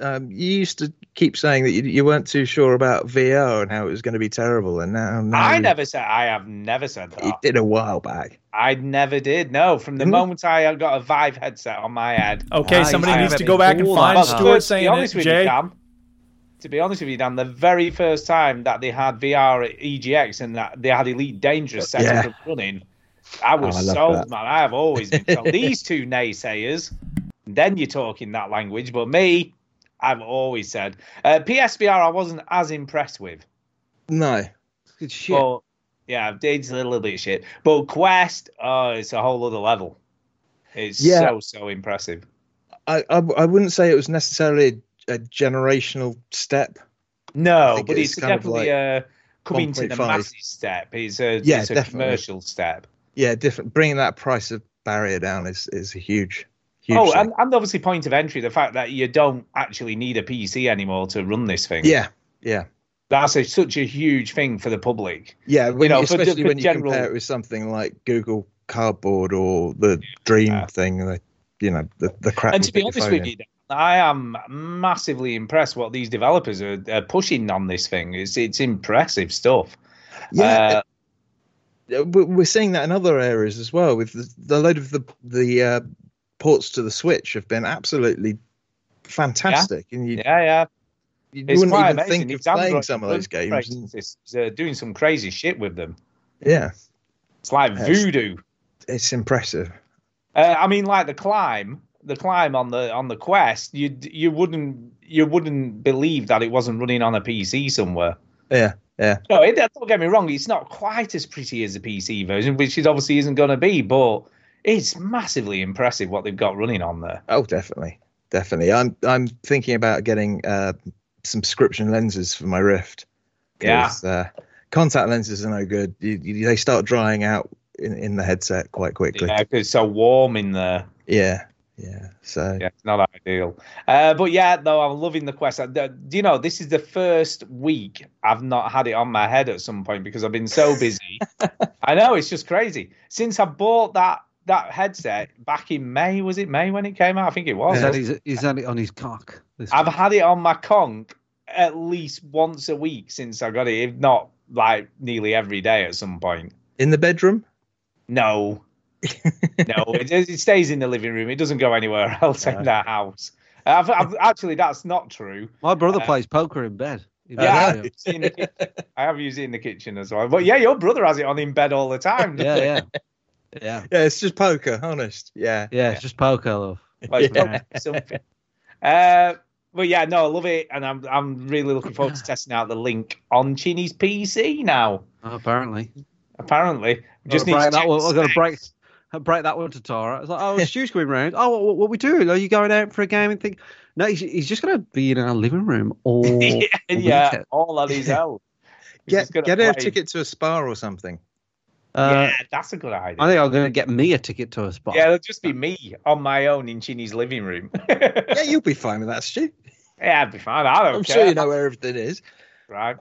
Speaker 5: um, you used to keep saying that you, you weren't too sure about VR and how it was going to be terrible, and now, now
Speaker 2: I
Speaker 5: you-
Speaker 2: never said. I have never said
Speaker 5: you
Speaker 2: that.
Speaker 5: did a while back.
Speaker 2: I never did. No, from the
Speaker 5: Didn't you?
Speaker 2: moment I got a Vive headset on my head.
Speaker 3: Okay,
Speaker 4: Nice.
Speaker 3: somebody
Speaker 2: I
Speaker 3: needs to
Speaker 4: haven't
Speaker 3: go back and
Speaker 4: been
Speaker 3: find
Speaker 4: told
Speaker 2: But
Speaker 4: that.
Speaker 3: Stuart
Speaker 2: first, to be
Speaker 3: saying
Speaker 2: honest
Speaker 3: it.
Speaker 2: with you,
Speaker 3: Jay,
Speaker 2: Dan, to be honest with you, Dan, the very first time that they had VR at EGX and that they had Elite Dangerous set
Speaker 5: Yeah.
Speaker 2: up and running, I was
Speaker 5: Oh, I love
Speaker 2: sold,
Speaker 5: that.
Speaker 2: man. I have always been
Speaker 5: <laughs>
Speaker 2: sold. These two naysayers, then you're talking that language, but me, I've always said uh, PSVR. I wasn't as impressed with.
Speaker 5: No,
Speaker 4: Good shit.
Speaker 2: Well, yeah, it's a little bit shit. But Quest, oh, it's a whole other level. It's
Speaker 5: Yeah.
Speaker 2: so so impressive.
Speaker 5: I, I I wouldn't say it was necessarily a, a generational step. I
Speaker 2: No,
Speaker 5: think
Speaker 2: Oh, but
Speaker 5: it's
Speaker 2: it's,
Speaker 5: kind of
Speaker 2: definitely
Speaker 5: like
Speaker 2: a coming to the
Speaker 5: 1.5.
Speaker 2: massive step. It's a
Speaker 5: Yeah,
Speaker 2: it's a
Speaker 5: definitely.
Speaker 2: commercial step.
Speaker 5: Yeah, different. Bringing that price of barrier down is is a huge, huge.
Speaker 2: oh,
Speaker 5: thing.
Speaker 2: and, and obviously point of entry, the fact that you don't actually need a PC anymore to run this thing.
Speaker 5: yeah, yeah.
Speaker 2: that's a, such a huge thing for the public.
Speaker 5: Yeah, when,
Speaker 2: know, for
Speaker 5: especially
Speaker 2: the- for
Speaker 5: when you
Speaker 2: general-
Speaker 5: compare it with something like Google Cardboard or the Dream
Speaker 2: Yeah.
Speaker 5: thing, the, you know, the, the crap.
Speaker 2: and
Speaker 5: you
Speaker 2: to be
Speaker 5: put your
Speaker 2: honest
Speaker 5: phone
Speaker 2: with
Speaker 5: in.
Speaker 2: you, Dan, I am massively impressed what these developers are, are pushing on this thing. It's it's impressive stuff.
Speaker 5: yeah,
Speaker 2: Uh,
Speaker 5: uh, we- we're seeing that in other areas as well. With the, the load of the the uh, ports to the Switch have been absolutely fantastic, and you,
Speaker 2: yeah, yeah.
Speaker 5: you
Speaker 2: It's
Speaker 5: wouldn't
Speaker 2: quite
Speaker 5: even
Speaker 2: amazing.
Speaker 5: think of
Speaker 2: It's
Speaker 5: playing
Speaker 2: Android
Speaker 5: some of those
Speaker 2: Android
Speaker 5: games.
Speaker 2: operators. It's, uh, doing some crazy shit with them.
Speaker 5: yeah,
Speaker 2: It's like
Speaker 5: Yes.
Speaker 2: voodoo.
Speaker 5: it's impressive.
Speaker 2: Uh, I mean, like the climb, the climb on the on the quest. You you wouldn't you wouldn't believe that it wasn't running on a PC somewhere.
Speaker 5: Yeah, yeah.
Speaker 2: No, it, don't get me wrong. It's not quite as pretty as the PC version, which it obviously isn't going to be, but. It's massively impressive what they've got running on there.
Speaker 5: Oh, definitely, definitely. I'm I'm thinking about getting uh, subscription lenses for my Rift. 'Cause, Uh, contact lenses are no good. You, you, they start drying out in, in the headset quite quickly.
Speaker 2: Yeah, 'cause it's so warm in there.
Speaker 5: Yeah, yeah. So
Speaker 2: yeah, it's not ideal. Uh, but yeah, no, I'm loving the quest. Uh, th- Do you know this is the first week I've not had it on my head at some point because I've been
Speaker 5: <laughs>
Speaker 2: so busy. I know it's just crazy. Since I bought that that headset back in May, was it May when it came out? I think it was.
Speaker 4: He's had, his, he's had it on his cock. This
Speaker 2: I've had it on my conch at least once a week since I got it, if not like nearly every day at some point.
Speaker 5: in the bedroom,
Speaker 2: No.
Speaker 5: <laughs>
Speaker 2: no, it, it stays in the living room. It doesn't go anywhere <laughs> else in the house. I've, I've, actually, that's not true.
Speaker 4: My brother
Speaker 2: Uh,
Speaker 4: plays poker in bed. He
Speaker 2: Yeah, I,
Speaker 4: plays
Speaker 2: have used
Speaker 4: it.
Speaker 2: it in the kitchen. I have used it in the kitchen as well. But yeah, your brother has it on in bed all the time.
Speaker 4: <laughs> yeah, yeah, yeah,
Speaker 5: yeah, it's just poker. Honest, yeah.
Speaker 4: yeah. It's just poker, love.
Speaker 2: Like,
Speaker 4: Yeah.
Speaker 2: something. Uh, but yeah, no, I love it, and I'm I'm really looking forward to testing out the link on Chini's PC now.
Speaker 4: Oh, apparently,
Speaker 2: Apparently, just
Speaker 5: Oh,
Speaker 2: need to check
Speaker 4: Gotta break that one.
Speaker 2: the
Speaker 4: I've got to
Speaker 2: specs.
Speaker 4: break. I'll break that one to Tara. It's like, oh, Stu's coming round. Oh, what, what, what we doing? Are you going out for a game and think? No, he's, he's just going to be in our living room
Speaker 2: <laughs>
Speaker 4: all
Speaker 2: yeah,
Speaker 4: weekend.
Speaker 2: all on his own. He's
Speaker 5: Get
Speaker 2: just gonna
Speaker 5: get a
Speaker 2: play.
Speaker 5: ticket to a spa or something.
Speaker 4: Uh,
Speaker 2: yeah, that's a good idea.
Speaker 4: I think I'm going to get me a ticket to a spot.
Speaker 2: yeah, it'll just be me on my own in Ginny's living room. <laughs>
Speaker 5: yeah, you'll be fine with that, Stu.
Speaker 2: yeah, I'd be fine. I don't
Speaker 5: I'm
Speaker 2: care.
Speaker 5: sure you know where everything is.
Speaker 2: Right.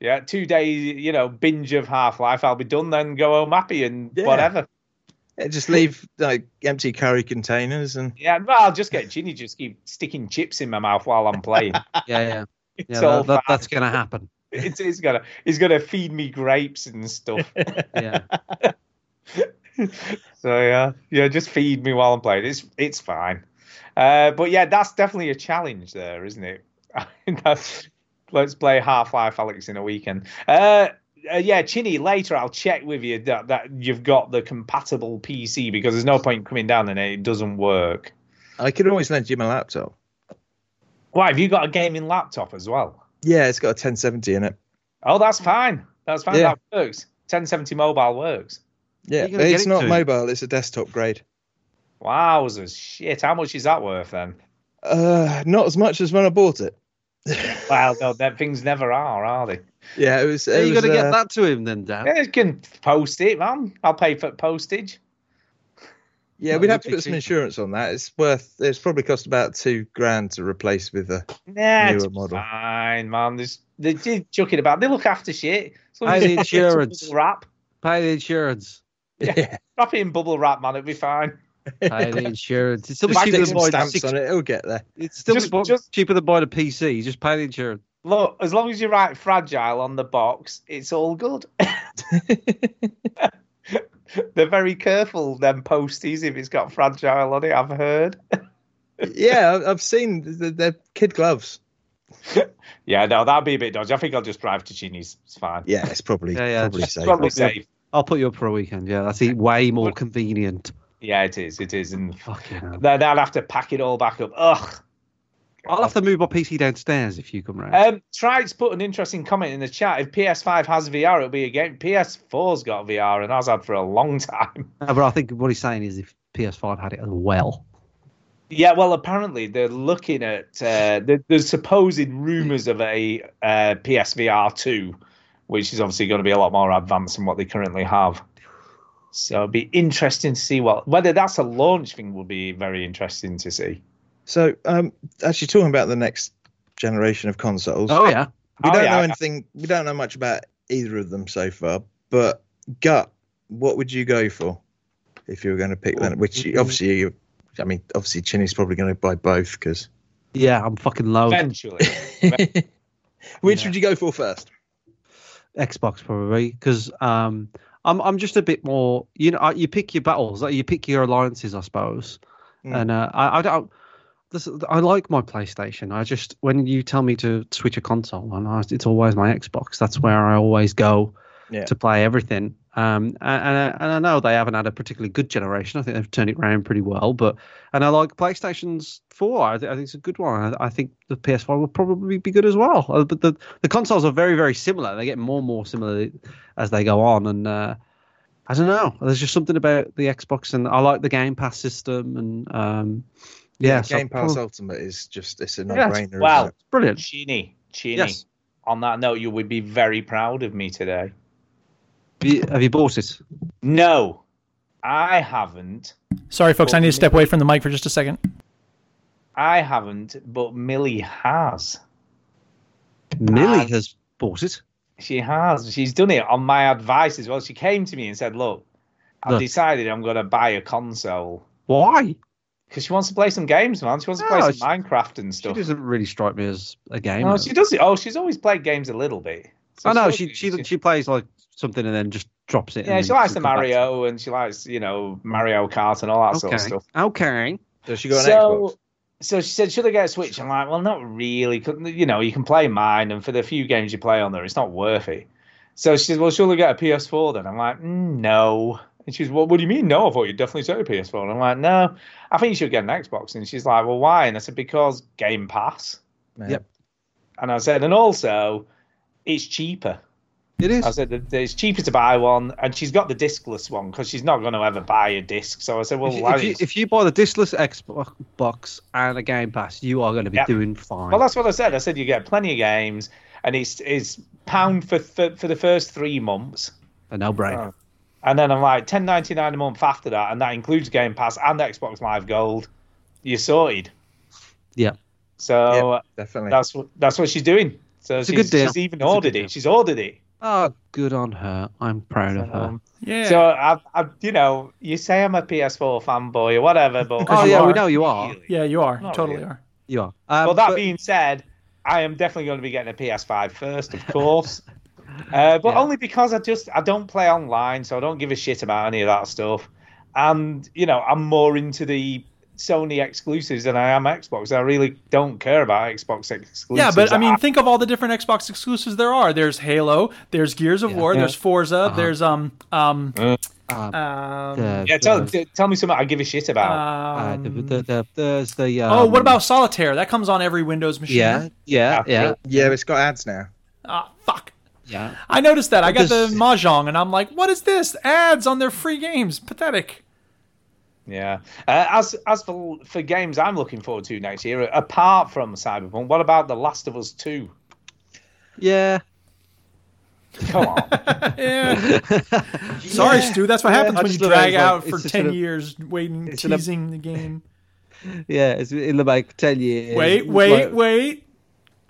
Speaker 2: Yeah, two days, you know, binge of Half Life. I'll be done then, go home happy and
Speaker 5: Yeah.
Speaker 2: whatever.
Speaker 5: Yeah, just leave like empty curry containers and
Speaker 2: <laughs> Yeah, well, I'll just get Ginny, just keep sticking chips in my mouth while I'm playing.
Speaker 4: <laughs> yeah, yeah.
Speaker 2: <laughs> It's
Speaker 4: yeah
Speaker 2: all
Speaker 4: that,
Speaker 2: fine.
Speaker 4: that, that's going to happen.
Speaker 2: <laughs> It's, it's gonna, he's gonna feed me grapes and stuff.
Speaker 4: <laughs> Yeah.
Speaker 2: <laughs> so yeah, yeah, just feed me while I'm playing. It's it's fine. Uh, but yeah, that's definitely a challenge there, isn't it? <laughs> that's, let's play Half Life Alex in a weekend. Uh, uh, yeah, Chinny. Later, I'll check with you that, that you've got the compatible PC because there's no point coming down and it doesn't work.
Speaker 5: I could always lend you my laptop.
Speaker 2: Why have you got a gaming laptop as well?
Speaker 5: Yeah, it's got a 1070 in it.
Speaker 2: Oh, that's fine. That's fine.
Speaker 5: Yeah.
Speaker 2: That works. 1070 mobile works.
Speaker 5: Yeah,
Speaker 4: You're gonna get
Speaker 5: it's
Speaker 4: it
Speaker 5: not
Speaker 4: too.
Speaker 5: mobile. It's a desktop grade.
Speaker 2: Wowzers, shit! How much is that worth then?
Speaker 5: Uh, not as much as when I bought it.
Speaker 2: Well, no, that things never are, are they?
Speaker 5: Yeah, it was.
Speaker 4: Are
Speaker 5: it
Speaker 4: you
Speaker 5: was,
Speaker 4: going to
Speaker 5: uh,
Speaker 4: get that to him then, Dan?
Speaker 2: Yeah, you can post it, man. I'll pay for postage.
Speaker 5: Yeah, we'd
Speaker 4: That would
Speaker 5: have to
Speaker 4: be
Speaker 5: put some
Speaker 4: cheap.
Speaker 5: insurance on that. It's worth. It's probably cost about two grand to replace with a.
Speaker 2: Nah, it's
Speaker 5: Newer model.
Speaker 2: fine, man. There's, they did chuck it about. They look after shit. As long as
Speaker 4: How's the
Speaker 2: you wrap it in
Speaker 4: insurance?
Speaker 2: bubble Wrap,
Speaker 4: Pay the insurance.
Speaker 5: Yeah,
Speaker 2: wrap it in bubble wrap, man. It'll be fine.
Speaker 4: <laughs> Pay the insurance. It's still
Speaker 5: just
Speaker 4: cheaper
Speaker 5: stick
Speaker 4: than
Speaker 5: some
Speaker 4: buying
Speaker 5: stamps
Speaker 4: six-
Speaker 5: on it. It'll get there.
Speaker 4: It's still
Speaker 2: Just-
Speaker 4: bu-
Speaker 2: just-
Speaker 4: cheaper than buying a PC. You just pay the insurance.
Speaker 2: Look, as long as you write fragile on the box, it's all good. <laughs> They're very careful, them posties, if it's got fragile on it. I've heard. <laughs>
Speaker 5: yeah, I've- I've seen the, the they're kid gloves.
Speaker 2: <laughs> Yeah, no, that'd be a bit dodgy. I think I'll just drive to Chini's. It's fine.
Speaker 5: Yeah, it's probably
Speaker 4: Yeah, yeah,
Speaker 5: probably
Speaker 4: just-
Speaker 5: safe.
Speaker 2: Probably safe.
Speaker 4: I'll put you up for a weekend. Yeah, that's e- way more
Speaker 2: What-
Speaker 4: convenient.
Speaker 2: Yeah, it is. It is. And
Speaker 4: Fucking hell.
Speaker 2: then I'll have to pack it all back up. Ugh.
Speaker 4: I'll have to move my PC downstairs if you come round.
Speaker 2: Um, Trike's put an interesting comment in the chat. If PS5 has VR, it'll be a game. PS4's got VR and has had for a long <laughs> time.
Speaker 4: No, but I think what he's saying is if PS5 had it as well.
Speaker 2: Yeah, well, apparently they're looking at uh, the, the supposed rumors of a uh, PSVR 2, which is obviously going to be a lot more advanced than what they currently have. So it'd be interesting to see what whether that's a launch thing will be very interesting to see.
Speaker 5: So, um, actually, talking about the next generation of consoles,
Speaker 4: Oh yeah,
Speaker 5: we
Speaker 2: Oh,
Speaker 5: don't
Speaker 2: yeah,
Speaker 5: know
Speaker 2: I-
Speaker 5: anything. We don't know much about either of them so far. But gut, what would you go for if you were going to pick one? Which you- obviously, you, I mean, obviously, Chinny's probably going to buy both because.
Speaker 4: yeah. I'm fucking low.
Speaker 2: Eventually,
Speaker 5: <laughs> Which
Speaker 4: Yeah.
Speaker 5: would you go for first?
Speaker 4: Xbox probably because um, I'm I'm just a bit more. You know, I- you pick your battles, like you pick your alliances, I suppose.
Speaker 5: Mm.
Speaker 4: And uh, I I don't. This, I like my PlayStation. I just when you tell me to switch a console, and I, it's always my Xbox. That's where I always go
Speaker 5: Yeah.
Speaker 4: to play everything. Um, and and I, and I know they haven't had a particularly good generation. I think they've turned it around pretty well. But and I like PlayStation's four. I, th- I think it's a good one. I, I think the PS5 will probably be good as well. Uh, But the the consoles are very very similar. They get more and more similar as they go on. And uh, I don't know. There's just something about the Xbox, and I like the Game Pass system. And um, yeah, so
Speaker 5: Game Pass
Speaker 4: probably-
Speaker 5: Ultimate is just it's a
Speaker 4: Yeah,
Speaker 5: no-brainer. isn't
Speaker 2: wow.
Speaker 5: it?
Speaker 4: brilliant.
Speaker 2: Chini, Chini.
Speaker 4: Yes.
Speaker 2: On that note, you would be very proud of me today.
Speaker 4: Have you- Have you bought it?
Speaker 2: No, I haven't.
Speaker 3: Sorry, folks. I need to step away from the mic for just a second.
Speaker 2: I haven't, but Millie has.
Speaker 4: Millie
Speaker 2: Uh,
Speaker 4: has bought it.
Speaker 2: She has. She's done it on my advice as well. She came to me and said, Look, I've
Speaker 4: Look.
Speaker 2: decided I'm going to buy a console
Speaker 4: Why?
Speaker 2: because she wants to play some games, man. She wants to play
Speaker 4: No,
Speaker 2: some Minecraft and
Speaker 4: Oh, She
Speaker 2: stuff.
Speaker 4: doesn't really strike me as a gamer.
Speaker 2: no, she does it. Oh, she's always played games a little bit. So
Speaker 4: I know
Speaker 2: she's
Speaker 4: Oh, she
Speaker 2: always-
Speaker 4: she she plays like something and then just drops it. and
Speaker 2: yeah,
Speaker 4: then
Speaker 2: she likes the
Speaker 4: comes back to it.
Speaker 2: Mario and she likes, you know, Mario Kart and all that sort
Speaker 4: Okay.
Speaker 2: of stuff.
Speaker 4: Okay.
Speaker 5: So she got an Xbox.
Speaker 2: so, so she said, should I get a Switch? I'm like, well, not really. 'cause, You know, you can play mine, and for the few games you play on there, it's not worth it. So she said, well, should I get a PS4 then? I'm like, mm, no. And she's, well, what do you mean no? I thought you definitely said a PS4. And I'm like, no, I think you should get an Xbox. And she's like, well, why? And I said, because Game Pass.
Speaker 5: man.
Speaker 4: Yep.
Speaker 2: And I said, and also, it's cheaper.
Speaker 4: It is.
Speaker 2: I said that it's cheaper to buy one, and she's got the discless one because she's not going to ever buy a disc. So I said, well,
Speaker 4: If you,
Speaker 2: why
Speaker 4: if, you,
Speaker 2: don't you-
Speaker 4: if you buy the discless Xbox and a Game Pass, you are going to be
Speaker 2: Yep.
Speaker 4: doing fine.
Speaker 2: Well, that's what I said. I said you get plenty of games, and it's it's pound for th- for the first three months. Uh, Oh.
Speaker 4: a no brainer.
Speaker 2: And then I'm like, ten ninety nine a month after that, and that includes Game Pass and Xbox Live Gold. You're sorted.
Speaker 4: Yeah.
Speaker 2: So
Speaker 5: Yeah, definitely.
Speaker 2: that's what that's what she's doing. So
Speaker 4: a
Speaker 2: she's,
Speaker 4: good deal.
Speaker 2: she's even
Speaker 4: It's a good
Speaker 2: ordered
Speaker 4: deal.
Speaker 2: it. She's ordered it.
Speaker 4: Oh, good on her. I'm proud of her.
Speaker 3: Yeah.
Speaker 2: So I, I, you know, you say I'm a PS4 fanboy or whatever, but
Speaker 4: <laughs> Oh,
Speaker 3: you
Speaker 4: yeah, we
Speaker 3: are.
Speaker 4: know you are.
Speaker 3: yeah, you are. You
Speaker 2: Not
Speaker 3: totally
Speaker 2: really.
Speaker 3: are.
Speaker 4: You are.
Speaker 3: Uh,
Speaker 4: Um,
Speaker 2: Well, that
Speaker 4: but-
Speaker 2: being said, I am definitely going to be getting a PS5 first, of
Speaker 3: <laughs>
Speaker 2: course. uh, but
Speaker 4: Yeah.
Speaker 2: only because I just I don't play online, so I don't give a shit about any of that stuff. And you know, I'm more into the Sony exclusives than I am Xbox. I really don't care about Xbox exclusives.
Speaker 3: Yeah, but I mean, think of all the different Xbox exclusives there are. There's Halo, there's Gears of War, there's Forza, there's um um
Speaker 4: um,
Speaker 3: um,
Speaker 4: Uh-huh. the-
Speaker 2: yeah, tell,
Speaker 4: the-
Speaker 2: t- tell me something I give a shit about.
Speaker 4: uh, the-
Speaker 3: um,
Speaker 4: the- the- There's the. Um,
Speaker 3: oh, what about Solitaire? That comes on every Windows machine.
Speaker 4: Yeah, yeah, yeah,
Speaker 2: Yeah.
Speaker 5: Yeah, it's got ads now.
Speaker 3: Ah, fuck.
Speaker 4: yeah.
Speaker 3: I noticed that. I got the
Speaker 4: This-
Speaker 3: mahjong, and I'm like, what is this? Ads on their free games. Pathetic.
Speaker 2: yeah. Uh, as as for for games I'm looking forward to next year, apart from Cyberpunk, what about The Last of Us Two?
Speaker 4: Yeah.
Speaker 2: Come on.
Speaker 3: Yeah. Sorry, Stu. That's what happens
Speaker 4: I
Speaker 3: when you
Speaker 4: just love how
Speaker 3: drag
Speaker 4: it's like-
Speaker 3: out
Speaker 4: it's
Speaker 3: for
Speaker 4: just
Speaker 3: ten
Speaker 4: sort of-
Speaker 3: years, waiting,
Speaker 4: it's sort of-
Speaker 3: teasing the game.
Speaker 4: Yeah, it's in the like 10 years.
Speaker 3: Wait, wait,
Speaker 4: Like,
Speaker 3: wait.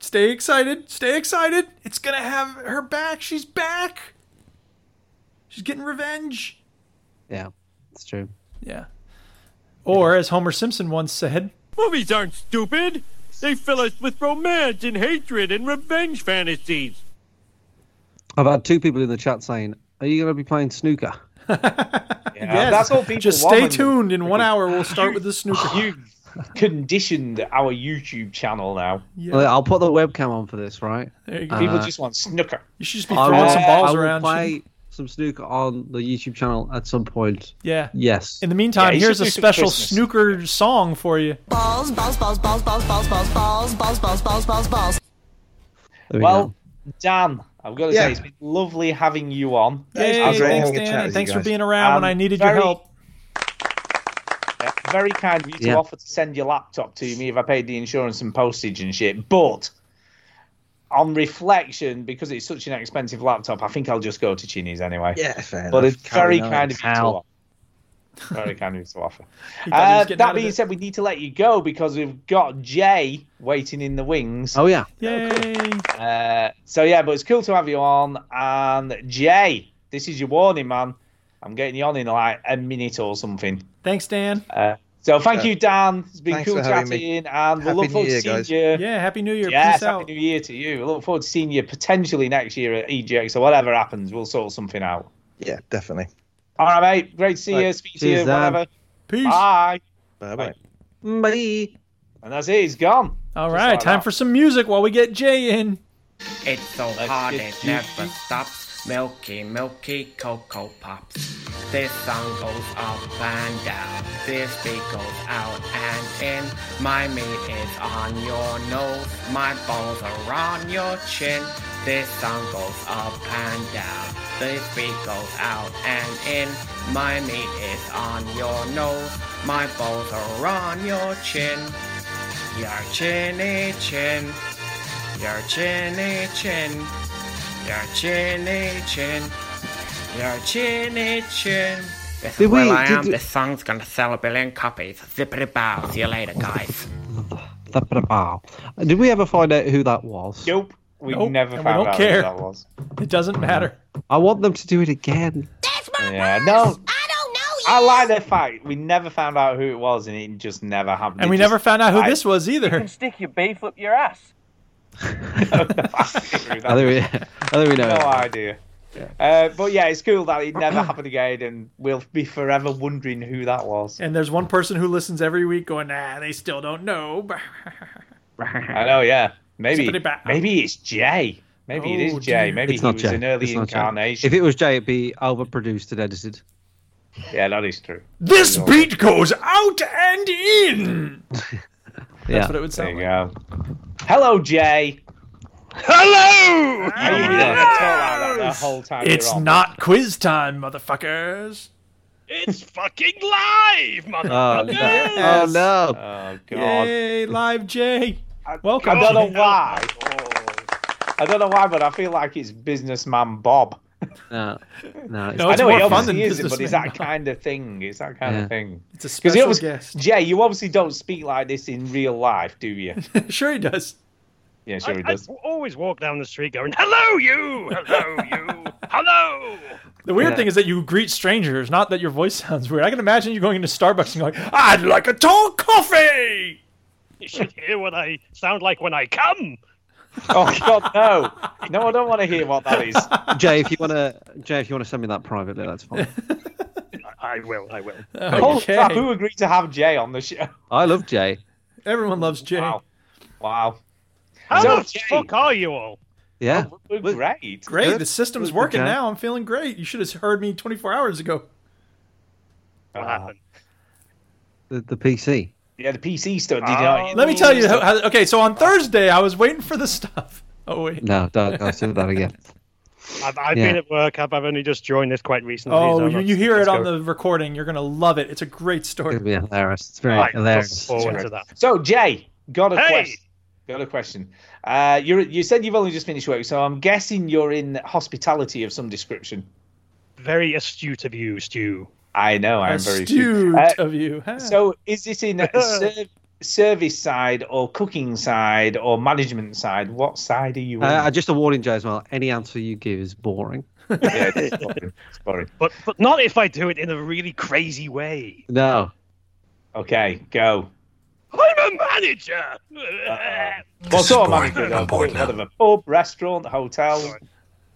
Speaker 3: Stay excited. Stay excited. It's going to have her back. She's back. She's getting revenge.
Speaker 4: Yeah, it's true.
Speaker 3: Yeah. Or, as Homer Simpson once said,
Speaker 7: Movies aren't stupid. They fill us with romance and hatred and revenge fantasies.
Speaker 4: I've had two people in the chat saying, Are you going to be playing snooker?
Speaker 2: Yeah,
Speaker 3: Yes.
Speaker 2: Uh, that's all people
Speaker 3: just
Speaker 2: want
Speaker 3: stay
Speaker 2: when they-
Speaker 3: tuned. In one hour, we'll start
Speaker 2: <laughs>
Speaker 3: with the snooker.
Speaker 2: you conditioned our YouTube channel now.
Speaker 4: Well, I'll put the webcam on for this, right?
Speaker 3: There you go.
Speaker 2: People
Speaker 4: Uh,
Speaker 2: just want snooker.
Speaker 3: you should just be
Speaker 4: I
Speaker 3: throwing
Speaker 4: will-
Speaker 3: some balls
Speaker 4: I will
Speaker 3: around.
Speaker 4: play some snooker on the YouTube channel at some point.
Speaker 3: Yeah.
Speaker 4: Yes.
Speaker 3: In the
Speaker 2: Yeah,
Speaker 3: meantime,
Speaker 2: you
Speaker 3: here's
Speaker 2: should
Speaker 3: a
Speaker 2: do some
Speaker 3: special
Speaker 2: Christmas.
Speaker 3: snooker song for you.
Speaker 12: balls, balls, balls, balls, balls, balls, balls, balls, balls, balls, balls, balls, balls.
Speaker 4: There we
Speaker 2: Well,
Speaker 4: go.
Speaker 2: Dan, I've got to
Speaker 5: Yeah.
Speaker 2: say, it's been lovely having you on.
Speaker 3: Yay,
Speaker 5: great
Speaker 3: thanks,
Speaker 5: having a
Speaker 3: Dan.
Speaker 5: chat with
Speaker 3: and
Speaker 5: you
Speaker 3: Thanks for
Speaker 5: guys.
Speaker 3: being around when
Speaker 2: Um,
Speaker 3: I needed your
Speaker 2: very-
Speaker 3: help.
Speaker 2: Yeah, very kind of you
Speaker 4: Yeah.
Speaker 2: to offer to send your laptop to me if I paid the insurance and postage and shit. But on reflection, because it's such an expensive laptop, I think I'll just go to Chini's anyway.
Speaker 5: Yeah, fair
Speaker 2: But
Speaker 5: enough.
Speaker 2: it's very
Speaker 4: on.
Speaker 2: kind of you to
Speaker 4: How?
Speaker 2: offer. Very kind of you to offer.
Speaker 3: He thought he
Speaker 2: Uh,
Speaker 3: was getting out
Speaker 2: that
Speaker 3: of
Speaker 2: being
Speaker 3: it.
Speaker 2: said, we need to let you go because we've got Jay waiting in the wings.
Speaker 4: Oh, yeah.
Speaker 3: Yay.
Speaker 2: Uh, so yeah, but it's cool to have you on. And Jay, this is your warning, man. I'm getting you on in like a minute or something.
Speaker 3: Thanks, Dan.
Speaker 2: Uh, so thank
Speaker 5: Uh,
Speaker 2: you, Dan. It's been
Speaker 5: thanks
Speaker 2: cool
Speaker 5: for having
Speaker 2: chatting,
Speaker 5: me.
Speaker 2: and we'll
Speaker 5: Happy
Speaker 2: look
Speaker 5: New
Speaker 2: forward
Speaker 5: Year,
Speaker 2: to seeing
Speaker 5: guys.
Speaker 2: you.
Speaker 3: Yeah, Happy New Year.
Speaker 2: Yes,
Speaker 3: Peace
Speaker 2: happy
Speaker 3: out.
Speaker 2: New Year to you. We look forward to seeing you potentially next year at EGX or whatever happens. We'll sort something out.
Speaker 5: Yeah, definitely.
Speaker 2: All right, mate. Great to see
Speaker 5: Right.
Speaker 2: you. Speak to you.
Speaker 4: Cheers, Dan.
Speaker 2: Whatever.
Speaker 3: Peace.
Speaker 2: Bye.
Speaker 5: Bye bye.
Speaker 4: Bye.
Speaker 2: And that's it. He's gone.
Speaker 3: All
Speaker 2: Just
Speaker 3: right,
Speaker 2: like
Speaker 3: time
Speaker 2: that.
Speaker 3: for some music while we get Jay in.
Speaker 10: It's so
Speaker 2: Let's
Speaker 10: hard
Speaker 2: get
Speaker 10: it
Speaker 2: you-
Speaker 10: never stops. Milky, milky cocoa pops. This song goes up and down. This beat goes out and in. My meat is on your nose. My balls are on your chin. This song goes up and down. This beat goes out and in. My meat is on your nose. My balls are on your chin. Your chinny chin. Your chinny chin, your chinny chin, your chinny chin. eh, This is
Speaker 4: Did
Speaker 10: Will
Speaker 4: we-
Speaker 10: I
Speaker 4: did
Speaker 10: am.
Speaker 4: we-
Speaker 10: This song's gonna sell a billion copies. Zippity bow. See you later, guys.
Speaker 4: Ba-ba-da-bow. ah. Did we ever find out who that was?
Speaker 2: Nope. We
Speaker 3: Nope,
Speaker 2: never
Speaker 3: and we
Speaker 2: found
Speaker 3: don't
Speaker 2: out
Speaker 3: care.
Speaker 2: who that was.
Speaker 3: It doesn't matter.
Speaker 4: I want them to do it again.
Speaker 12: That's my
Speaker 2: Yeah,
Speaker 12: balls.
Speaker 2: no.
Speaker 12: I don't know you.
Speaker 2: I like the fact we never found out who it was, and it just never happened.
Speaker 3: And
Speaker 2: It
Speaker 3: we
Speaker 2: just-
Speaker 3: never found out who
Speaker 2: I-
Speaker 3: this was either.
Speaker 7: Stick your beef up your
Speaker 2: <laughs>
Speaker 7: ass.
Speaker 4: I think we, I think we know.
Speaker 2: no
Speaker 4: it.
Speaker 2: idea. Uh, but yeah, it's cool that it never happened again, and we'll be forever wondering who that
Speaker 4: <laughs>
Speaker 2: was.
Speaker 3: And there's one person who listens every week going, nah, they still don't know.
Speaker 2: I know, yeah. Maybe,
Speaker 3: Somebody back-
Speaker 2: maybe it's Jay. Maybe it
Speaker 3: Oh,
Speaker 2: is Jay.
Speaker 3: dear.
Speaker 2: Maybe
Speaker 4: It's
Speaker 2: he
Speaker 4: not
Speaker 2: was
Speaker 4: Jay.
Speaker 2: an early
Speaker 4: It's not Jay.
Speaker 2: incarnation.
Speaker 4: If it was Jay, it'd be overproduced and edited.
Speaker 2: Yeah, that is true.
Speaker 3: <laughs> this beat goes out and in.
Speaker 4: yeah.
Speaker 3: That's what it would
Speaker 2: There you
Speaker 3: sound like.
Speaker 2: go. Hello, Jay. Are
Speaker 5: Hello.
Speaker 2: you gonna talk like that the whole time?
Speaker 3: It's
Speaker 2: you're on?
Speaker 3: not quiz time, motherfuckers.
Speaker 7: It's fucking live, mother.
Speaker 4: Oh, no. Oh, no.
Speaker 2: Oh God.
Speaker 3: Yay, live Jay.
Speaker 2: I
Speaker 3: Welcome. <laughs>
Speaker 2: don't know why. I don't know why, but I feel like it's businessman Bob
Speaker 4: No,
Speaker 3: <laughs>
Speaker 4: no.
Speaker 2: I know he obviously isn't, but it's that kind of thing. It's that kind
Speaker 4: Yeah.
Speaker 2: of thing.
Speaker 3: It's a
Speaker 2: 'Cause you
Speaker 3: special
Speaker 2: obviously-
Speaker 3: guest.
Speaker 2: Jay, you obviously don't speak like this in real life, do you?
Speaker 3: <laughs> sure he does.
Speaker 2: Yeah, sure
Speaker 7: I,
Speaker 2: he does.
Speaker 7: I always walk down the street going, "Hello, you!
Speaker 9: <laughs>
Speaker 7: Hello, you! Hello!"
Speaker 3: The weird
Speaker 7: Yeah.
Speaker 3: thing is that you greet strangers, not that your voice sounds weird. I can imagine you going into Starbucks and going, "I'd like a tall coffee."
Speaker 7: You should hear what I sound like when I come.
Speaker 2: oh God, no! No, I don't want to hear what that is.
Speaker 4: <laughs> Jay, if you want to, Jay, if you want to send me that privately,
Speaker 2: <laughs>
Speaker 4: that's fine.
Speaker 7: <laughs> I will. I will.
Speaker 2: Holy crap! Who agreed to have Jay on the show?
Speaker 4: I love Jay.
Speaker 3: Everyone loves Jay.
Speaker 2: Wow! Wow!
Speaker 7: How
Speaker 2: So,
Speaker 7: the fuck are you all?
Speaker 4: Yeah.
Speaker 2: We're great.
Speaker 3: Great,
Speaker 2: Good.
Speaker 3: the system's
Speaker 2: Good,
Speaker 3: working
Speaker 2: Jack.
Speaker 3: now. I'm feeling great. You should have heard me 24 hours ago.
Speaker 7: What happened?
Speaker 4: The, the PC.
Speaker 2: Yeah, the PC stuff. Did
Speaker 4: Oh.
Speaker 2: you know?
Speaker 3: Let me tell you. How, how- okay, so on Thursday, I was waiting for the stuff. Oh wait.
Speaker 4: No, don't, don't do that again.
Speaker 7: <laughs> I've, I've
Speaker 4: Yeah.
Speaker 7: been at work. I've, I've only just joined this quite recently.
Speaker 3: Oh,
Speaker 7: so
Speaker 3: you,
Speaker 7: let's-
Speaker 3: you hear it
Speaker 7: let's
Speaker 3: on
Speaker 7: go.
Speaker 3: the recording. You're gonna love it. It's a great
Speaker 4: It'll
Speaker 3: story.
Speaker 4: be hilarious. It's very
Speaker 7: Right,
Speaker 4: hilarious.
Speaker 7: look forward to that.
Speaker 2: So Jay, got a
Speaker 7: Hey!
Speaker 2: question. Got a question. Uh, you you said you've only just finished work, so I'm guessing you're in hospitality of some description.
Speaker 7: Very astute of you, Stu.
Speaker 2: I know. I'm very
Speaker 3: Astute
Speaker 2: Uh,
Speaker 3: of you. huh?
Speaker 2: So is this in
Speaker 7: <laughs>
Speaker 2: a ser- service side or cooking side or management side? What side are you on?
Speaker 4: Uh, just a warning, Jay, as well. Any answer you give
Speaker 3: <laughs>
Speaker 4: is boring.
Speaker 2: <laughs> yeah, it's boring. It's boring.
Speaker 7: But but not if I do it in a really crazy way.
Speaker 4: No.
Speaker 2: Okay, go.
Speaker 7: I'm a manager.
Speaker 2: Well, sort of manager though? Whatever. Pub, restaurant, hotel.
Speaker 7: Sorry.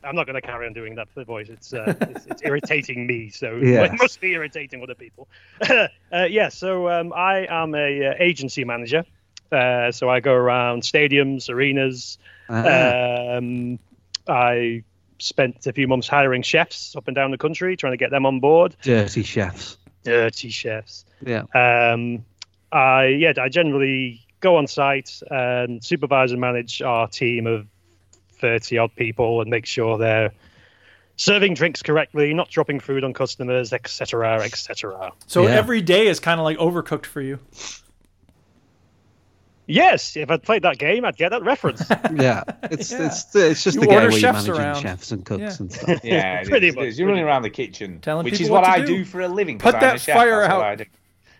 Speaker 7: I'm not going to carry on doing that for the voice.
Speaker 2: <laughs>
Speaker 7: It's uh, it's, it's irritating me, so
Speaker 4: Yeah.
Speaker 7: it <laughs> must be irritating other people. <laughs> uh, yeah, so um, I am a uh, agency manager. Uh, so I go around stadiums, arenas.
Speaker 4: Ah.
Speaker 7: Um, I spent a few months hiring chefs up and down the country, trying to get them on board.
Speaker 4: Dirty chefs.
Speaker 7: Dirty chefs.
Speaker 4: Yeah.
Speaker 7: Um, I yeah, I generally go on site and supervise and manage our team of thirty odd people and make sure they're serving drinks correctly, not dropping food on customers, etc., etc.
Speaker 3: So
Speaker 4: Yeah.
Speaker 3: every day is kind of like overcooked for you.
Speaker 7: Yes, if I'd played that game, I'd get that reference.
Speaker 3: <laughs>
Speaker 4: Yeah. It's
Speaker 3: Yeah.
Speaker 4: it's it's just
Speaker 3: You
Speaker 4: the game
Speaker 3: order
Speaker 4: where you're
Speaker 3: chefs
Speaker 4: managing
Speaker 3: around.
Speaker 4: chefs and cooks
Speaker 3: Yeah. <laughs>
Speaker 4: and stuff.
Speaker 2: Yeah, it
Speaker 7: Pretty
Speaker 2: is, it
Speaker 7: much,
Speaker 2: is. You're
Speaker 7: pretty
Speaker 2: running around the kitchen,
Speaker 3: Telling
Speaker 2: which
Speaker 3: people
Speaker 2: is
Speaker 3: what
Speaker 2: what,
Speaker 3: to
Speaker 2: I
Speaker 3: do.
Speaker 2: do. for a living. 'cause
Speaker 3: Put
Speaker 2: I'm
Speaker 3: that
Speaker 2: a chef,
Speaker 3: fire
Speaker 2: that's what
Speaker 3: out.
Speaker 2: I do.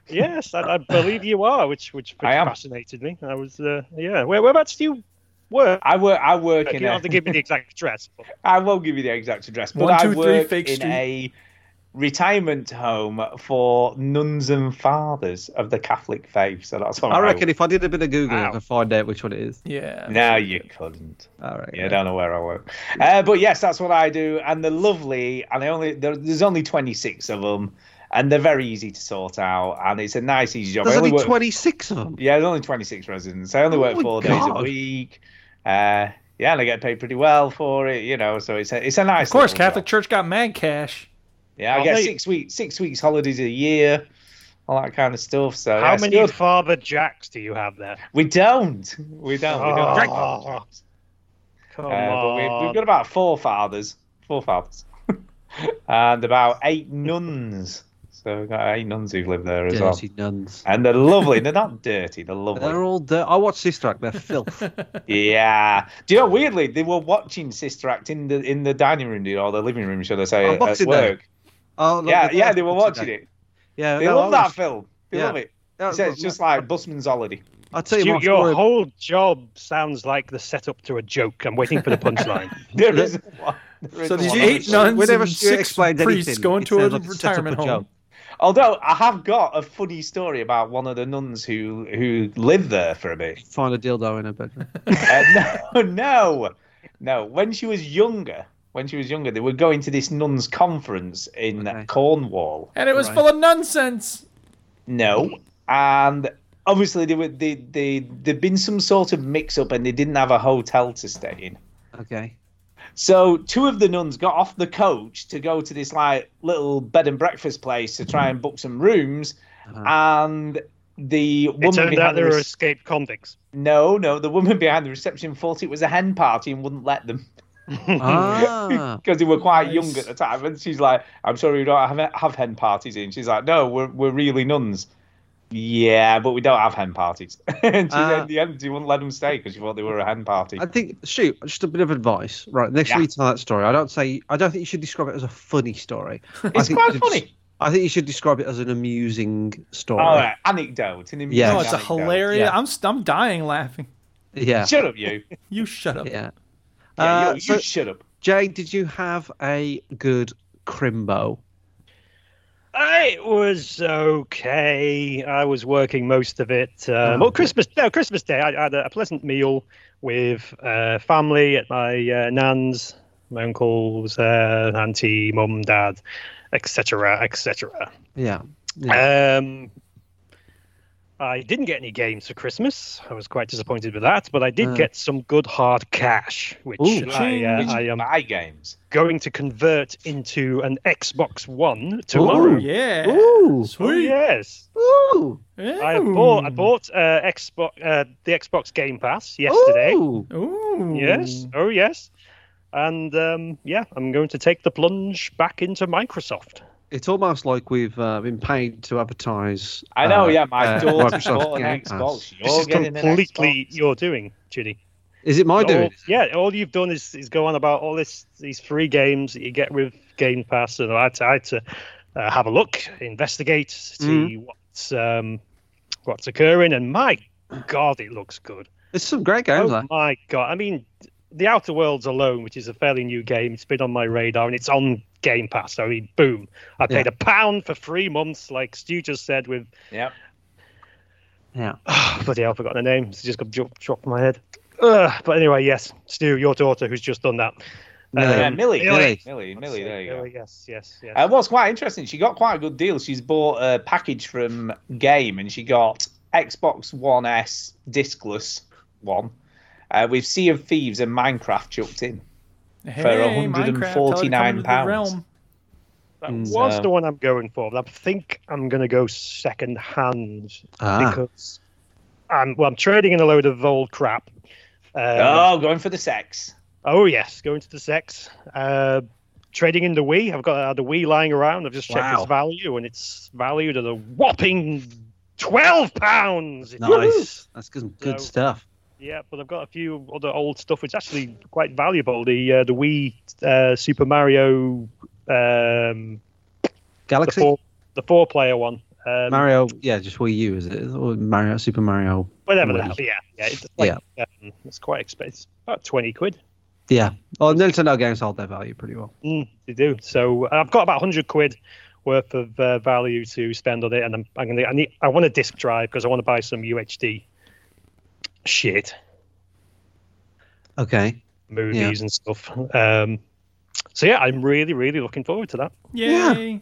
Speaker 7: yes, I, I believe you are, which which, which
Speaker 2: <laughs> I am.
Speaker 7: fascinated me. I was uh, yeah. Where whereabouts do you work?
Speaker 2: I work. I work
Speaker 7: You
Speaker 2: in.
Speaker 7: don't have to
Speaker 2: A,
Speaker 7: give me the exact address. but-
Speaker 2: <laughs> I won't give you the exact address, but
Speaker 3: One, two,
Speaker 2: I
Speaker 3: three,
Speaker 2: work
Speaker 3: Fake
Speaker 2: in
Speaker 3: Street.
Speaker 2: a retirement home for nuns and fathers of the Catholic faith. So that's what
Speaker 4: I reckon if I did a bit of Google, I
Speaker 7: Wow.
Speaker 4: could find out which one it is.
Speaker 3: Yeah.
Speaker 2: No, you couldn't.
Speaker 4: All right.
Speaker 2: Yeah, I don't know where I work. Uh, but yes, that's what I do. And they're lovely. And I only there, there's only 26 of them, and they're very easy to sort out. And it's a nice, easy job.
Speaker 4: There's
Speaker 2: I only
Speaker 4: only
Speaker 2: work,
Speaker 4: 26 of them.
Speaker 2: yeah, there's only 26 residents. I only
Speaker 4: Oh
Speaker 2: work
Speaker 4: my
Speaker 2: four days a
Speaker 4: God.
Speaker 2: week. Uh, yeah, and I get paid pretty well for it, you know. So it's a it's a nice.
Speaker 3: Of course,
Speaker 2: little job.
Speaker 3: Catholic Church got mad cash.
Speaker 2: Yeah, I
Speaker 7: I'll
Speaker 2: get
Speaker 7: make-
Speaker 2: six weeks six weeks holidays a year, all that kind of stuff. So
Speaker 7: How
Speaker 2: yeah, it's
Speaker 7: many
Speaker 2: good.
Speaker 7: Father Jacks do you have there?
Speaker 2: We don't. We don't. We don't.
Speaker 7: Oh,
Speaker 4: <laughs>
Speaker 2: Uh,
Speaker 7: Come
Speaker 2: but we,
Speaker 7: on.
Speaker 2: we've got about four fathers, four fathers, <laughs> and about eight nuns. So we've got eight nuns who've lived there as well,
Speaker 4: Dirty nuns.
Speaker 2: and they're lovely. They're
Speaker 4: <laughs>
Speaker 2: not dirty. They're lovely.
Speaker 4: They're all dirt. I watched Sister Act. They're filth.
Speaker 2: <laughs> Yeah. Do you know? Weirdly, they were watching Sister Act in the in the dining room, you know, or the living room, should I say,
Speaker 4: On
Speaker 2: at
Speaker 4: Boxing Day.
Speaker 2: work.
Speaker 4: Oh, look,
Speaker 2: Yeah,
Speaker 4: they're
Speaker 2: yeah, they were
Speaker 4: filth
Speaker 2: watching
Speaker 4: today.
Speaker 2: it.
Speaker 4: Yeah,
Speaker 2: They
Speaker 4: no,
Speaker 2: love
Speaker 4: I
Speaker 2: that
Speaker 4: was-
Speaker 2: film. They
Speaker 4: Yeah.
Speaker 2: love it.
Speaker 4: yeah,
Speaker 2: He said it's just like Busman's holiday.
Speaker 4: I'll tell you
Speaker 7: Stu,
Speaker 4: my
Speaker 7: your
Speaker 4: story.
Speaker 7: whole job sounds like the setup to a joke. I'm waiting
Speaker 2: <laughs>
Speaker 7: for the punchline.
Speaker 2: There is one. There is
Speaker 3: So these
Speaker 2: one.
Speaker 3: eight nuns
Speaker 4: Whenever
Speaker 3: and
Speaker 4: Stu
Speaker 3: six
Speaker 4: explained
Speaker 3: priests
Speaker 4: anything,
Speaker 3: going
Speaker 4: it
Speaker 3: to a
Speaker 4: sounds like it's set up
Speaker 3: retirement
Speaker 4: a
Speaker 3: home.
Speaker 4: joke.
Speaker 2: Although I have got a funny story about one of the nuns who who lived there for a bit.
Speaker 4: Find a dildo in a bedroom.
Speaker 2: <laughs> Uh, no, <laughs> no, no. When she was younger, when she was younger, they were going to this nuns' conference in
Speaker 4: Okay.
Speaker 2: Cornwall.
Speaker 3: And it was
Speaker 4: Right.
Speaker 3: full of nonsense.
Speaker 2: No, and obviously they were they they there'd been some sort of mix up, and they didn't have a hotel to stay in.
Speaker 4: Okay.
Speaker 2: So two of the nuns got off the coach to go to this like little bed and breakfast place to try and book some rooms,
Speaker 4: Uh-huh.
Speaker 2: and the woman
Speaker 7: it turned out
Speaker 2: behind
Speaker 7: they
Speaker 2: the
Speaker 7: were
Speaker 2: rec-
Speaker 7: escaped convicts.
Speaker 2: no no the woman behind the reception thought it was a hen party and wouldn't let them <laughs>
Speaker 4: Ah.
Speaker 2: because they were quite
Speaker 3: Nice.
Speaker 2: young at the time, and she's like, "I'm sorry, we don't have, have hen parties." here." And she's like, "No, we're we're really nuns." Yeah, but we don't have hen parties. <laughs> and she,
Speaker 4: Ah.
Speaker 2: in the end, she wouldn't let them stay because she thought they were a hen party.
Speaker 4: I think, shoot, just a bit of advice. Right, next time
Speaker 2: Yeah.
Speaker 4: you tell that story, I don't say, I don't think you should describe it as a funny
Speaker 7: <laughs>
Speaker 4: story. I
Speaker 2: It's
Speaker 4: think
Speaker 2: quite
Speaker 4: you should-
Speaker 2: funny.
Speaker 4: I think you should describe it as an amusing story.
Speaker 2: All right, Oh, anecdote. An amusing
Speaker 4: Yeah.
Speaker 3: No, Oh, it's a
Speaker 2: anecdote.
Speaker 3: hilarious.
Speaker 4: Yeah.
Speaker 3: I'm st- I'm dying laughing.
Speaker 4: Yeah.
Speaker 2: Shut up, you.
Speaker 3: <laughs> You shut up.
Speaker 4: Yeah.
Speaker 2: Yeah,
Speaker 4: Uh,
Speaker 2: you,
Speaker 4: so-
Speaker 2: you shut up.
Speaker 4: Jane, did you have a good crimbo?
Speaker 7: It was okay. I was working most of it. Um,
Speaker 4: Oh.
Speaker 7: well, Christmas no, Christmas Day. I, I had a pleasant meal with uh, family at my uh, nan's, my uncle's, uh, auntie, mum, dad, etc., etc.
Speaker 4: Yeah.
Speaker 7: Um, I didn't get any games for Christmas. I was quite disappointed with that, but I did
Speaker 4: Uh.
Speaker 7: get some good hard cash, which
Speaker 4: Ooh.
Speaker 7: I,
Speaker 2: Did
Speaker 7: uh,
Speaker 2: you
Speaker 7: I am
Speaker 2: buy games.
Speaker 7: going to convert into an Xbox One
Speaker 3: Oh
Speaker 7: tomorrow.
Speaker 3: yeah.
Speaker 4: Ooh.
Speaker 7: Oh,
Speaker 3: Sweet.
Speaker 7: yes.
Speaker 4: Ooh.
Speaker 7: I bought I bought uh, Xbox uh, the Xbox Game Pass yesterday.
Speaker 4: Ooh.
Speaker 3: Ooh.
Speaker 7: Yes, oh yes, and um, yeah, I'm going to take the plunge back into Microsoft.
Speaker 4: It's almost like we've uh, been paid to advertise.
Speaker 2: I know,
Speaker 4: uh,
Speaker 2: yeah, my
Speaker 4: uh,
Speaker 2: daughter's
Speaker 4: Microsoft
Speaker 2: got an
Speaker 4: Game Pass.
Speaker 2: Xbox. You're
Speaker 7: This is
Speaker 2: getting an
Speaker 7: completely
Speaker 2: Xbox.
Speaker 7: your doing, Judy.
Speaker 4: Is it my
Speaker 7: All-
Speaker 4: doing?
Speaker 7: yeah, all you've done is, is go on about all this these free games that you get with Game Pass, and I had to, I had to uh, have a look, investigate,
Speaker 4: Mm-hmm.
Speaker 7: see what's um, what's occurring, and my God, it looks good.
Speaker 4: There's some great games.
Speaker 7: Oh
Speaker 4: there.
Speaker 7: my god! I mean, The Outer Worlds alone, which is a fairly new game, it's been on my radar and it's on Game Pass. I mean, boom! I paid
Speaker 4: Yeah.
Speaker 7: a pound for three months, like Stu just said. With
Speaker 2: Yep.
Speaker 4: Yeah.
Speaker 7: Ah, bloody hell, I've forgotten the name. It's just got dropped dropped from my head. Ugh, but anyway, yes, Stu, your daughter, who's just done that. Um,
Speaker 2: Yeah,
Speaker 4: Yeah.
Speaker 2: Uh, Millie,
Speaker 4: Millie.
Speaker 2: Millie, Millie,
Speaker 7: Let's
Speaker 2: Millie,
Speaker 7: see.
Speaker 2: there you
Speaker 7: Oh,
Speaker 2: go.
Speaker 7: Yes, yes, yes.
Speaker 2: Uh, what's quite interesting, she got quite a good deal. She's bought a package from Game, and she got Xbox One S discless one uh, with Sea of Thieves and Minecraft chucked in.
Speaker 3: Hey,
Speaker 2: £149
Speaker 3: Minecraft, tell it to come into the
Speaker 2: pounds.
Speaker 3: realm.
Speaker 7: that
Speaker 4: Mm.
Speaker 7: was
Speaker 2: So-
Speaker 7: the one I'm going for. But I think I'm going to go second hand
Speaker 4: Ah.
Speaker 7: because I'm well, I'm trading in a load of old crap. Uh,
Speaker 2: oh, going for the sex.
Speaker 7: Oh yes, going to the sex. Uh, trading in the Wii. I've got uh, the Wii lying around. I've just checked
Speaker 4: Wow.
Speaker 7: its value, and it's valued at a whopping twelve pounds.
Speaker 4: Nice. That's good, good
Speaker 7: So-
Speaker 4: stuff.
Speaker 7: Yeah, but I've got a few other old stuff which is actually quite valuable. The uh, the Wii uh, Super Mario, um, the
Speaker 4: Galaxy
Speaker 7: four the four player one. Um,
Speaker 4: Mario. Yeah, just Wii U is it? Or Mario Super Mario.
Speaker 7: whatever the
Speaker 4: Wii.
Speaker 7: hell. Yeah, yeah. It's, like, Um, it's quite expensive. About twenty quid.
Speaker 4: Yeah. Well, Oh, Nintendo games hold their value pretty well.
Speaker 7: Mm, they do. So uh, I've got about 100 quid worth of uh, value to spend on it, and I'm, I'm gonna. I need. I want a disc drive because I want to buy some UHD shit,
Speaker 4: Okay.
Speaker 7: movies and stuff. Um, so yeah, I'm really, really looking forward to that.
Speaker 3: Yay.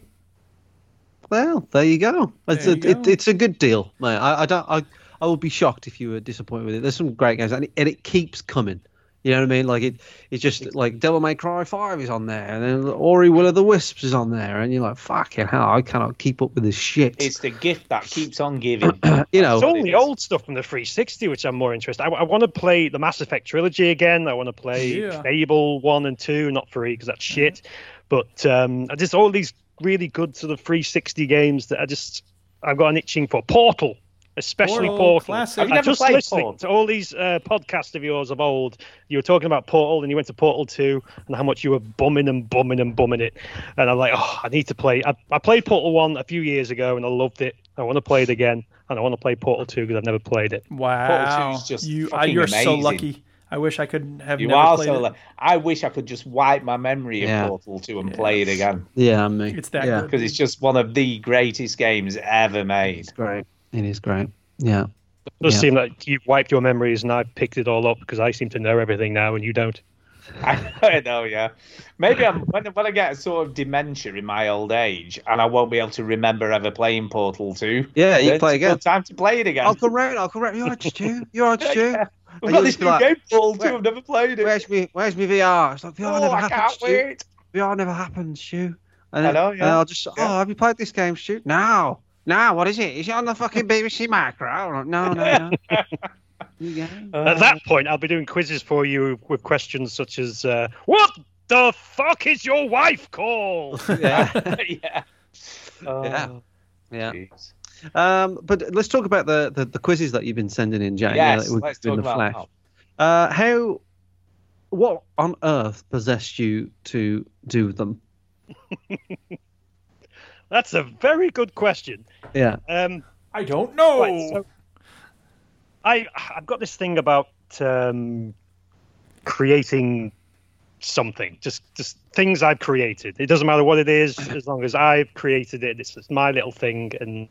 Speaker 4: Well, there you go. It's
Speaker 3: There
Speaker 4: a
Speaker 3: you
Speaker 4: it,
Speaker 3: go.
Speaker 4: it's a good deal, mate. I, I don't I I would be shocked if you were disappointed with it. There's some great games, and it, and it keeps coming. You know what I mean? Like it, it's just like Devil May Cry Five is on there, and then Ori Will of the Wisps is on there, and you're like, fucking hell, I cannot keep up with this shit. <clears throat>
Speaker 2: It's the gift that keeps on giving.
Speaker 4: you
Speaker 7: It's
Speaker 4: know,
Speaker 2: what it
Speaker 7: only
Speaker 2: is.
Speaker 7: old stuff from the 360, which I'm more interested. I, I want to play the Mass Effect trilogy again. I want to play
Speaker 3: Yeah.
Speaker 7: Fable one and two, not three, because that's shit. But um, I just all these really good sort of 360 games that I just I've got an itching for. Portal, especially
Speaker 3: Portal,
Speaker 7: Portal.
Speaker 3: classic.
Speaker 7: I,
Speaker 3: Have
Speaker 2: you
Speaker 7: I
Speaker 2: never
Speaker 7: just
Speaker 2: played
Speaker 7: listening
Speaker 2: Portal?
Speaker 7: to all these uh, podcasts of yours of old. You were talking about Portal, and you went to Portal two, and how much you were bumming and bumming and bumming it. And I'm like, oh, I need to play. I, I played Portal one a few years ago, and I loved it. I want to play it again, and I want to play Portal two because I've never played it.
Speaker 3: Wow.
Speaker 2: two's just
Speaker 3: you, uh,
Speaker 2: fucking
Speaker 3: you're so
Speaker 2: amazing.
Speaker 3: lucky. I wish I could <clears throat> have
Speaker 2: you
Speaker 3: never
Speaker 2: are
Speaker 3: played
Speaker 2: so.
Speaker 3: it.
Speaker 2: Like, I wish I could just wipe my memory of
Speaker 4: Yeah.
Speaker 2: Portal 2 and play it again
Speaker 4: yeah, me.
Speaker 3: It's that
Speaker 4: yeah,
Speaker 3: good.
Speaker 2: because it's just one of the greatest games ever made.
Speaker 4: it's great. It is great. Yeah.
Speaker 7: It does
Speaker 4: Yeah.
Speaker 7: seem like you've wiped your memories, and I've picked it all up because I seem to know everything now, and you don't.
Speaker 2: <laughs> I know, yeah. Maybe I'm when, when I get sort of dementia in my old age, and I won't be able to remember ever playing Portal Two.
Speaker 4: Yeah, you
Speaker 2: then
Speaker 4: play
Speaker 2: it's
Speaker 4: again.
Speaker 2: more Time to play it again.
Speaker 4: I'll come round. I'll come round. You're right, Stu. You're right, Stu.
Speaker 2: We've
Speaker 4: And
Speaker 2: got
Speaker 4: you'll
Speaker 2: this
Speaker 4: be
Speaker 2: new
Speaker 4: like,
Speaker 2: game Portal Two.
Speaker 4: "Where-
Speaker 2: I've never played it.
Speaker 4: Where's me? Where's me VR? It's like VR
Speaker 2: oh,
Speaker 4: never
Speaker 2: I
Speaker 4: happened,
Speaker 2: can't
Speaker 4: Stu.
Speaker 2: wait.
Speaker 4: VR never happened, Stu. And,
Speaker 2: I know,
Speaker 4: and
Speaker 2: yeah.
Speaker 4: I'll just, oh,
Speaker 2: Yeah.
Speaker 4: have you played this game, Stu? No. No, what is it? Is it on the fucking BBC Micro? No, no, no.
Speaker 2: <laughs>
Speaker 4: New game.
Speaker 7: At that point, I'll be doing quizzes for you with questions such as, uh, <laughs> "What the fuck is your
Speaker 3: <laughs>
Speaker 7: wife called?" <laughs> Um,
Speaker 4: yeah.
Speaker 2: yeah.
Speaker 4: Yeah. Yeah.
Speaker 2: Oh. Jeez.
Speaker 4: Um, but let's talk about the, the, the quizzes that you've been sending in, Jack.
Speaker 2: Yes,
Speaker 4: that we've
Speaker 2: let's
Speaker 4: been
Speaker 2: talk
Speaker 4: in
Speaker 2: about
Speaker 4: flesh. Uh, how, what on earth possessed you to do them?
Speaker 7: That's a very good question.
Speaker 4: Yeah.
Speaker 7: Um,
Speaker 3: I don't know.
Speaker 7: I I've got this thing about um, creating something, just just things I've created. It doesn't matter what it is, as long as I've created it. It's, it's my little thing, and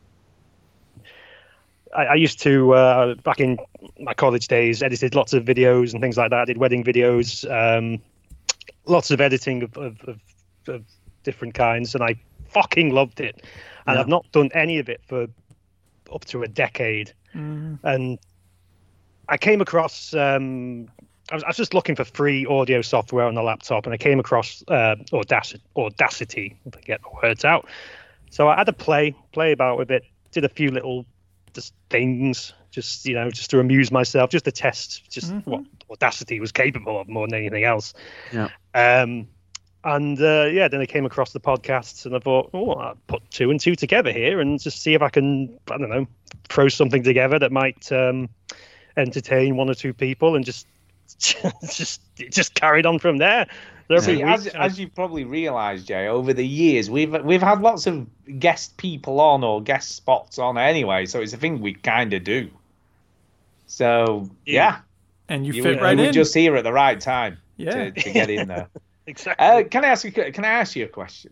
Speaker 7: I, I used to uh, back in my college days edited lots of videos and things like that. I did wedding videos, um, lots of editing of, of, of, of different kinds, and I fucking loved it. And
Speaker 4: Yeah.
Speaker 7: I've not done any of it for up to a decade
Speaker 3: Mm.
Speaker 7: and I came across. Um, I, was, I was just looking for free audio software on the laptop, and I came across uh, Audacity. Audacity, if I get the words out. So I had a play, play about with it. Did a few little just things, just you know, just to amuse myself, just to test just what Audacity was capable of more than anything else.
Speaker 4: Yeah.
Speaker 7: Um, and uh, yeah, then I came across the podcasts and I thought, oh, I'll put two and two together here and just see if I can, I don't know, throw something together that might um, entertain one or two people and just <laughs> just it just carried on from there. So every
Speaker 2: See,
Speaker 7: week
Speaker 2: as,
Speaker 7: I-
Speaker 2: as you probably realised, Jay, over the years we've we've had lots of guest people on or guest spots on anyway, so it's a thing we kind of do. So yeah,
Speaker 3: and you,
Speaker 2: you
Speaker 3: fit
Speaker 2: were-
Speaker 3: right
Speaker 2: you were
Speaker 3: in.
Speaker 2: just here at the right time. to,
Speaker 3: Yeah.
Speaker 2: to get in
Speaker 3: <laughs>
Speaker 2: there.
Speaker 7: exactly.
Speaker 2: Uh, can I ask you? Can I ask you a question?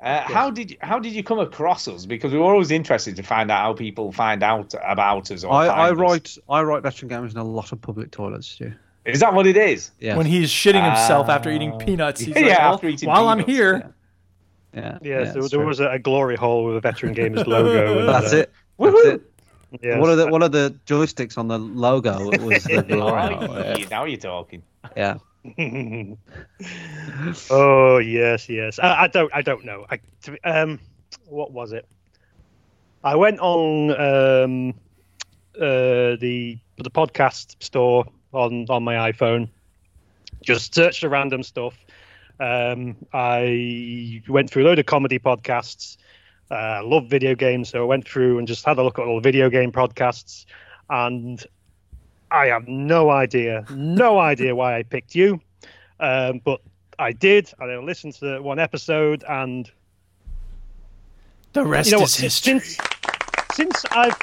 Speaker 2: Uh, how did you, how did you come across us? Because we were always interested to find out how people find out about us. Or
Speaker 4: I, I
Speaker 2: find us.
Speaker 4: write I write veteran gamers in a lot of public toilets, Stu.
Speaker 2: Is that what it is?
Speaker 4: Yeah. Uh,
Speaker 3: When he's shitting himself after
Speaker 2: Ah. <laughs>
Speaker 3: eating peanuts, he's
Speaker 2: Yeah,
Speaker 3: like, well,
Speaker 2: after eating
Speaker 3: while I'm
Speaker 2: peanuts,
Speaker 3: here,
Speaker 4: yeah,
Speaker 7: yeah, so
Speaker 4: that's
Speaker 7: there
Speaker 4: true.
Speaker 7: was a, a glory hole with a veteran
Speaker 3: <laughs>
Speaker 7: gamers logo. and,
Speaker 4: That's
Speaker 7: uh,
Speaker 4: it. That's
Speaker 2: Woohoo!
Speaker 4: it.
Speaker 7: yeah,
Speaker 4: One of the one of the joysticks on the logo
Speaker 2: <laughs>
Speaker 7: <laughs>
Speaker 4: was the glory.
Speaker 2: Oh, yeah, now you're talking. <laughs>
Speaker 4: Yeah.
Speaker 7: oh yes, yes. I, I don't, I don't know. I, to be- um, what was it? I went on um, uh, the the podcast store on on my iPhone. Just searched the random stuff. Um, I went through a load of comedy podcasts. Uh, I love video games, so I went through and just had a look at all the video game podcasts, and I have no idea,
Speaker 3: <laughs>
Speaker 7: no idea why I picked you, um, but I did. I then listened to one episode, and
Speaker 3: the rest
Speaker 7: you know what?
Speaker 3: is
Speaker 7: Since,
Speaker 3: history.
Speaker 7: since since I've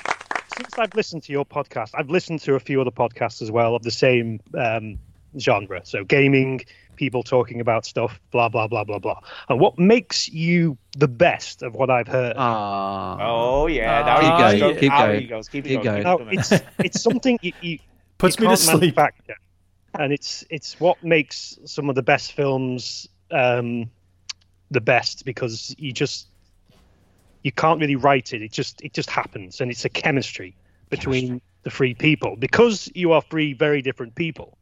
Speaker 7: since I've listened to your podcast, I've listened to a few other podcasts as well of the same um, genre, so gaming, people talking about stuff, blah blah blah blah blah. And what makes you the best of what I've heard?
Speaker 4: Ah.
Speaker 2: Oh yeah, now
Speaker 3: Keep
Speaker 2: you
Speaker 3: going,
Speaker 2: go-
Speaker 4: keep
Speaker 2: now
Speaker 4: going,
Speaker 2: he goes, keep,
Speaker 4: keep
Speaker 2: going.
Speaker 7: No,
Speaker 4: going.
Speaker 2: keep
Speaker 7: it's
Speaker 2: going.
Speaker 7: it's something you, you
Speaker 3: <laughs> Puts me
Speaker 7: you
Speaker 3: to
Speaker 7: can't
Speaker 3: sleep.
Speaker 7: manufacture. And it's it's what makes some of the best films um, the best because you just you can't really write it. It just it just happens, and it's a chemistry between the three people because you are three very different people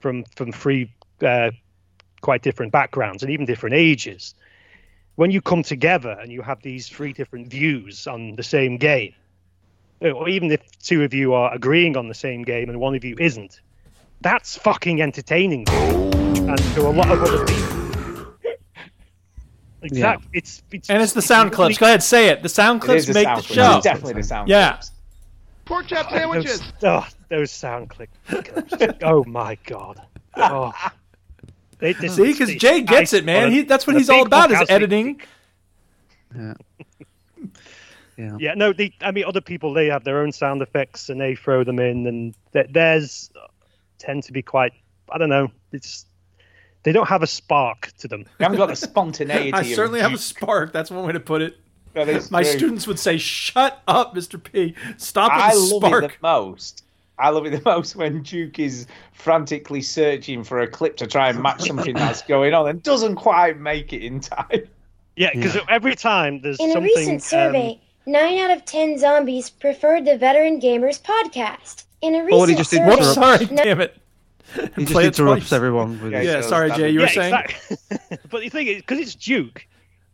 Speaker 7: from from three uh, quite different backgrounds and even different ages. When you come together and you have these three different views on the same game, uh, or even if two of you are agreeing on the same game and one of you isn't, that's fucking entertaining. And to a lot of other people.
Speaker 2: <laughs>
Speaker 7: Exactly. It's, it's
Speaker 3: and it's the sound clips. Go ahead, say it. The sound
Speaker 2: It
Speaker 3: clips
Speaker 2: is the
Speaker 3: make
Speaker 2: sound
Speaker 3: the
Speaker 2: clips.
Speaker 3: show.
Speaker 2: It's definitely the sound.
Speaker 3: Yeah.
Speaker 2: clips.
Speaker 12: Pork chop
Speaker 7: Those, oh, those sound clips. <laughs> oh my god. Oh. They- this-
Speaker 3: See, because
Speaker 7: this-
Speaker 3: Jay gets
Speaker 7: I-
Speaker 3: it, man.
Speaker 7: on a-
Speaker 3: He, that's what
Speaker 7: on a
Speaker 3: he's all
Speaker 7: big
Speaker 3: about is
Speaker 7: podcast,
Speaker 3: editing.
Speaker 4: Yeah. Yeah.
Speaker 7: Yeah, no, they, I mean, other people they have their own sound effects and they throw them in, and th- theirs tend to be quite. I don't know. It's they don't have a spark to them.
Speaker 2: You haven't got the spontaneity.
Speaker 3: <laughs> I
Speaker 2: of
Speaker 3: certainly have a
Speaker 2: Duke.
Speaker 3: spark. That's one way to put it.
Speaker 2: That is
Speaker 3: My
Speaker 2: true.
Speaker 3: students would say, "Shut up, Mr. P. Stop with
Speaker 2: I
Speaker 3: the
Speaker 2: love
Speaker 3: spark."
Speaker 2: it the most. I love it the <laughs> most when Duke is frantically searching for a clip to try and match something
Speaker 7: <laughs>
Speaker 2: that's going on and doesn't quite make it in time.
Speaker 7: Yeah, because every time there's
Speaker 13: In a
Speaker 7: something.
Speaker 2: um,
Speaker 7: um,
Speaker 13: recent survey, 9 out of 10 zombies preferred the Veteran Gamers podcast. In a
Speaker 4: Well, he
Speaker 13: recent
Speaker 4: just did
Speaker 13: survey,
Speaker 3: Whoops, sorry, damn it.
Speaker 4: He just
Speaker 3: Play it
Speaker 4: interrupts
Speaker 3: twice.
Speaker 4: everyone with
Speaker 2: Yeah,
Speaker 4: his-
Speaker 3: Yeah,
Speaker 2: so
Speaker 3: sorry,
Speaker 2: that
Speaker 3: Jay.
Speaker 2: would
Speaker 3: You
Speaker 2: be-
Speaker 3: were
Speaker 7: yeah,
Speaker 3: saying
Speaker 7: exactly. <laughs> but the thing is, because it's Duke,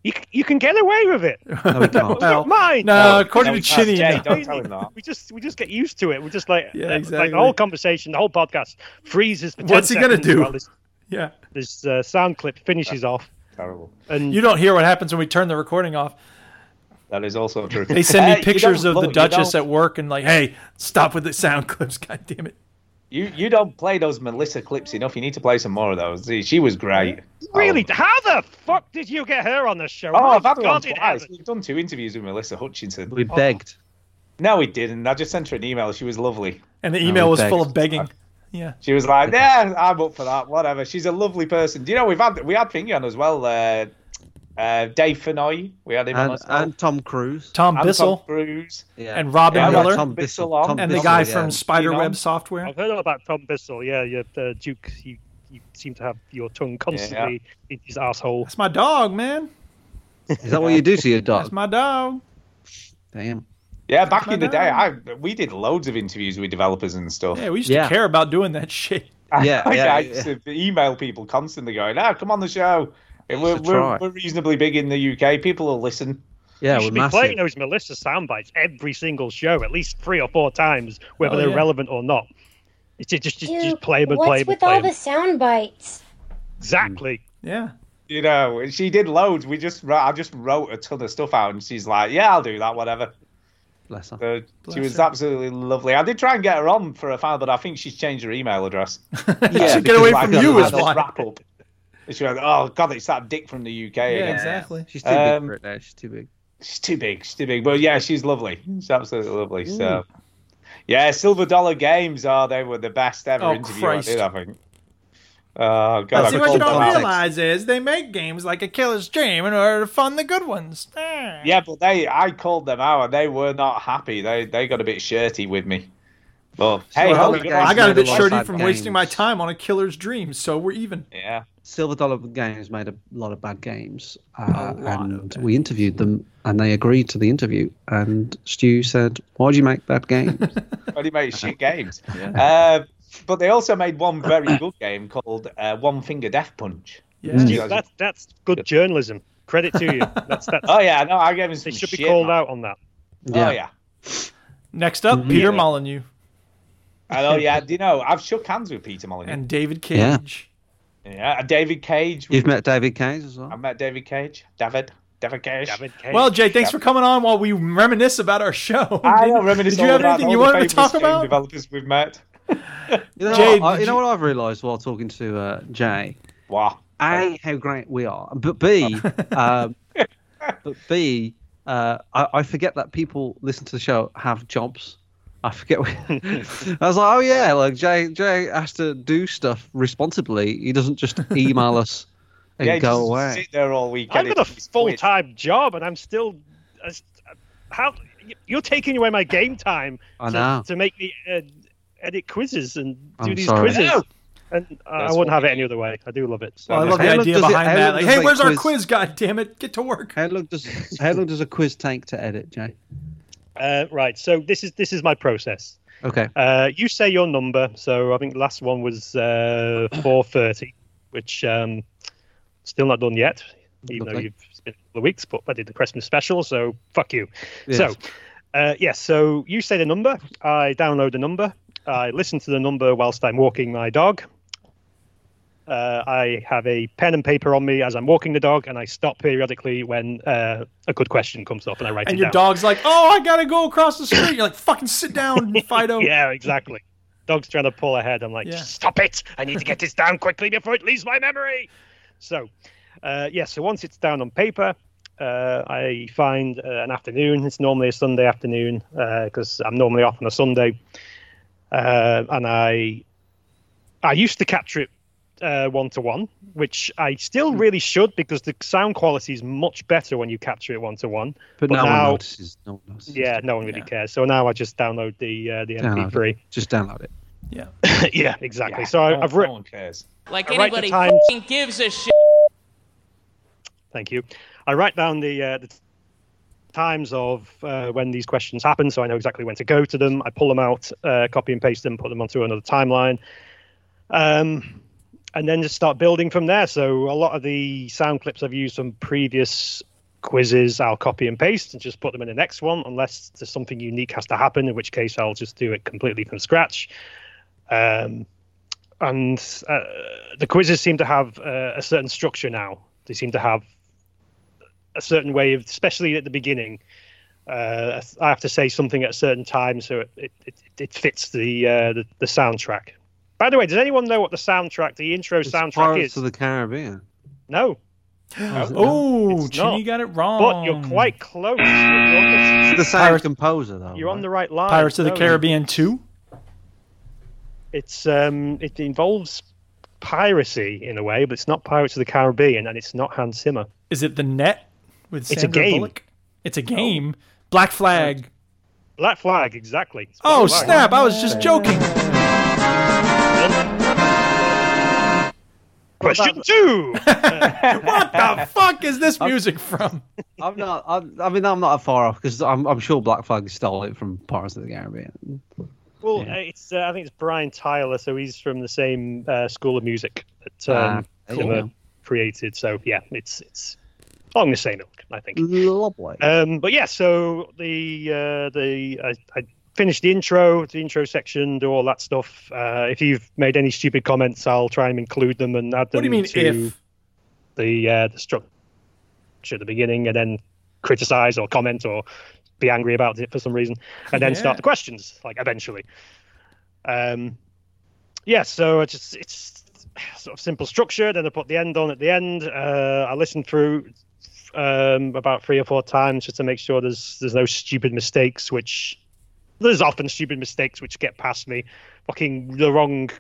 Speaker 7: you c- you can get away
Speaker 2: <laughs>
Speaker 7: with it.
Speaker 4: No, he can't.
Speaker 3: Well,
Speaker 7: mine.
Speaker 3: no, according
Speaker 2: no,
Speaker 3: to Chinny.
Speaker 2: Jay,
Speaker 3: no.
Speaker 2: don't tell him that.
Speaker 7: We just we just get used to it. We're just like
Speaker 3: Yeah,
Speaker 7: uh, like
Speaker 3: exactly.
Speaker 7: the whole conversation, the whole podcast freezes. For 10
Speaker 3: What's he gonna
Speaker 7: seconds
Speaker 3: do?
Speaker 7: while This,
Speaker 3: <laughs> Yeah,
Speaker 7: this uh, sound clip finishes off,
Speaker 2: Terrible.
Speaker 7: and
Speaker 3: you don't hear what happens when we turn the recording off.
Speaker 2: That is also true.
Speaker 3: They send
Speaker 2: Uh, <laughs>
Speaker 3: me
Speaker 2: you
Speaker 3: pictures
Speaker 2: don't
Speaker 3: of
Speaker 2: vote,
Speaker 3: the
Speaker 2: you
Speaker 3: Duchess
Speaker 2: don't-
Speaker 3: at work and like, hey, stop with the sound <laughs> clips. God damn it.
Speaker 2: You you don't play those Melissa clips enough. You need to play some more of those. See, She was great.
Speaker 7: Really? How the fuck did you get her on the show?
Speaker 2: Oh,
Speaker 7: My
Speaker 2: I've had her on
Speaker 7: God in
Speaker 2: twice.
Speaker 7: heaven.
Speaker 2: We've done two interviews with Melissa Hutchinson.
Speaker 4: We begged.
Speaker 2: No, we didn't. I just sent her an email. She was lovely.
Speaker 3: And the email was full of begging. Yeah.
Speaker 2: She was like, "Yeah, I'm up for that. Whatever." She's a lovely person. Do you know we've had we had Thingy on as well. Uh, uh, Dave Fenoy, we had him on.
Speaker 4: And,
Speaker 2: As well.
Speaker 4: and Tom Cruise.
Speaker 3: Tom
Speaker 2: And
Speaker 3: Bissell.
Speaker 2: Cruise,
Speaker 4: Yeah.
Speaker 3: And Robin
Speaker 2: Yeah, I got
Speaker 3: Miller.
Speaker 4: Tom Bissell. Tom
Speaker 3: and the
Speaker 4: Bissell,
Speaker 3: guy
Speaker 4: yeah.
Speaker 3: from Spiderweb Software.
Speaker 7: I've heard about Tom Bissell. Yeah, yeah uh, Duke, you, you seem to have your tongue constantly in his asshole.
Speaker 3: That's my dog, man.
Speaker 4: Is that what you do to your
Speaker 3: <laughs>
Speaker 4: dog?
Speaker 3: That's my dog.
Speaker 4: Damn.
Speaker 2: Yeah, back in the day, I
Speaker 3: Madonna.
Speaker 2: we did loads of interviews with developers and stuff.
Speaker 3: Yeah, we used
Speaker 4: Yeah.
Speaker 3: to care about doing that shit.
Speaker 4: Yeah,
Speaker 2: <laughs> I,
Speaker 4: yeah,
Speaker 2: I used to email people constantly going, "Ah, come on the show. And We're,
Speaker 4: should
Speaker 2: we're,
Speaker 4: try.
Speaker 2: we're reasonably big in the UK. People will listen."
Speaker 4: Yeah,
Speaker 7: you
Speaker 4: we're
Speaker 7: should be playing those
Speaker 4: massive.
Speaker 7: Melissa soundbites every single show, at least three or four times, whether
Speaker 3: Oh,
Speaker 7: they're
Speaker 3: yeah.
Speaker 7: relevant or not. It's just, just, just, just
Speaker 13: Dude,
Speaker 7: play them and
Speaker 13: what's
Speaker 7: play them and
Speaker 13: with
Speaker 7: play
Speaker 13: all
Speaker 7: them.
Speaker 13: the sound bites?
Speaker 7: Exactly.
Speaker 3: Mm. Yeah.
Speaker 2: You know, she did loads. We just wrote, I just wrote a ton of stuff out, and she's like, "Yeah, I'll do that. Whatever."
Speaker 4: Bless her.
Speaker 2: So
Speaker 3: Bless
Speaker 2: she was
Speaker 3: her.
Speaker 2: absolutely lovely. I did try and get her on for a final, but I think she's changed her email
Speaker 3: <laughs>
Speaker 2: address.
Speaker 3: should get away
Speaker 2: Like,
Speaker 3: from
Speaker 2: I
Speaker 3: you
Speaker 2: had
Speaker 3: is
Speaker 2: this
Speaker 3: why.
Speaker 2: wrap up. And she went, "Oh God, it's that dick from the UK
Speaker 3: Yeah,
Speaker 2: again."
Speaker 3: exactly.
Speaker 4: She's too
Speaker 2: Um,
Speaker 4: big for it now. She's too big.
Speaker 2: She's too big. She's too big. But yeah, she's lovely. She's absolutely lovely. So, yeah, Silver Dollar Games. Oh, they were the best ever
Speaker 3: Oh,
Speaker 2: interview
Speaker 3: Christ.
Speaker 2: I did. I think. Oh god. I
Speaker 3: See, what you
Speaker 2: called
Speaker 3: don't
Speaker 2: them out.
Speaker 3: realize is they make games like a killer's dream in order to fund the good ones. Ah.
Speaker 2: Yeah, but they. I called them out, and they were not happy. They they got a bit shirty with me. But hey,
Speaker 4: Well,
Speaker 2: holy
Speaker 4: okay.
Speaker 2: God.
Speaker 3: I got a bit
Speaker 4: Like
Speaker 3: shirty
Speaker 4: bad
Speaker 3: from
Speaker 4: games.
Speaker 3: wasting my time on a killer's dream, so we're even.
Speaker 2: Yeah.
Speaker 4: Silver Dollar Games made a lot of bad games, uh,
Speaker 7: Oh,
Speaker 3: A lot of
Speaker 4: and we interviewed them, and they agreed to the interview. And Stu said, "Why'd you make bad
Speaker 3: <laughs>
Speaker 4: games?"
Speaker 2: Only made shit games. Uh, but they also made one very good game called uh, One Finger Death Punch.
Speaker 3: Yeah.
Speaker 7: Dude, Mm. that's, that's good journalism. Credit to
Speaker 2: <laughs>
Speaker 7: you. That's, that's,
Speaker 2: Oh yeah, no, I gave him
Speaker 7: they
Speaker 2: some
Speaker 7: should be
Speaker 2: shit,
Speaker 7: called
Speaker 2: man.
Speaker 7: out on that.
Speaker 2: Oh yeah.
Speaker 3: Next up,
Speaker 4: Mm-hmm.
Speaker 3: Peter Molyneux
Speaker 2: And, oh yeah, do you know I've shook hands with Peter Molyneux.
Speaker 3: and David
Speaker 4: Yeah.
Speaker 3: Cage.
Speaker 2: yeah, David Cage.
Speaker 4: You've met David Cage as well.
Speaker 2: I met David Cage. David. David Cage.
Speaker 7: David Cage.
Speaker 3: Well, Jay, thanks for coming on while we reminisce about our show. <laughs>
Speaker 2: I know.
Speaker 3: Did-
Speaker 2: Reminisce
Speaker 3: Did you
Speaker 2: all
Speaker 3: have
Speaker 2: about
Speaker 3: anything
Speaker 2: all
Speaker 3: you
Speaker 2: the famous
Speaker 3: wanted to talk
Speaker 2: game
Speaker 3: about?
Speaker 2: Developers we've met.
Speaker 4: You know,
Speaker 3: Jay,
Speaker 4: what, I,
Speaker 3: did
Speaker 4: you know
Speaker 3: you-
Speaker 4: what I've realised while talking to uh, Jay?
Speaker 2: Wow.
Speaker 4: A, how great we are,
Speaker 3: <laughs>
Speaker 4: but B, um, but B, uh, I, I forget that people listen to the show have jobs. I forget. We, <laughs> I was like, oh yeah, like Jay, Jay has to do stuff responsibly. He doesn't just email us and
Speaker 2: Yeah,
Speaker 4: go
Speaker 2: just
Speaker 4: away.
Speaker 2: Sit there all weekend.
Speaker 7: I've got a
Speaker 2: It's- it's weird.
Speaker 7: full time job and I'm still. I s- How You're taking away my game time
Speaker 4: I
Speaker 7: to,
Speaker 4: know.
Speaker 7: to make me uh, edit quizzes and do
Speaker 4: I'm
Speaker 7: these
Speaker 4: sorry.
Speaker 7: quizzes. And uh, I
Speaker 2: That's
Speaker 7: wouldn't
Speaker 2: what-
Speaker 7: have it any other way. I do love it. So.
Speaker 3: Well, Oh, I love the
Speaker 4: How long
Speaker 3: idea
Speaker 4: does it-
Speaker 3: behind
Speaker 4: how
Speaker 3: that.
Speaker 4: long
Speaker 3: Like,
Speaker 4: does
Speaker 3: hey,
Speaker 4: it
Speaker 3: where's our
Speaker 4: quiz-
Speaker 3: quiz? God
Speaker 2: <laughs>
Speaker 3: damn it, get to work.
Speaker 4: How long does how long does a quiz take to edit, Jay?
Speaker 7: Uh, right. So this is this is my process.
Speaker 4: Okay.
Speaker 7: Uh, you say your number. So I think the last one
Speaker 3: <clears throat>
Speaker 7: was uh, four thirty, which um, still not done yet, even though
Speaker 4: Lovely.
Speaker 7: you've spent a couple of weeks. But I did the Christmas special, so fuck you.
Speaker 4: Yes.
Speaker 7: So uh, yes. so you say the number. I download the number. I listen to the number whilst I'm walking my dog. Uh, I have a pen and paper on me as I'm walking the dog, and I stop periodically when uh, a good question comes up, and I write
Speaker 3: And
Speaker 7: it
Speaker 3: your
Speaker 7: down.
Speaker 3: dog's like, oh, I gotta go across the street. You're like, fucking sit down,
Speaker 2: <laughs>
Speaker 3: Fido.
Speaker 7: Yeah, exactly. Dog's trying to pull ahead. I'm like,
Speaker 3: Yeah.
Speaker 7: stop it! I need to get this down quickly before it leaves my memory. So, uh, yeah. So once it's down on paper, uh, I find uh, an afternoon. It's normally a Sunday afternoon because I'm normally off on a Sunday, uh, and I I used to capture it one to one, which I still
Speaker 4: Hmm.
Speaker 7: really should because the sound quality is much better when you capture it one to one.
Speaker 4: But,
Speaker 7: But
Speaker 4: no
Speaker 7: now-
Speaker 4: one notices. No one notices.
Speaker 7: Yeah, no one really
Speaker 3: Yeah.
Speaker 7: cares. So now I just download the uh, the
Speaker 4: Download
Speaker 7: MP3.
Speaker 4: it. Just download it.
Speaker 7: <laughs> yeah, exactly.
Speaker 2: Yeah,
Speaker 7: So I,
Speaker 2: no-
Speaker 7: I've written.
Speaker 2: No one cares.
Speaker 14: Like
Speaker 7: I write the
Speaker 14: anybody
Speaker 7: times.
Speaker 14: fing gives a shit.
Speaker 7: Thank you. I write down the, uh, the times of uh, when these questions happen, so I know exactly when to go to them. I pull them out, uh, copy and paste them, put them onto another timeline, um, and then just start building from there. So a lot of the sound clips I've used from previous quizzes, I'll copy and paste and just put them in the next one, unless there's something unique has to happen, in which case I'll just do it completely from scratch. Um, and uh, the quizzes seem to have uh, a certain structure now. They seem to have a certain way of, especially at the beginning. Uh, I have to say something at a certain time so it it, it, it fits the, uh, the the soundtrack. By the way, does anyone know what the soundtrack, the intro soundtrack
Speaker 4: Pirates
Speaker 7: is?
Speaker 4: of the Caribbean.
Speaker 7: No.
Speaker 3: Oh,
Speaker 7: It's not.
Speaker 3: Chinny got it wrong.
Speaker 7: But you're quite close. You're on
Speaker 4: It's the same
Speaker 3: Pirates-
Speaker 4: composer though.
Speaker 7: You're on the right line.
Speaker 3: Pirates of the
Speaker 7: No,
Speaker 3: Caribbean 2?
Speaker 7: It's um, it involves piracy in a way, but it's not Pirates of the Caribbean, and it's not Hans Zimmer.
Speaker 3: Is it The Net with
Speaker 7: It's a
Speaker 3: Sandra
Speaker 7: game.
Speaker 3: Bullock? It's a game. Black Flag.
Speaker 7: Black Flag, exactly. It's
Speaker 3: Oh,
Speaker 7: Black Flag.
Speaker 3: snap. I was just joking.
Speaker 7: Question two.
Speaker 3: <laughs> what the fuck is this music from?
Speaker 4: I'm not. I'm, I mean, I'm not far off because I'm, I'm sure Black Flag stole it from Pirates of the Caribbean.
Speaker 7: Well, uh, it's uh, I think it's Brian Tyler, so he's from the same uh, school of music that
Speaker 4: Ah,
Speaker 7: um,
Speaker 4: there you
Speaker 7: Zimmer
Speaker 4: go.
Speaker 7: created. So yeah, it's it's along the same ilk, I think.
Speaker 4: Lovely.
Speaker 7: Um, but yeah, so the uh, the I, I finished the intro, the intro section, do all that stuff. Uh, if you've made any stupid comments, I'll try and include them and add them.
Speaker 3: What do you mean
Speaker 7: to
Speaker 3: if?
Speaker 7: the uh, the structure at the beginning, and then criticize or comment or be angry about it for some reason, and then
Speaker 3: Yeah.
Speaker 7: start the questions like eventually. Um, yeah, so it's just, it's sort of simple structure. Then I put the end on at the end. Uh, I listened through um, about three or four times just to make sure there's there's no stupid mistakes, which there's often stupid mistakes which get past me. Fucking the wrong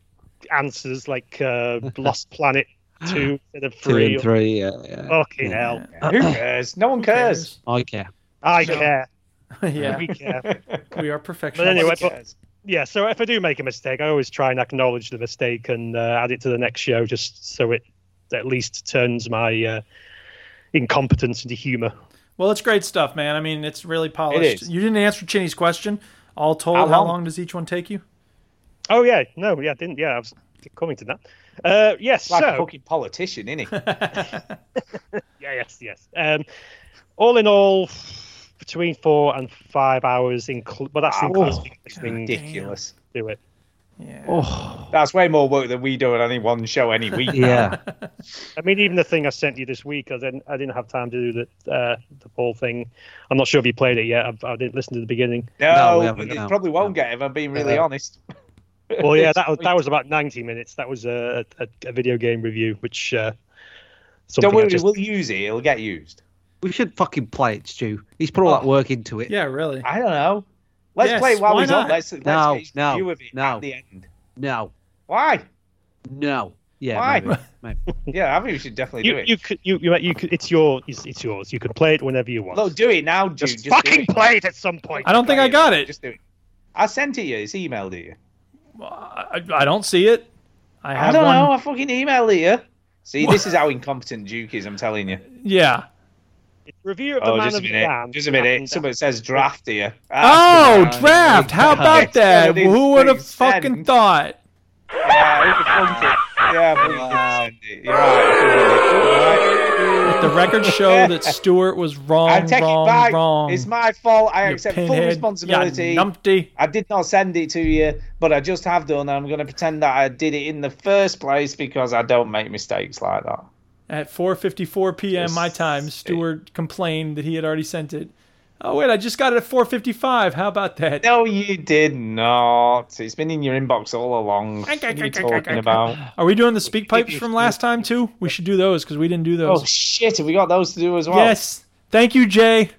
Speaker 7: answers, like
Speaker 4: <laughs>
Speaker 7: uh, Lost Planet two instead of
Speaker 4: Two
Speaker 7: three.
Speaker 4: and three. Yeah, yeah.
Speaker 7: Fucking hell!
Speaker 2: Who cares? No one cares.
Speaker 4: I care.
Speaker 7: I
Speaker 3: So-
Speaker 7: care.
Speaker 3: <laughs> yeah.
Speaker 7: We care.
Speaker 3: We are
Speaker 7: But
Speaker 3: perfectionists.
Speaker 7: anyway,
Speaker 2: Nobody
Speaker 7: but,
Speaker 2: cares.
Speaker 7: yeah. So if I do make a mistake, I always try and acknowledge the mistake and uh, add it to the next show, just so it at least turns my uh, incompetence into humour.
Speaker 3: Well, it's great stuff, man. I mean, Oh, it's really polished.
Speaker 2: is.
Speaker 3: You didn't answer Chinny's question. All told,
Speaker 2: How
Speaker 3: how
Speaker 2: long?
Speaker 3: long does each one take you?
Speaker 7: Oh yeah, no, yeah, I didn't. Yeah, I was coming to that. Uh, yes.
Speaker 2: Like a
Speaker 7: so
Speaker 2: fucking politician, innit?
Speaker 7: <laughs> yeah, yes, yes. Um, all in all, between four and five hours, inclu- but that's
Speaker 2: Oh,
Speaker 7: including listening
Speaker 2: Ridiculous.
Speaker 7: to it.
Speaker 3: Yeah.
Speaker 2: Oh. That's way more work than we do on any one show any week.
Speaker 4: Yeah.
Speaker 7: I mean, even the thing I sent you this week, I didn't, I didn't have time to do the uh, the poll thing. I'm not sure if you played it yet. I've, I didn't listen to the beginning.
Speaker 4: No,
Speaker 2: No,
Speaker 4: we
Speaker 2: you
Speaker 4: haven't, no. Uh,
Speaker 2: probably won't get it if I'm being really
Speaker 7: Yeah.
Speaker 2: honest.
Speaker 7: Well, yeah, that was that was about 90 minutes. That was a a, a video game review, which uh, something
Speaker 2: Don't
Speaker 7: I
Speaker 2: worry,
Speaker 7: just-
Speaker 2: we'll use it. It'll get used.
Speaker 4: We should fucking play it, Stu. He's put all that work into it.
Speaker 3: Yeah, really.
Speaker 2: I don't know. Let's
Speaker 3: Yes,
Speaker 2: play it while
Speaker 3: why
Speaker 2: he's on.
Speaker 3: not?
Speaker 2: Let's, let's
Speaker 4: No,
Speaker 2: get his
Speaker 4: no,
Speaker 2: review of it
Speaker 4: no.
Speaker 2: at the end.
Speaker 4: No,
Speaker 2: Why?
Speaker 4: no. Yeah.
Speaker 2: Why?
Speaker 4: Maybe. maybe.
Speaker 2: <laughs> Yeah, I think we should definitely do
Speaker 7: you
Speaker 2: it.
Speaker 7: you could you you, you could, it's your it's, it's yours. You could play it whenever you want.
Speaker 2: Look, do it now, dude.
Speaker 7: just,
Speaker 2: Just,
Speaker 7: fucking
Speaker 2: do it.
Speaker 7: play it at some point.
Speaker 3: I don't think I got it.
Speaker 2: Just do it. I sent it you. It's emailed to you.
Speaker 3: I, I don't see it. I have
Speaker 2: I don't
Speaker 3: one.
Speaker 2: know. I fucking emailed it you. See,
Speaker 3: <laughs>
Speaker 2: this is how incompetent Duke is. I'm telling you.
Speaker 3: Yeah.
Speaker 7: Review of the
Speaker 2: Oh,
Speaker 7: Man
Speaker 2: just a
Speaker 7: of Dan.
Speaker 2: minute. Just a minute. Someone says draft here.
Speaker 3: Oh,
Speaker 2: Ah,
Speaker 3: draft. How
Speaker 7: <laughs>
Speaker 3: about that?
Speaker 2: It's
Speaker 3: Who would have
Speaker 2: been
Speaker 3: fucking
Speaker 2: sent.
Speaker 3: thought?
Speaker 2: Yeah, Ah, who the fuck did- yeah, I think you sent it. You're right. You're right.
Speaker 3: The
Speaker 2: <laughs>
Speaker 3: records show that Stewart was wrong,
Speaker 2: I take
Speaker 3: wrong,
Speaker 2: it back.
Speaker 3: wrong.
Speaker 2: It's my fault. I
Speaker 3: You
Speaker 2: accept full
Speaker 3: pinhead.
Speaker 2: responsibility.
Speaker 3: Yeah, numpty.
Speaker 2: I did not send it to you, but I just have done. I'm going to pretend that I did it in the first place because I don't make mistakes like that.
Speaker 3: At 4:54 p.m. my time, Stewart complained that he had already sent it. Oh wait, I just got it at 4:55. How about that?
Speaker 2: No, you did not. It's been in your inbox all along. What are you talking about?
Speaker 3: Are we doing the speak pipes from last time too? We should do those because we didn't do
Speaker 2: Oh
Speaker 3: those.
Speaker 2: shit! Have we got those to do as well?
Speaker 3: yes. Thank you, Jay.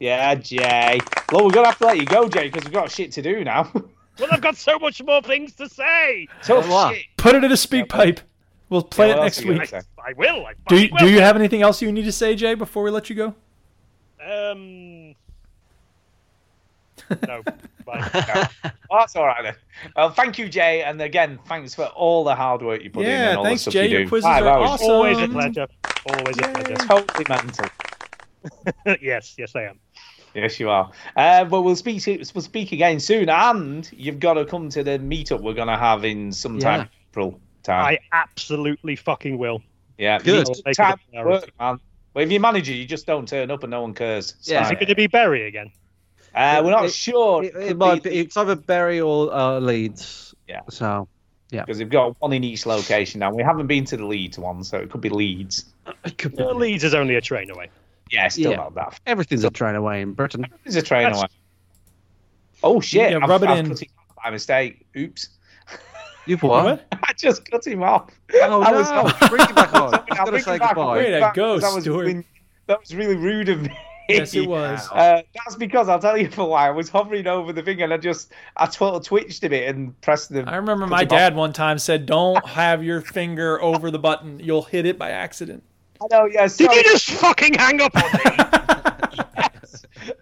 Speaker 2: Yeah, Jay. Well, we're gonna have to let you go, Jay, because we've got shit to do now.
Speaker 7: Well, I've got so much more things to say. Oh,
Speaker 2: Tough
Speaker 4: wow.
Speaker 2: shit.
Speaker 3: Put it in a speak pipe. We'll play
Speaker 2: Yeah,
Speaker 3: it
Speaker 2: what
Speaker 3: next
Speaker 2: else you
Speaker 3: week.
Speaker 2: got?
Speaker 7: I, I will. I
Speaker 3: Do
Speaker 7: fucking
Speaker 3: you, do you have anything else you need to say, Jay, before we let you go?
Speaker 7: will. Um. No. Bye. <laughs>
Speaker 2: Well, uh, oh, that's all right then. Well, thank you, Jay, and again, thanks for all the hard work you put in
Speaker 3: Yeah,
Speaker 2: and all
Speaker 3: thanks,
Speaker 2: the stuff
Speaker 3: Jay.
Speaker 2: you do.
Speaker 3: Your quizzes
Speaker 2: Five
Speaker 3: are
Speaker 2: hours.
Speaker 3: awesome.
Speaker 7: Always a
Speaker 3: Awesome.
Speaker 7: pleasure. Always a pleasure.
Speaker 2: Totally mental.
Speaker 7: <laughs> yes, yes, I am.
Speaker 2: Yes, you are. Uh, but we'll speak. To, we'll speak again soon, and you've got to come to the meetup we're gonna have in sometime
Speaker 4: Yeah.
Speaker 2: April time.
Speaker 7: I absolutely fucking will.
Speaker 2: yeah,
Speaker 4: Good.
Speaker 2: meetup
Speaker 7: Make it
Speaker 2: time
Speaker 7: a priority.
Speaker 2: work, man. Well, if you manage it, you just don't turn up and no one cares.
Speaker 4: Yeah.
Speaker 7: Is
Speaker 2: Sorry.
Speaker 7: it going to be Barry again?
Speaker 2: Uh, we're not
Speaker 4: It-
Speaker 2: sure.
Speaker 4: It, it might be. It's either Bury or uh, Leeds.
Speaker 2: Yeah.
Speaker 4: So
Speaker 2: because we've got one in each location now. We haven't been to the Leeds one, so it could be Leeds.
Speaker 4: it could be.
Speaker 7: Well, Leeds is only a train away.
Speaker 2: Yeah, still not that.
Speaker 4: Everything's a train away in Britain.
Speaker 2: There's a train away. Oh shit!
Speaker 4: Yeah,
Speaker 2: I've,
Speaker 4: rub it
Speaker 2: I've
Speaker 4: in.
Speaker 2: Cut him off by mistake. Oops.
Speaker 4: You've what?
Speaker 2: <laughs> I just cut him off.
Speaker 4: Oh,
Speaker 2: <laughs> I was,
Speaker 4: no. Bring him back on. He's gotta say goodbye. Way to go,
Speaker 2: that was
Speaker 4: Stuart.
Speaker 2: Really, that was really rude of me.
Speaker 3: Yes, it was.
Speaker 2: <laughs> Uh, that's because I'll tell you for why. I was hovering over the thing and I just I tw- twitched a bit and pressed the.
Speaker 3: I remember <laughs> my dad one time said, "Don't have your finger over the button; you'll hit it by accident."
Speaker 2: I know. Yes.
Speaker 3: Did
Speaker 2: you
Speaker 7: just fucking hang up?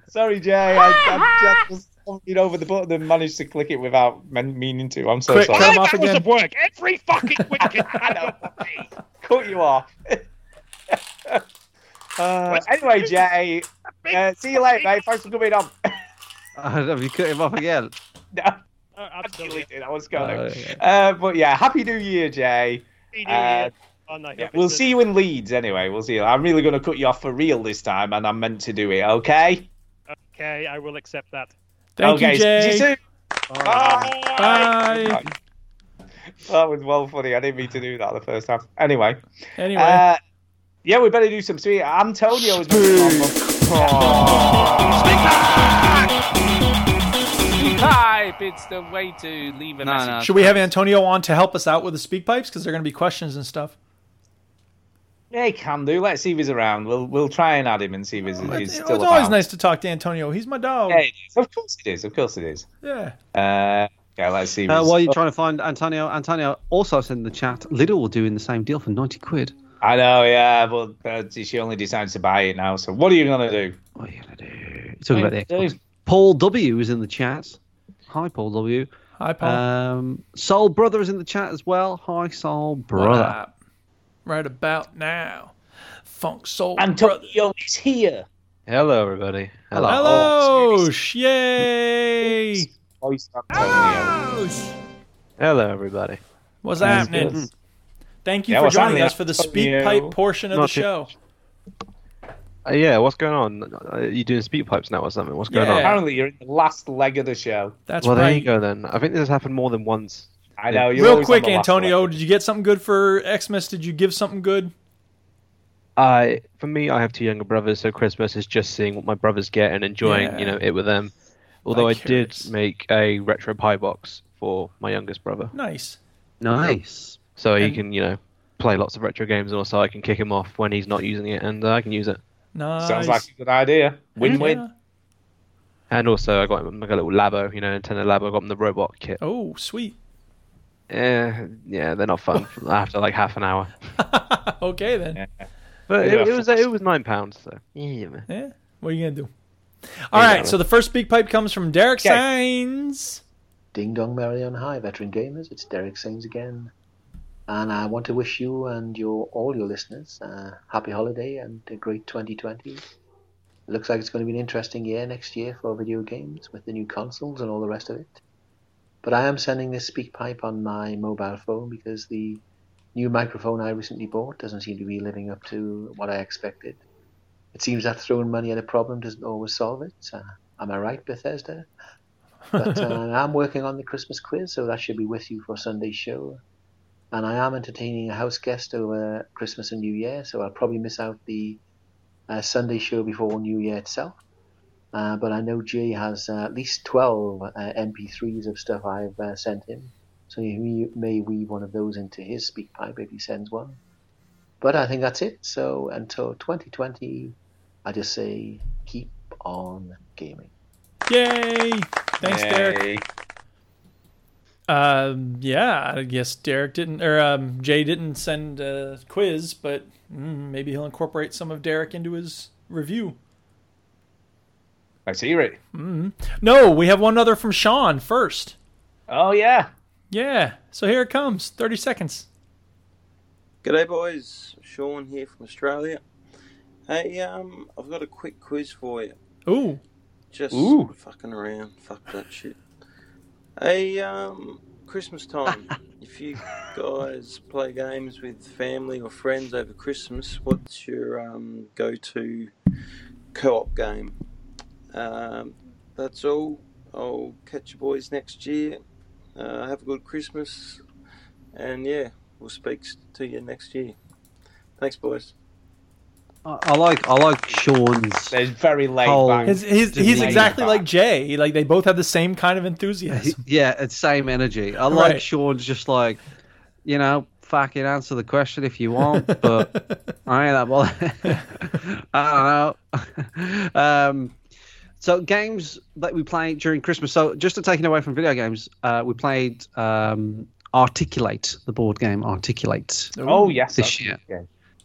Speaker 2: Sorry, Jay. I, I just hovering over the button and managed to click it without men- meaning to. I'm so
Speaker 3: Quick,
Speaker 2: sorry.
Speaker 3: cut him off
Speaker 7: That was
Speaker 3: again.
Speaker 7: at work every fucking week.
Speaker 2: <laughs> Cut you off. Uh, anyway, Jay. Uh, see you later, mate. Thanks for coming
Speaker 7: <laughs>
Speaker 2: on. <laughs>
Speaker 4: <laughs> Have you cut him off again?
Speaker 2: No, absolutely did. I was going.
Speaker 4: Oh,
Speaker 2: uh, but yeah, happy New Year, Jay.
Speaker 7: Happy New
Speaker 2: Uh,
Speaker 7: Year. On that
Speaker 2: yeah,
Speaker 7: note,
Speaker 2: we'll
Speaker 7: it's
Speaker 2: see you in Leeds anyway. We'll see you. I'm really going to cut you off for real this time, and I'm meant to do it. Okay.
Speaker 7: Okay, I will accept that.
Speaker 3: Thank
Speaker 2: okay,
Speaker 3: you, Jay.
Speaker 2: See you soon.
Speaker 3: Bye.
Speaker 2: That was well funny. I didn't mean to do that the first time. Anyway.
Speaker 3: Anyway.
Speaker 2: Uh, yeah, we better do some sweet. Antonio is.
Speaker 14: Pipe, it's the way to leave a message.
Speaker 3: Should we have Antonio on to help us out with the speak pipes? Because they're going to be questions and stuff.
Speaker 2: Yeah, he can do. Let's see if he's around. We'll we'll try and add him and see if he's, he's
Speaker 3: It's
Speaker 2: still
Speaker 3: always
Speaker 2: about.
Speaker 3: nice to talk to Antonio. He's my dog.
Speaker 2: Yeah, it is. Of course it is. Of course it is.
Speaker 3: Yeah.
Speaker 2: Uh, yeah, let's see. if
Speaker 4: Uh,
Speaker 2: he's-
Speaker 4: while you're trying to find Antonio, Antonio also said in the chat, Lidl were doing the same deal for 90 quid.
Speaker 2: I know, yeah, but uh, she only decides to buy it now. So what are you gonna do?
Speaker 4: What are you gonna do? Talking about the Xbox. Paul W is in the chat. Hi, Paul W.
Speaker 3: Hi, Paul.
Speaker 4: Um, Soul Brother is in the chat as well. Hi, Soul
Speaker 15: Uh,
Speaker 4: Brother.
Speaker 3: up? Right about now. Funk soul.
Speaker 2: Antonio is here.
Speaker 15: Hello, Oh, everybody.
Speaker 3: Hello. Yay.
Speaker 15: Oh, Hello, everybody.
Speaker 3: What's
Speaker 15: Sounds
Speaker 3: happening?
Speaker 15: good.
Speaker 3: Thank you
Speaker 15: Yeah,
Speaker 3: for
Speaker 15: what's
Speaker 3: joining
Speaker 15: happening,
Speaker 3: us for the speak
Speaker 15: Antonio?
Speaker 3: pipe portion of the
Speaker 15: Not too-
Speaker 3: show.
Speaker 15: Uh, yeah, what's going on? Are you doing speed pipes now or something? What's going on?
Speaker 2: Apparently, you're in the last leg of the show.
Speaker 3: That's
Speaker 15: well, there you go then. I think this has happened more than once.
Speaker 2: I know. you're
Speaker 3: Real
Speaker 2: always
Speaker 3: quick,
Speaker 2: on the last
Speaker 3: Antonio, did you get something good for Xmas? Did you give something good? <laughs>
Speaker 15: I, for me, I have two younger brothers, so Christmas is just seeing what my brothers get and enjoying, you
Speaker 3: Yeah.
Speaker 15: know, it with them. Although I did make a retro pie box for my youngest brother,
Speaker 3: Nice.
Speaker 4: Nice.
Speaker 15: so he
Speaker 3: And-
Speaker 15: can, you know, play lots of retro games, and also I can kick him off when he's not using it, and uh, I can use it.
Speaker 3: Nice.
Speaker 2: Sounds like a good idea. Win-win.
Speaker 3: Yeah.
Speaker 15: And also, I got him like a little Labo, you know, Nintendo Labo. I got him the robot kit.
Speaker 3: Oh, sweet.
Speaker 15: Yeah, yeah, they're
Speaker 3: <laughs>
Speaker 15: not fun after like half an hour.
Speaker 3: okay then.
Speaker 15: But
Speaker 3: Yeah.
Speaker 15: it, it was it was nine pounds. So. Yeah, man.
Speaker 3: Yeah. What are you gonna do? All right. So the first speak pipe comes from Derek Signs.
Speaker 16: Ding dong, merry on high, veteran gamers. It's Derek Sings again, and I want to wish you and your all your listeners uh, happy holiday and a great 2020. Looks like it's going to be an interesting year next year for video games with the new consoles and all the rest of it. But I am sending this speak pipe on my mobile phone because the new microphone I recently bought doesn't seem to be living up to what I expected. It seems that throwing money at a problem doesn't always solve it. Uh, am I right, Bethesda? But uh, I'm working on the Christmas quiz, so that should be with you for Sunday's show. And I am entertaining a house guest over Christmas and New Year, so I'll probably miss out the uh, Sunday show before New Year itself. Uh, but I know Jay has uh, at least 12 uh, MP3s of stuff I've uh, sent him, so he may weave one of those into his speak pipe if he sends one. But I think that's it. So until 2020, I just say keep on gaming.
Speaker 3: Yay! Thanks, Derek. Um, yeah, I guess Derek didn't or um, Jay didn't send a quiz, but mm, maybe he'll incorporate some of Derek into his review.
Speaker 2: I see it.
Speaker 3: Mm. No, we have one other from Sean first.
Speaker 2: Oh yeah.
Speaker 3: Yeah. So here it comes. Thirty seconds.
Speaker 17: G'day, boys. Sean here from Australia. Hey, um, I've got a quick quiz for you.
Speaker 3: Ooh.
Speaker 17: Just
Speaker 3: Ooh.
Speaker 17: fucking around. Fuck that shit. Hey, um, Christmas time. if you guys play games with family or friends over Christmas, what's your um, go-to co-op game? Um, that's all. I'll catch you boys next year. Uh, have a good Christmas, and yeah, we'll speak to you next year. Thanks, boys.
Speaker 4: I, I like I like Sean's.
Speaker 2: There's very laid
Speaker 3: He's- He's, he's exactly like Jay. He, Like they both have the same kind of enthusiasm.
Speaker 4: Yeah, it's same energy. I like
Speaker 3: Right.
Speaker 4: Sean's just like, you know, fucking answer the question if
Speaker 3: <laughs>
Speaker 4: you want, but I ain't that bothered. I don't know. <laughs> um, so games that we play during Christmas. So just to take it away from video games, uh, we played um, Articulate, the board game Articulate.
Speaker 2: Oh yes,
Speaker 4: this year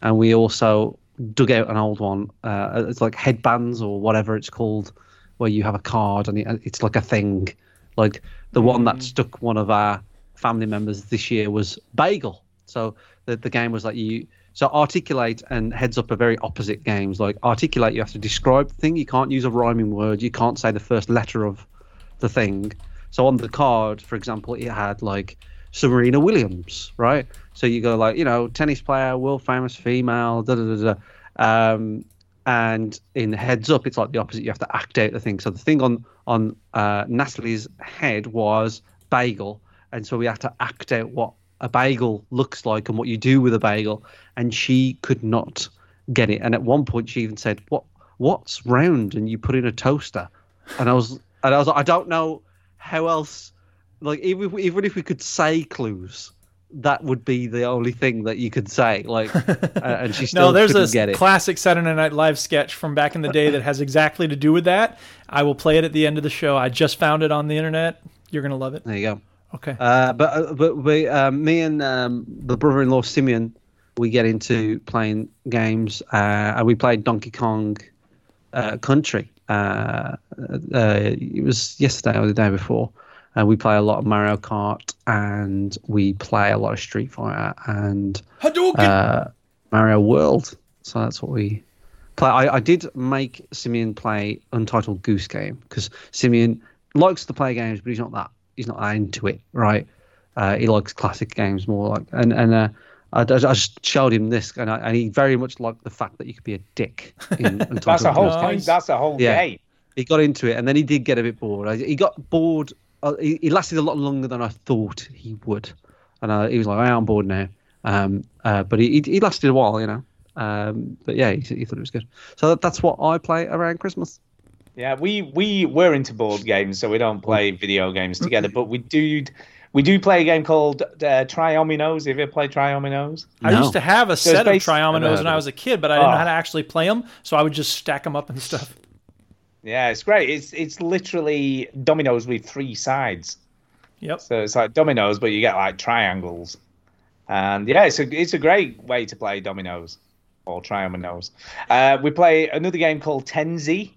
Speaker 4: and we also dug out an old one. Uh, it's like headbands or whatever it's called, where you have a card and it, it's like a thing. Like the one that stuck one of our family members this year was bagel. So the the game was like you. So articulate and heads up are very opposite games. Like articulate, you have to describe the thing. You can't use a rhyming word. You can't say the first letter of the thing. So on the card, for example, it had like Serena Williams, right? So you go like, you know, tennis player, world famous female, da da da da. Um, and in heads up, it's like the opposite. You have to act out the thing. So the thing on on uh, Natalie's head was bagel, and so we had to act out what a bagel looks like and what you do with a bagel. And she could not get it. And at one point, she even said, "What what's round?" And you put in a toaster. And I was and I was like, I don't know how else. Like even if, even if we could say clues, that would be the only thing <laughs> that you could say.
Speaker 3: <laughs>
Speaker 4: Like, uh, and she still
Speaker 3: no, there's
Speaker 4: couldn't
Speaker 3: a
Speaker 4: get it.
Speaker 3: classic Saturday Night Live sketch from back in the day that has exactly to do with that. I will play it at the end of the show. I just found it on the internet. You're gonna love it.
Speaker 4: There you go.
Speaker 3: Okay.
Speaker 4: Uh, but uh, but we, uh, me and um, the brother-in-law Simeon, we get into playing games, uh, and we played Donkey Kong uh, Country. Uh, uh, it was yesterday or the day before. Uh, we play a lot of Mario Kart, and we play a lot of Street Fighter and uh, Mario World. So that's what we play. I, I did make Simeon play Untitled Goose Game because Simeon likes to play games, but he's not that he's not that into it, right? Uh, he likes classic games more, like and and uh, I, I just showed him this, and, I, and he very much liked the fact that you could be a dick. In <laughs> Untitled
Speaker 2: That's a whole
Speaker 4: Goose
Speaker 2: thing.
Speaker 4: Game.
Speaker 2: That's a whole
Speaker 4: Yeah.
Speaker 2: game.
Speaker 4: He got into it, and then he did get a bit bored. I- He got bored. uh, He he lasted a lot longer than I thought he would, and uh, he was like, "I am bored now." Um, uh, but he, he he lasted a while, you know. Um, but yeah, he, he thought it was good. So that, that's what I play around Christmas.
Speaker 2: Yeah, we we were into board games, so we don't play video games together, but we do we do play a game called uh, Triominoes. Have you ever played Triominoes?
Speaker 3: I used to have a
Speaker 2: So it's
Speaker 3: set of
Speaker 2: based-
Speaker 3: triominoes when I was a kid, but I didn't
Speaker 2: Oh.
Speaker 3: know how to actually play them, so I would just stack them up and stuff.
Speaker 2: Yeah, it's great. It's it's literally dominoes with three sides.
Speaker 3: Yep.
Speaker 2: So it's like dominoes, but you get like triangles, and yeah, it's a it's a great way to play dominoes or triominoes. Uh, we play another game called Tenzi.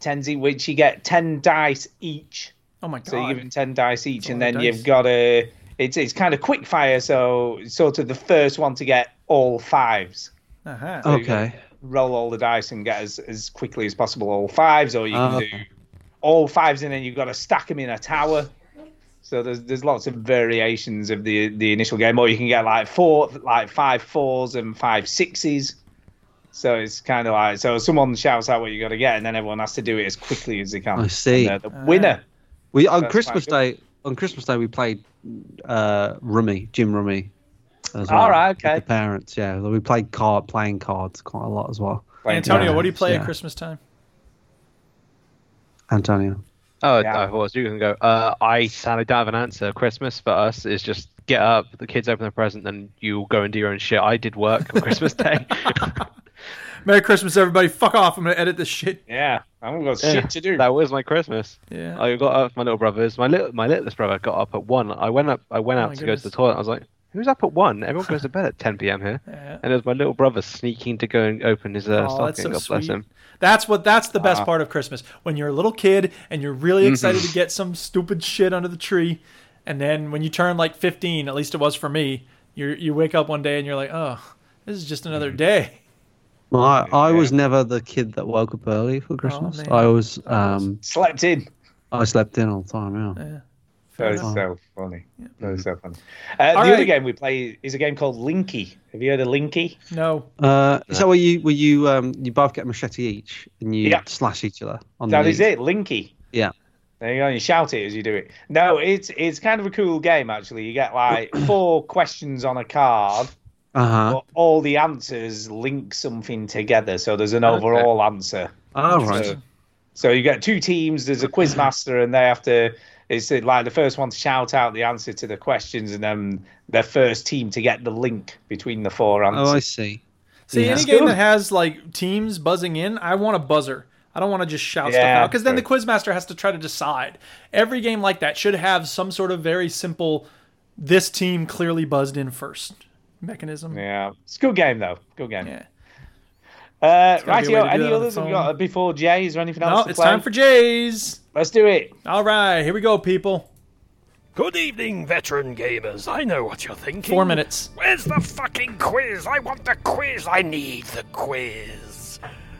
Speaker 2: Tenzi, which you get ten dice each.
Speaker 3: Oh my
Speaker 2: So you
Speaker 3: God.
Speaker 2: give them ten dice each, and
Speaker 3: lot of
Speaker 2: then
Speaker 3: dice.
Speaker 2: you've got a it's it's kind of quick fire. So it's sort of the first one to get all fives.
Speaker 3: Uh-huh.
Speaker 2: So you can Roll all the dice and get as, as quickly as possible all fives, or you can
Speaker 4: Oh,
Speaker 2: do all fives and then you've got to stack them in a tower. So there's there's lots of variations of the the initial game, or you can get like four, like five fours and five sixes. So it's kind of like so someone shouts out what you got to get, and then everyone has to do it as quickly as they can.
Speaker 4: I see.
Speaker 2: And they're the
Speaker 3: Uh,
Speaker 2: winner.
Speaker 4: We on
Speaker 2: That's
Speaker 4: Christmas
Speaker 2: quite
Speaker 4: Day. On Christmas Day, we played uh, Rummy, Jim Rummy. As well,
Speaker 3: All right,
Speaker 4: with
Speaker 3: okay.
Speaker 4: The parents, yeah. We played card, playing cards quite a lot as well.
Speaker 3: Antonio, what do you play
Speaker 4: Yeah.
Speaker 3: at Christmas time?
Speaker 4: Antonio.
Speaker 15: Oh, I was. You can go. Uh, I sadly don't have an answer. Christmas for us is just get up, the kids open the present, then you go and do your own shit. I did work on
Speaker 3: <laughs>
Speaker 15: Christmas Day.
Speaker 3: Merry Christmas, everybody. Fuck off. I'm gonna edit this shit.
Speaker 2: Yeah, I haven't got
Speaker 15: Yeah, <laughs>
Speaker 2: shit to do.
Speaker 15: That was my Christmas.
Speaker 3: Yeah.
Speaker 15: I got up. My little brothers. My little my littlest brother got up at one. I went up. I went
Speaker 3: Oh
Speaker 15: out
Speaker 3: my
Speaker 15: to go to the
Speaker 3: goodness.
Speaker 15: toilet. I was like, "Who's up at one? Everyone goes to bed at 10 p.m. here."
Speaker 3: <laughs> Yeah.
Speaker 15: And it was my little brother sneaking to go and open his uh,
Speaker 3: Oh, that's
Speaker 15: stocking.
Speaker 3: so
Speaker 15: God bless
Speaker 3: sweet.
Speaker 15: him.
Speaker 3: That's what that's the
Speaker 2: Uh,
Speaker 3: best
Speaker 15: Ah.
Speaker 3: part of Christmas. When you're a little kid and you're
Speaker 2: Mm-hmm.
Speaker 3: really excited
Speaker 15: Mhm.
Speaker 3: to get some stupid shit under the tree, and then when you turn like 15, at least it was for me, you you wake up one day and you're like, "Oh, this is just another
Speaker 2: Mm-hmm.
Speaker 3: day."
Speaker 4: Well, I, I was never the kid that woke up early for Christmas.
Speaker 3: man.
Speaker 4: I was um,
Speaker 2: slept in.
Speaker 4: I slept in all the time. Yeah.
Speaker 2: That is
Speaker 4: enough.
Speaker 2: so funny. That is so
Speaker 4: Mm-hmm.
Speaker 2: funny. Uh, the
Speaker 3: All
Speaker 2: other
Speaker 3: right.
Speaker 2: game we play is a game called Linky. Have you heard of Linky?
Speaker 3: No.
Speaker 4: Uh, So were you? Were you? Um, you both get a machete each, and you
Speaker 2: Yeah.
Speaker 4: slash each other. On
Speaker 2: That
Speaker 4: the
Speaker 2: is
Speaker 4: knees.
Speaker 2: it, Linky.
Speaker 4: Yeah.
Speaker 2: There you go. You shout it as you do it.
Speaker 4: <clears throat>
Speaker 2: No, it's it's kind of a cool game actually. You get like four questions on a card,
Speaker 4: Uh-huh.
Speaker 2: but all the answers link something together. So there's an
Speaker 4: Okay.
Speaker 2: overall answer.
Speaker 4: All right.
Speaker 2: So, so you get two teams. There's a quiz master, and they have to. It's uh, like the first one to shout out the answer to the questions, and then the first team to get the link between the four answers.
Speaker 4: Oh, see.
Speaker 3: See,
Speaker 2: Yeah.
Speaker 3: any
Speaker 2: That's
Speaker 3: game
Speaker 2: good.
Speaker 3: that has like teams buzzing in, I want a buzzer. I don't want to just shout stuff
Speaker 2: Yeah,
Speaker 3: out because then the
Speaker 2: true.
Speaker 3: quizmaster has to try to decide. Every game like that should have some sort of very simple. This team clearly buzzed in first mechanism.
Speaker 2: Yeah, it's a good game though. Good game.
Speaker 3: Yeah.
Speaker 2: Uh,
Speaker 3: gotta
Speaker 2: right,
Speaker 3: be a way to do
Speaker 2: any
Speaker 3: that on the
Speaker 2: others have we
Speaker 3: phone.
Speaker 2: got before Jays or anything
Speaker 3: No,
Speaker 2: else? to
Speaker 3: it's
Speaker 2: play?
Speaker 3: time for Jays.
Speaker 2: Let's do it.
Speaker 3: All right, here we go, people.
Speaker 9: Good evening, veteran gamers. I know what you're thinking.
Speaker 3: Four minutes.
Speaker 9: Where's the fucking quiz? I want the quiz. I need the quiz.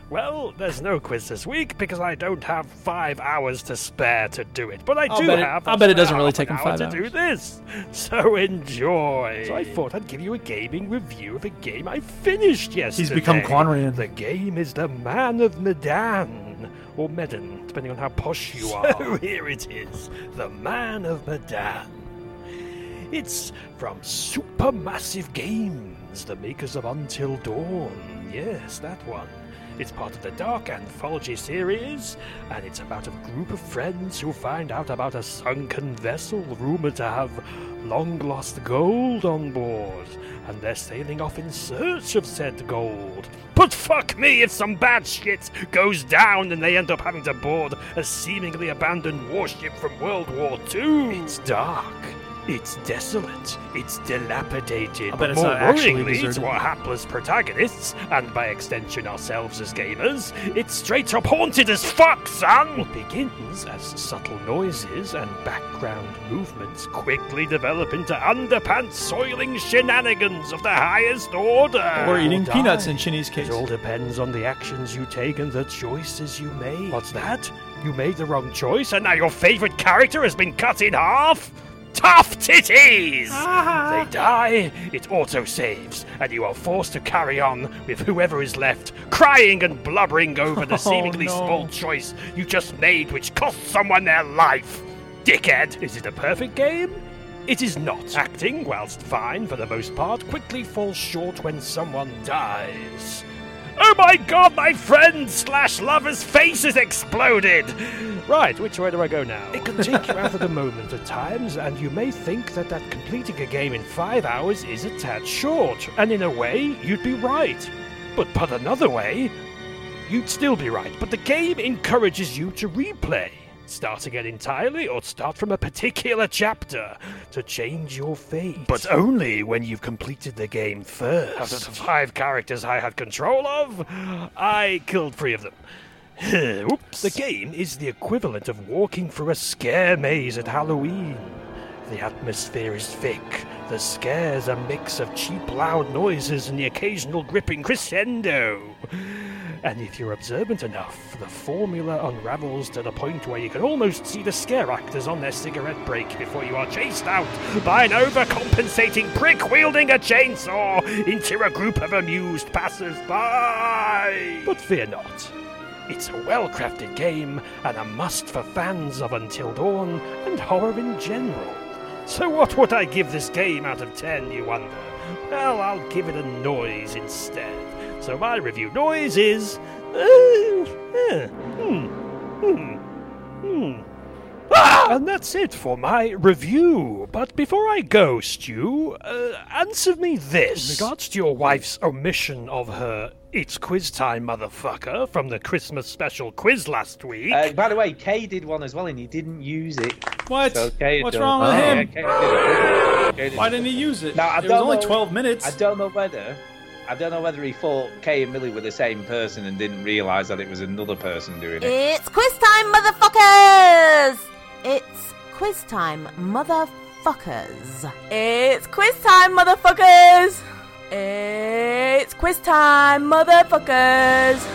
Speaker 9: Well, there's no quiz this week because I don't have five hours to spare to do it. But I
Speaker 3: I'll
Speaker 9: do
Speaker 3: bet it-
Speaker 9: have.
Speaker 3: I'll bet it doesn't
Speaker 9: spare
Speaker 3: really
Speaker 9: half
Speaker 3: take
Speaker 9: an
Speaker 3: him
Speaker 9: hour
Speaker 3: five
Speaker 9: to do
Speaker 3: hours.
Speaker 9: this. So enjoy. So I thought I'd give you a gaming review of a game I finished yesterday.
Speaker 3: become Quanrian.
Speaker 9: The game is the Man of Medan or Medan, depending on how posh you are. So <laughs> <laughs> here it is, the Man of Medan. It's from Supermassive Games, the makers of Until Dawn. Yes, that one. It's part of the Dark Anthology series, and it's about a group of friends who find out about a sunken vessel rumored to have long lost gold on board, and they're sailing off in search of said gold. But fuck me if some bad shit goes down and they end up having to board a seemingly abandoned warship from World War II. It's dark. It's desolate. It's
Speaker 3: I
Speaker 9: dilapidated.
Speaker 3: bet
Speaker 9: but
Speaker 3: it's
Speaker 9: more
Speaker 3: not actually
Speaker 9: worryingly, to
Speaker 3: deserted.
Speaker 9: our hapless protagonists, and by extension ourselves as gamers, it's straight up haunted as fuck, son! What begins as subtle noises and background movements quickly develop into underpants soiling shenanigans of the highest order.
Speaker 3: Or eating
Speaker 9: Oh, Die.
Speaker 3: peanuts in Chinny's case.
Speaker 9: It all depends on the actions you take and the choices you make. What's that? You made the wrong choice, and now your favorite character has been cut in half? Tough titties! They die, it auto saves, and you are forced to carry on with whoever is left, crying and blubbering over the
Speaker 3: Oh,
Speaker 9: seemingly
Speaker 3: no.
Speaker 9: small choice you just made, which cost someone their life. Dickhead! Is it a perfect game? It is not. Acting, whilst fine for the most part, quickly falls short when someone dies. Oh my god, my friend slash lover's face has exploded! Right, which way do I go now? It can take you out of the moment at times, and you may think that, that completing a game in five hours is a tad short. And in a way, you'd be right. But put another way, you'd still be right, but the game encourages you to replay. Start again entirely or start from a particular chapter to change your fate. But only when you've completed the game first. Out of the five characters I had control of, I killed three of them. Oops. The game is the equivalent of walking through a scare maze at Halloween. The atmosphere is thick. The scares a mix of cheap, loud noises and the occasional gripping crescendo. And if you're observant enough, the formula unravels to the point where you can almost see the scare actors on their cigarette break before you are chased out by an overcompensating prick wielding a chainsaw into a group of amused passers by. But fear not. It's a well crafted game and a must for fans of Until Dawn and horror in general. So, what would I give this game out of 10, you wonder? Well, I'll give it a noise instead. So, my review noise is. uh, uh, hmm, hmm, hmm. Ah, And that's it for my review. But before I go, Stu, uh, answer me this. In regards to your wife's omission of her It's Quiz Time, motherfucker, from the Christmas special quiz last week.
Speaker 2: Uh, by the way, Kay did one as well, and he didn't use it.
Speaker 3: What?
Speaker 2: So Kay
Speaker 3: What's
Speaker 2: done-
Speaker 3: wrong with
Speaker 2: Yeah,
Speaker 3: him?
Speaker 2: Kay did it. Kay did
Speaker 3: Why
Speaker 2: it.
Speaker 3: didn't he use it?
Speaker 2: Now, I
Speaker 3: it was
Speaker 2: don't
Speaker 3: only
Speaker 2: know-
Speaker 3: 12 minutes.
Speaker 2: I don't know whether. I don't know whether he thought Kay and Millie were the same person and didn't realise that it was another person doing it.
Speaker 18: It's quiz time, motherfuckers! It's quiz time, motherfuckers. It's quiz time, motherfuckers! It's quiz time, motherfuckers!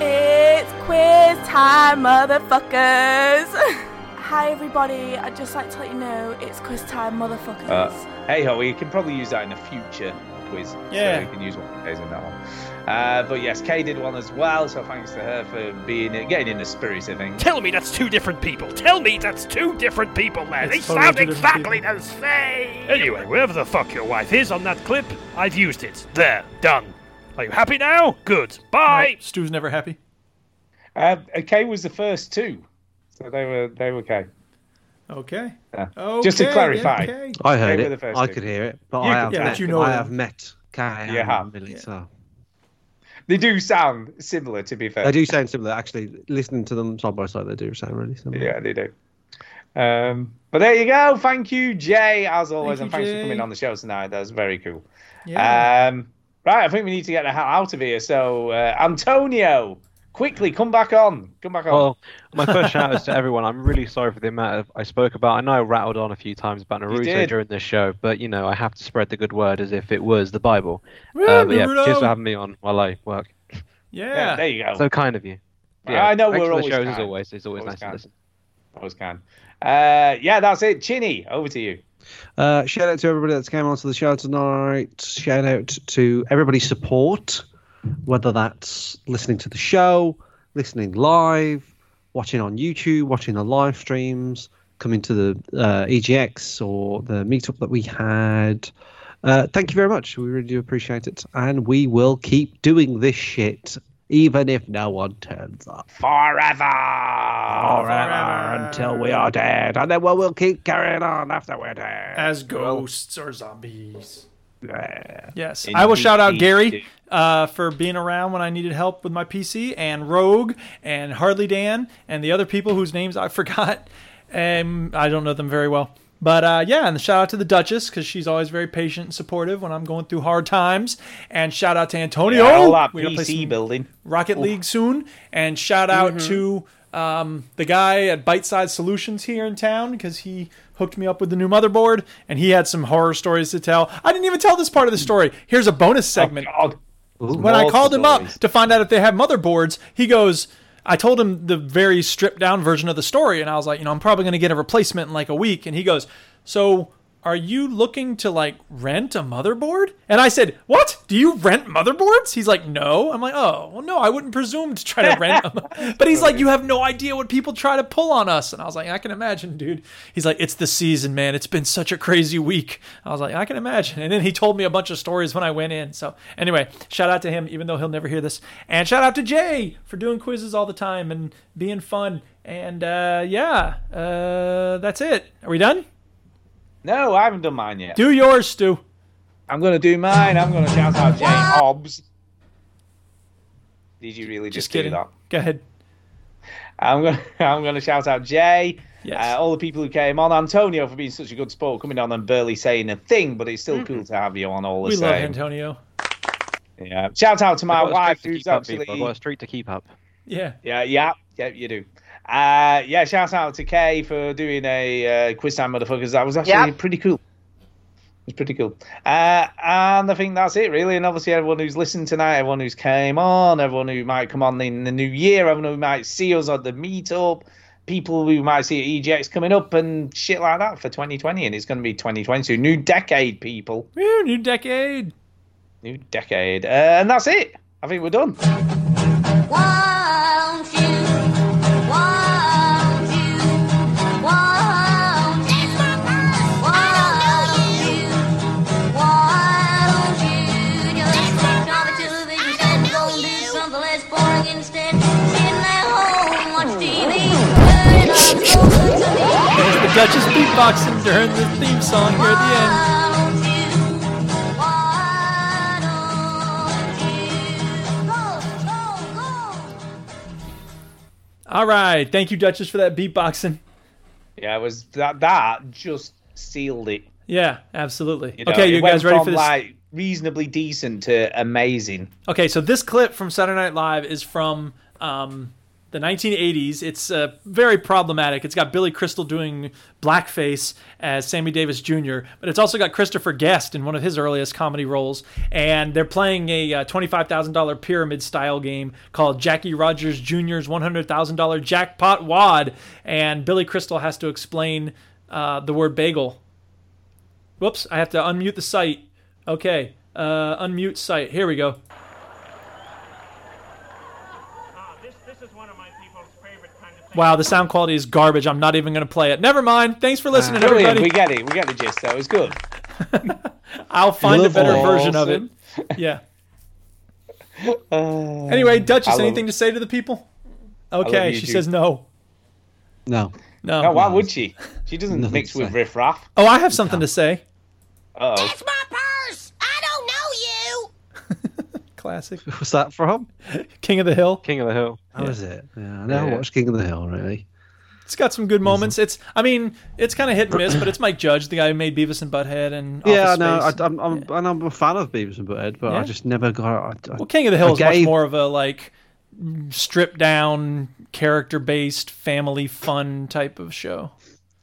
Speaker 18: It's quiz time, motherfuckers! <laughs> Hi, everybody. I'd
Speaker 2: Uh,
Speaker 18: just like to let you know it's quiz time, motherfuckers.
Speaker 2: But hey ho, you can probably use that in the future. quiz.
Speaker 3: Yeah.
Speaker 2: So you can use one of days in that one. Uh, but yes, Kay did one as well, so thanks to her for being getting in the spirit of things.
Speaker 9: Tell me that's two different people. Tell me that's two different people there.
Speaker 2: It's
Speaker 9: they
Speaker 2: totally
Speaker 9: sound
Speaker 2: two different
Speaker 9: exactly the same. Anyway, wherever the fuck your wife is on that clip, I've used it. There, done. Are you happy now? Good. Bye.
Speaker 3: Stu's never happy.
Speaker 2: Uh, Kay was the first two, so they were they were Kay.
Speaker 3: Okay.
Speaker 2: Yeah.
Speaker 3: Okay,
Speaker 2: Just to clarify,
Speaker 3: okay.
Speaker 4: I heard
Speaker 2: They were the
Speaker 4: it.
Speaker 2: first
Speaker 4: I
Speaker 2: two.
Speaker 4: could hear it, but
Speaker 2: You
Speaker 4: I
Speaker 2: could-
Speaker 4: have
Speaker 2: yeah,
Speaker 4: met.
Speaker 2: but you know
Speaker 4: I
Speaker 2: them.
Speaker 4: have met Kay
Speaker 2: You have.
Speaker 4: and Millie, so
Speaker 2: They do sound similar, to be fair.
Speaker 4: they do sound similar. Actually, listening to them side by side, they do sound really similar.
Speaker 2: Yeah, they do. Um, but there you go. Thank you, Jay, as always,
Speaker 3: Thank
Speaker 2: and
Speaker 3: you,
Speaker 2: thanks
Speaker 3: Jay.
Speaker 2: for coming on the show tonight. That was very cool.
Speaker 3: Yeah.
Speaker 2: Um, right, I think we need to get the hell out of here. So, uh, Antonio, quickly come back on. Come back on.
Speaker 15: Well, my first shout out to everyone. I'm really sorry for the amount of I spoke about. I know I rattled on a few times about Naruto
Speaker 2: did.
Speaker 15: during this show, but you know I have to spread the good word as if it was the Bible.
Speaker 3: Yeah,
Speaker 15: but yeah,
Speaker 3: Naruto.
Speaker 15: cheers for having me on while I work.
Speaker 3: <laughs> Yeah.
Speaker 2: there you go.
Speaker 15: So kind of you.
Speaker 2: Well, I know
Speaker 15: thanks
Speaker 2: we're
Speaker 15: for the
Speaker 2: always
Speaker 15: shows as
Speaker 2: kind.
Speaker 15: always. It's always, nice
Speaker 2: kind.
Speaker 15: to listen.
Speaker 2: Always kind. Uh, yeah, that's it. Chinny, over to you.
Speaker 4: Uh, shout out to everybody that's came onto the show tonight. Shout out to everybody's support, whether that's listening to the show, listening live, watching on YouTube, watching the live streams, coming to the uh, EGX or the meetup that we had. Uh, thank you very much. We really do appreciate it. And we will keep doing this shit, even if no one turns up.
Speaker 2: Forever.
Speaker 4: Forever until we are dead. And then we'll, we'll keep carrying on after we're dead.
Speaker 3: As ghosts or zombies. Yes.
Speaker 4: In
Speaker 3: I will shout out
Speaker 4: PC
Speaker 3: Gary uh, for being around when I needed help with my PC, and Rogue, and Hardly Dan, and the other people whose names I <laughs> forgot. And I don't know them very well. But uh, yeah, and shout out to the Duchess because she's always very patient and supportive when I'm going through hard times. And shout out to Antonio.
Speaker 2: Yeah, all that
Speaker 3: We're gonna play
Speaker 2: PC
Speaker 3: some
Speaker 2: building.
Speaker 3: Rocket League soon. And shout out to um, the guy at Bite Size Solutions here in town because he hooked me up with the new motherboard and he had some horror stories to tell. I didn't even tell this part of the story. Here's a bonus segment. when I
Speaker 2: Lots
Speaker 3: called
Speaker 2: of
Speaker 3: him up
Speaker 2: stories.
Speaker 3: to find out if they had motherboards, he goes, I told him the very stripped down version of the story. And I was like, you know, I'm probably going to get a replacement in like a week. And he goes, So are you looking to like rent a motherboard? And I said, What? Do you rent motherboards? He's like, No. I'm like, Oh, well, no, I wouldn't presume to try to rent them. but he's like, You have no idea what people try to pull on us. And I was like, I can imagine, dude. He's like, It's the season, man. It's been such a crazy week. I was like, I can imagine. And then he told me a bunch of stories when I went in. So anyway, shout out to him, even though he'll never hear this. And shout out to Jay for doing quizzes all the time and being fun. And uh, yeah, uh, that's it. Are we done?
Speaker 2: No, I haven't done mine yet.
Speaker 3: Do yours, Stu.
Speaker 2: I'm going to do mine. I'm going to shout out Jay Hobbs. Did you really just, do
Speaker 3: kidding.
Speaker 2: that?
Speaker 3: Go ahead.
Speaker 2: I'm gonna <laughs> I'm gonna shout out Jay.
Speaker 3: Yes.
Speaker 2: Uh, all the people who came on, Antonio for being such a good sport, coming on and barely saying a thing, but it's still cool to have you on all the
Speaker 3: We love
Speaker 2: same.
Speaker 3: Antonio.
Speaker 2: yeah. Shout out to my
Speaker 15: I've got a
Speaker 2: wife
Speaker 15: streak
Speaker 2: who's
Speaker 15: to keep up, people. I've
Speaker 2: actually
Speaker 15: got a streak to keep up.
Speaker 3: Yeah.
Speaker 2: yeah, yeah, yeah, you do. Uh, yeah, shout out to Kay for doing a uh, quiz time, motherfuckers. That was actually
Speaker 11: Yep.
Speaker 2: pretty cool. It's pretty cool. Uh, and I think that's it, really. And obviously, everyone who's listened tonight, everyone who's came on, everyone who might come on in the new year, everyone who might see us at the meetup, people we might see at EGX coming up and shit like that for 2020. And it's going to be 2022. New decade, people.
Speaker 3: Woo, new decade.
Speaker 2: New decade. Uh, and that's it. I think we're done.
Speaker 6: Won't you? Won't you? Won't you? Won't you? Won't you just turn off the television set and go and do something less boring instead? Sitting at home, watch TV, turning on sports books on the
Speaker 3: There's the Duchess beatboxing during the theme song here at the end. All right. Thank you, Duchess, for that beatboxing.
Speaker 2: Yeah, it was that, that just sealed it.
Speaker 3: Yeah, absolutely.
Speaker 2: You know,
Speaker 3: okay,
Speaker 2: it
Speaker 3: you
Speaker 2: went
Speaker 3: guys ready
Speaker 2: from,
Speaker 3: for this?
Speaker 2: Like reasonably decent to amazing.
Speaker 3: Okay, so this clip from Saturday Night Live is from um, the 1980s. It's uh, very problematic. It's got Billy Crystal doing blackface as Sammy Davis Jr., but it's also got Christopher Guest in one of his earliest comedy roles. And they're playing a uh, $25,000 pyramid style game called Jackie Rogers Jr.'s $100,000 Jackpot Wad. And Billy Crystal has to explain uh, the word bagel Whoops, I have to unmute the site. Okay. Uh, unmute site. Here we go. Wow, the sound quality is garbage. I'm not even going to play it. Never mind. Thanks for listening,
Speaker 2: Ah, Uh, Brilliant. We
Speaker 3: everybody.
Speaker 2: get it. We get the gist. That was good.
Speaker 3: <laughs> I'll find a better version of it. <laughs> Yeah. <laughs> Anyway,
Speaker 2: Uh, Um, I
Speaker 3: Duchess,
Speaker 2: love
Speaker 3: anything
Speaker 2: it.
Speaker 3: to say to the people?
Speaker 2: love
Speaker 3: Okay,
Speaker 2: you
Speaker 3: she
Speaker 2: too.
Speaker 3: says no.
Speaker 4: No.
Speaker 3: No.
Speaker 2: No, Oh, why would she? She doesn't
Speaker 3: Nothing
Speaker 2: mix
Speaker 3: to
Speaker 2: with
Speaker 3: say.
Speaker 2: riff raff.
Speaker 3: Oh, I have something to say.
Speaker 2: Uh
Speaker 6: That's my purse. I don't know you.
Speaker 3: Classic.
Speaker 4: <laughs> What's that from?
Speaker 3: <laughs> King of the Hill.
Speaker 15: King of the Hill.
Speaker 4: How is it? Yeah, I never watched King of the Hill really.
Speaker 3: It's got some good moments. It's, I mean, it's kind of hit and miss, but it's Mike Judge, the guy who made Beavis and Butthead and
Speaker 4: yeah, I
Speaker 3: Office
Speaker 4: know.
Speaker 3: Space.
Speaker 4: I, I'm, I'm, and I'm a fan of Beavis and Butthead, but
Speaker 3: Yeah.
Speaker 4: I just never got. I, I,
Speaker 3: Well, King of the Hill
Speaker 4: I
Speaker 3: is much
Speaker 4: gave-
Speaker 3: more of a like stripped down, character based, family fun type of show.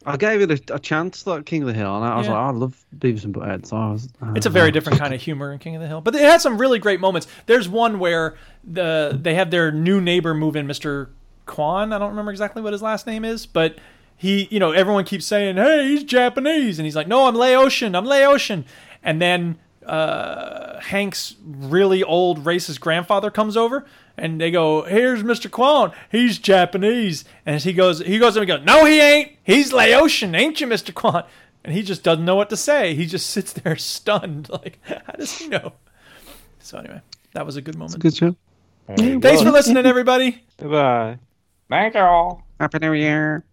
Speaker 4: I gave it a, a chance, like King of the Hill, and I was
Speaker 3: Yeah.
Speaker 4: like, "Oh, I love Beavis and Butthead. So I was, uh,
Speaker 3: It's a very different kind of humor in King of the Hill, but it had some really great moments. There's one where the they have their new neighbor move in, Mr. Kwan. I don't remember exactly what his last name is, but he, you know, everyone keeps saying, "Hey, he's Japanese," and he's like, "No, I'm Laotian. I'm Laotian." And then uh, Hank's really old racist grandfather comes over, and they go, "Here's Mr. Kwan. He's Japanese." And he goes, he goes up and goes, "No, he ain't. He's Laotian, ain't you, Mr. Kwan?" And he just doesn't know what to say. He just <laughs> sits there stunned, like, "How does he know?" So anyway, that was a good moment.
Speaker 4: Good show.
Speaker 2: <laughs>
Speaker 3: Thanks for listening, everybody.
Speaker 15: Goodbye.
Speaker 2: Thank you all.
Speaker 4: Happy New Year.